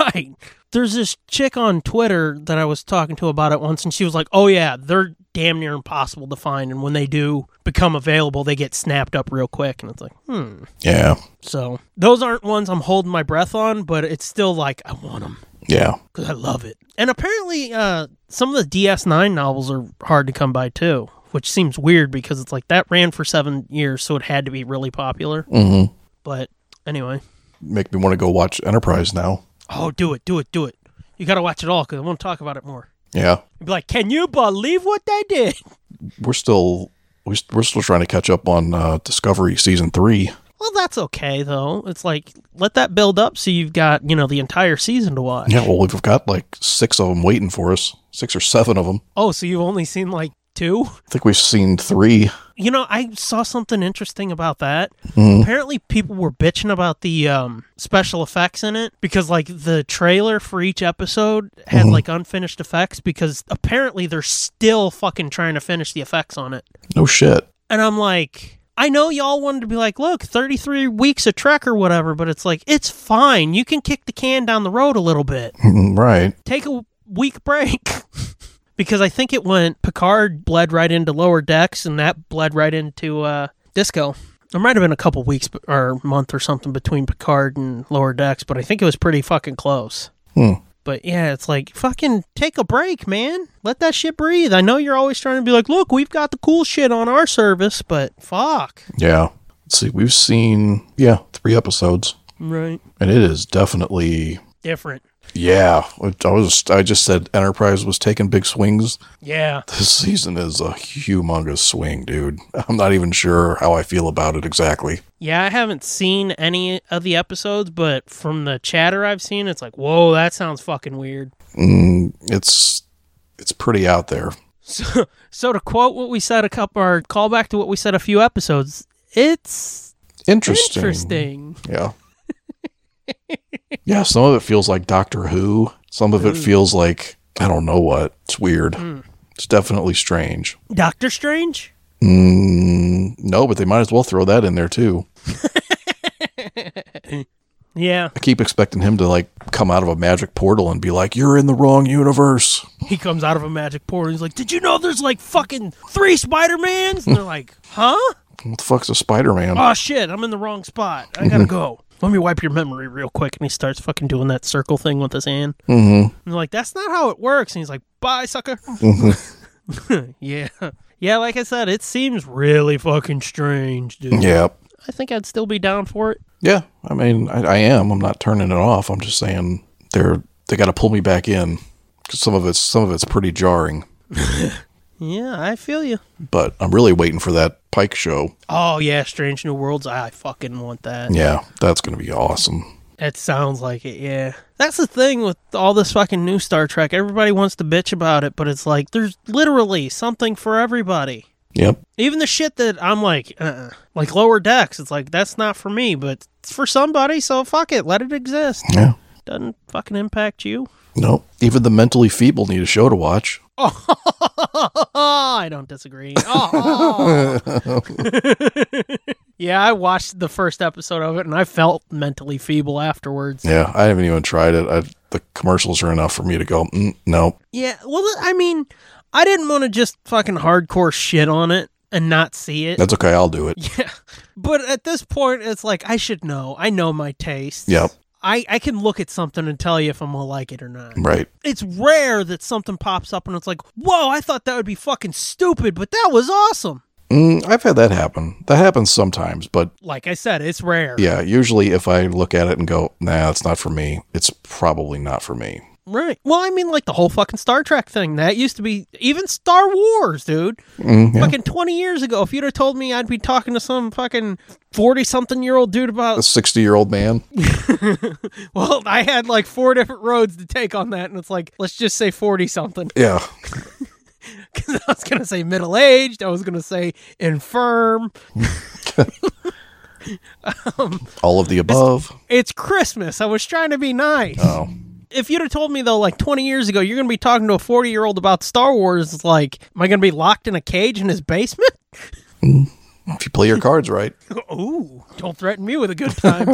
Speaker 3: right there's this chick on twitter that i was talking to about it once and she was like oh yeah they're damn near impossible to find and when they do become available they get snapped up real quick and it's like hmm
Speaker 2: Yeah.
Speaker 3: So those aren't ones I'm holding my breath on, but it's still like I want them
Speaker 2: Yeah.
Speaker 3: because I love it. And apparently, uh, some of the DS9 novels are hard to come by too, which seems weird because it's like that ran for seven years, so it had to be really popular. Mm-hmm. But anyway,
Speaker 2: Make me want to go watch Enterprise now.
Speaker 3: oh, do it, do it, do it. You got to watch it all because I want to talk about it more.
Speaker 2: Yeah.
Speaker 3: You'd be like, can you believe what they did?
Speaker 2: We're still we s- we're still trying to catch up on uh, Discovery season three.
Speaker 3: Well, that's okay though. It's like let that build up so you've got you know the entire season to watch.
Speaker 2: Yeah. Well, we've got like six of them waiting for us. Six or seven of them.
Speaker 3: Oh, so you've only seen like two?
Speaker 2: I think we've seen three.
Speaker 3: You know, I saw something interesting about that. Apparently, people were bitching about the um, special effects in it because, like, the trailer for each episode had like unfinished effects because apparently they're still fucking trying to finish the effects on it.
Speaker 2: No Oh, shit.
Speaker 3: And I'm like, I know y'all wanted to be like, look, 33 weeks of Trek or whatever, but it's like, it's fine. You can kick the can down the road a little bit
Speaker 2: right.
Speaker 3: take a week break because I think it went Picard bled right into lower decks and that bled right into uh, disco. There might have been a couple weeks b- or month or something between Picard and lower decks, but I think it was pretty fucking close.
Speaker 2: Hmm.
Speaker 3: But yeah, it's like fucking take a break, man. Let that shit breathe. I know you're always trying to be like, look, we've got the cool shit on our service, but fuck.
Speaker 2: Yeah. Let's see. We've seen yeah three episodes,
Speaker 3: Right.
Speaker 2: and it is definitely
Speaker 3: Different.
Speaker 2: yeah. I was I just said Enterprise was taking big swings.
Speaker 3: Yeah.
Speaker 2: This season is a humongous swing, dude. I'm not even sure how I feel about it exactly.
Speaker 3: Yeah, I haven't seen any of the episodes, but from the chatter I've seen, it's like, whoa, that sounds fucking weird.
Speaker 2: Mm, it's it's pretty out there.
Speaker 3: So, so to quote what we said a couple, or call back to what we said a few episodes, it's
Speaker 2: Interesting.
Speaker 3: interesting.
Speaker 2: Yeah. yeah. Some of it feels like Doctor Who. Some of it feels like I don't know what. It's weird. It's definitely strange.
Speaker 3: Doctor Strange?
Speaker 2: Mm, no, but they might as well throw that in there too.
Speaker 3: Yeah,
Speaker 2: I keep expecting him to like come out of a magic portal and be like, "You're in the wrong universe."
Speaker 3: he comes out of a magic portal. He's like, did you know there's like fucking three Spider Mans? And they're like, huh?
Speaker 2: What the fuck's a Spider-Man?
Speaker 3: Oh shit, I'm in the wrong spot. I gotta go. Let me wipe your memory real quick. And he starts fucking doing that circle thing with his hand.
Speaker 2: mm-hmm.
Speaker 3: And they're like, that's not how it works. And he's like, bye, sucker. yeah. Yeah, like I said, it seems really fucking strange, dude.
Speaker 2: Yeah.
Speaker 3: I think I'd still be down for it.
Speaker 2: Yeah. I mean, I, I am. I'm not turning it off. I'm just saying they're they got to pull me back in 'Cause some of it's some of it's pretty jarring.
Speaker 3: Yeah, I feel you.
Speaker 2: But I'm really waiting for that Pike show.
Speaker 3: Oh, yeah, Strange New Worlds. I fucking want that.
Speaker 2: Yeah, that's going to be awesome.
Speaker 3: It sounds like it, yeah. That's the thing with all this fucking new Star Trek. Everybody wants to bitch about it, but it's like there's literally something for everybody.
Speaker 2: Yep.
Speaker 3: Even the shit that I'm like, uh, like lower decks. It's like that's not for me, but it's for somebody. So fuck it, let it exist.
Speaker 2: Yeah.
Speaker 3: Doesn't fucking impact you.
Speaker 2: No. Even the mentally feeble need a show to watch.
Speaker 3: I don't disagree. Oh, yeah, I watched the first episode of it and I felt mentally feeble afterwards.
Speaker 2: Yeah, I haven't even tried it. I, the commercials are enough for me to go, mm, no.
Speaker 3: Yeah, well, th- I mean, I didn't want to just fucking hardcore shit on it and not see it.
Speaker 2: That's okay. I'll do it.
Speaker 3: yeah, but at this point, it's like I should know. I know my taste.
Speaker 2: Yep.
Speaker 3: I, I can look at something and tell you if I'm gonna like it or not.
Speaker 2: Right.
Speaker 3: It's rare that something pops up and it's like, whoa, I thought that would be fucking stupid, but that was awesome.
Speaker 2: Mm, I've had that happen. That happens sometimes, but
Speaker 3: Like I said, it's rare.
Speaker 2: yeah, usually if I look at it and go, nah, it's not for me, it's probably not for me.
Speaker 3: Right. Well, I mean, like the whole fucking Star Trek thing. That used to be even Star Wars, dude.
Speaker 2: Mm, yeah.
Speaker 3: Fucking 20 years ago, if you'd have told me I'd be talking to some fucking 40 something year old dude
Speaker 2: A
Speaker 3: about,
Speaker 2: 60 year old man.
Speaker 3: well, I had like four different roads to take on that. And it's like, let's just say 40 something.
Speaker 2: Yeah.
Speaker 3: Because I was going to say middle aged. I was going to say infirm.
Speaker 2: All of the above.
Speaker 3: It's Christmas. I was trying to be nice.
Speaker 2: Oh.
Speaker 3: If you'd have told me, though, like 20 years ago, you're going to be talking to a 40 year old about Star Wars, it's like, am I going to be locked in a cage in his basement?
Speaker 2: If you play your cards right.
Speaker 3: Ooh, don't threaten me with a good time.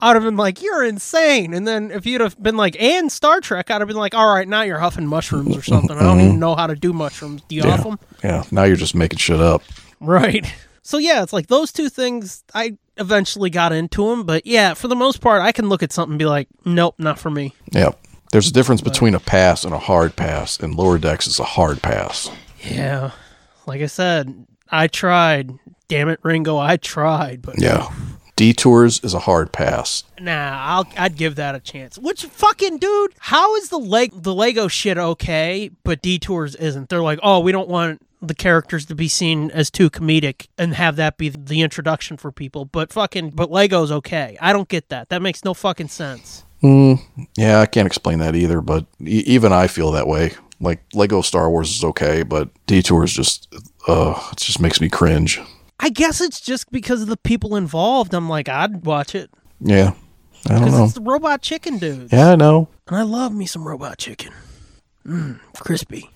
Speaker 3: I'd have been like, you're insane. And then if you'd have been like, and Star Trek, I'd have been like, all right, now you're huffing mushrooms or something. I don't even know how to do mushrooms. Do you huff 'em?
Speaker 2: Yeah. Yeah. Now you're just making shit up.
Speaker 3: Right. So yeah, it's like those two things. I eventually got into them, but yeah, for the most part, I can look at something and be like, nope, not for me.
Speaker 2: Yeah. There's a difference between a pass and a hard pass, and lower decks is a hard pass.
Speaker 3: Yeah. Like I said, I tried. Damn it, Ringo, I tried, but
Speaker 2: Yeah. Detours is a hard pass.
Speaker 3: Nah, I'll I'd give that a chance. Which fucking dude? How is the leg the Lego shit okay, but detours isn't? They're like, oh, we don't want the characters to be seen as too comedic and have that be the introduction for people. But fucking, but Lego's okay. I don't get that. That makes no fucking sense.
Speaker 2: Yeah, I can't explain that either, but e- even I feel that way. Like Lego Star Wars is okay, but Detours just uh it just makes me cringe.
Speaker 3: I guess it's just because of the people involved. I'm like, I'd watch it
Speaker 2: Yeah. I don't
Speaker 3: because
Speaker 2: know.
Speaker 3: it's the Robot Chicken dude,
Speaker 2: Yeah, I know.
Speaker 3: and I love me some Robot Chicken. Mmm, crispy.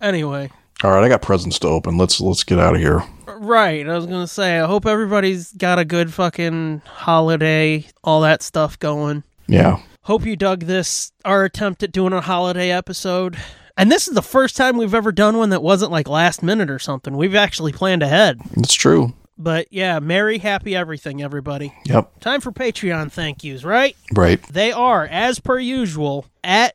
Speaker 3: anyway.
Speaker 2: All right, I got presents to open. Let's let's get out of here.
Speaker 3: Right. I was going to say, I hope everybody's got a good fucking holiday, all that stuff going.
Speaker 2: Yeah.
Speaker 3: Hope you dug this, our attempt at doing a holiday episode. And this is the first time we've ever done one that wasn't like last minute or something. We've actually planned ahead.
Speaker 2: It's true.
Speaker 3: But yeah, merry, happy everything, everybody.
Speaker 2: Yep.
Speaker 3: Time for Patreon thank yous, right?
Speaker 2: Right.
Speaker 3: They are, as per usual, at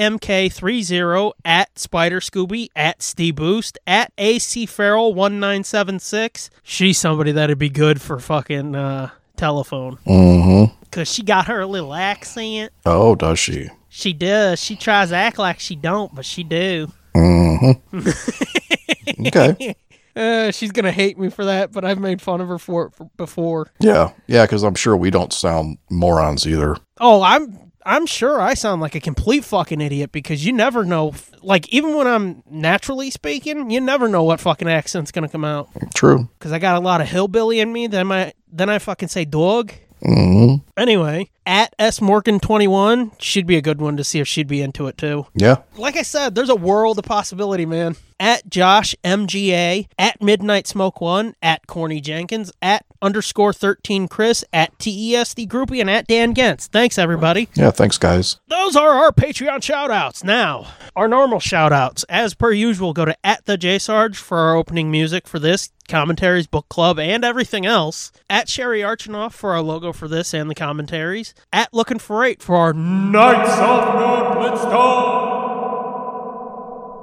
Speaker 3: GGAMK30, at Spider Scooby, at Steve Boost, at AC Farrell1976. She's somebody that'd be good for fucking uh, telephone.
Speaker 2: Mm-hmm.
Speaker 3: Because she got her little accent.
Speaker 2: Oh, does she?
Speaker 3: She does. She tries to act like she don't, but she do.
Speaker 2: Mm-hmm. Okay.
Speaker 3: Uh, she's going to hate me for that, but I've made fun of her for it for- before.
Speaker 2: yeah. Yeah, because I'm sure we don't sound morons either.
Speaker 3: Oh, I'm I'm sure I sound like a complete fucking idiot because you never know. Like even when I'm naturally speaking, you never know what fucking accent's gonna come out.
Speaker 2: True.
Speaker 3: Because I got a lot of hillbilly in me. Then my then I fucking say dog.
Speaker 2: Mm-hmm.
Speaker 3: Anyway, at S Morgan twenty one should be a good one to see if she'd be into it too.
Speaker 2: Yeah.
Speaker 3: Like I said, there's a world of possibility, man. At Josh MGA, at Midnight Smoke One, at Corny Jenkins, at underscore thirteen Chris, at TESD Groupie, and at Dan Gentz. Thanks everybody
Speaker 2: Yeah. Thanks, guys.
Speaker 3: those are our Patreon shout outs. Now, our normal shout outs, as per usual, go to at the J Sarge for our opening music for this, commentaries, book club, and everything else. At Sherry Archinoff for our logo for this and the commentaries. At Looking for Eight for our Knights of Nerdblitzdom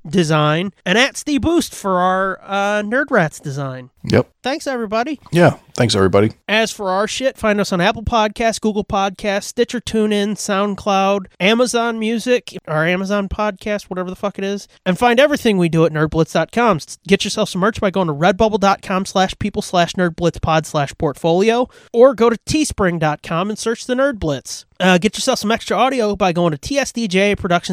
Speaker 3: design. And at Steve Boost for our uh, Nerd Rats design.
Speaker 2: Yep.
Speaker 3: Thanks, everybody.
Speaker 2: Yeah. Thanks, everybody.
Speaker 3: As for our shit, find us on Apple Podcasts, Google Podcasts, Stitcher TuneIn, SoundCloud, Amazon Music, our Amazon Podcast, whatever the fuck it is. And find everything we do at nerdblitz.com. Get yourself some merch by going to redbubble.com slash people slash nerdblitzpod slash portfolio or go to teespring.com and search the Nerd Blitz. Uh, get yourself some extra audio by going to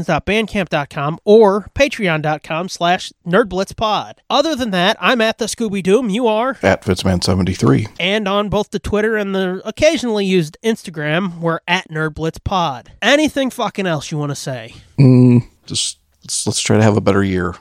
Speaker 3: tsdjproductions.bandcamp.com or patreon.com slash nerdblitzpod. Other than that, I'm at the Scooby-Doom. You are?
Speaker 2: At Fitzman73.
Speaker 3: and on both the Twitter and the occasionally used Instagram. We're at NerdblitzPod. Anything fucking else you want to say?
Speaker 2: Mm, just let's, let's try to have a better year.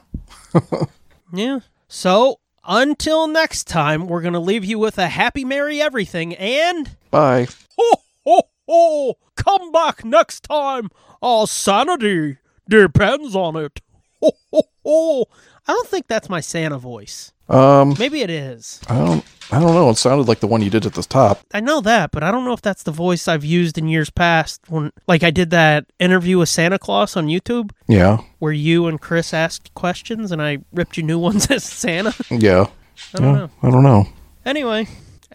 Speaker 3: Yeah. So until next time, we're gonna leave you with a happy, merry everything, and
Speaker 2: Bye.
Speaker 1: Ho, ho, ho! Come back next time. Our sanity depends on it. Ho, ho, ho!
Speaker 3: I don't think that's my Santa voice.
Speaker 2: Um,
Speaker 3: Maybe it is.
Speaker 2: I don't, I don't know. It sounded like the one you did at the top.
Speaker 3: I know that, but I don't know if that's the voice I've used in years past. When, like, I did that interview with Santa Claus on YouTube,
Speaker 2: Yeah.
Speaker 3: where you and Chris asked questions, and I ripped you new ones as Santa.
Speaker 2: Yeah.
Speaker 3: I don't know.
Speaker 2: I don't know.
Speaker 3: Anyway,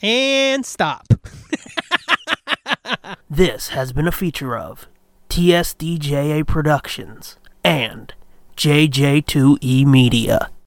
Speaker 3: and stop. this has been a feature of TSDJA Productions and JJ2E E Media.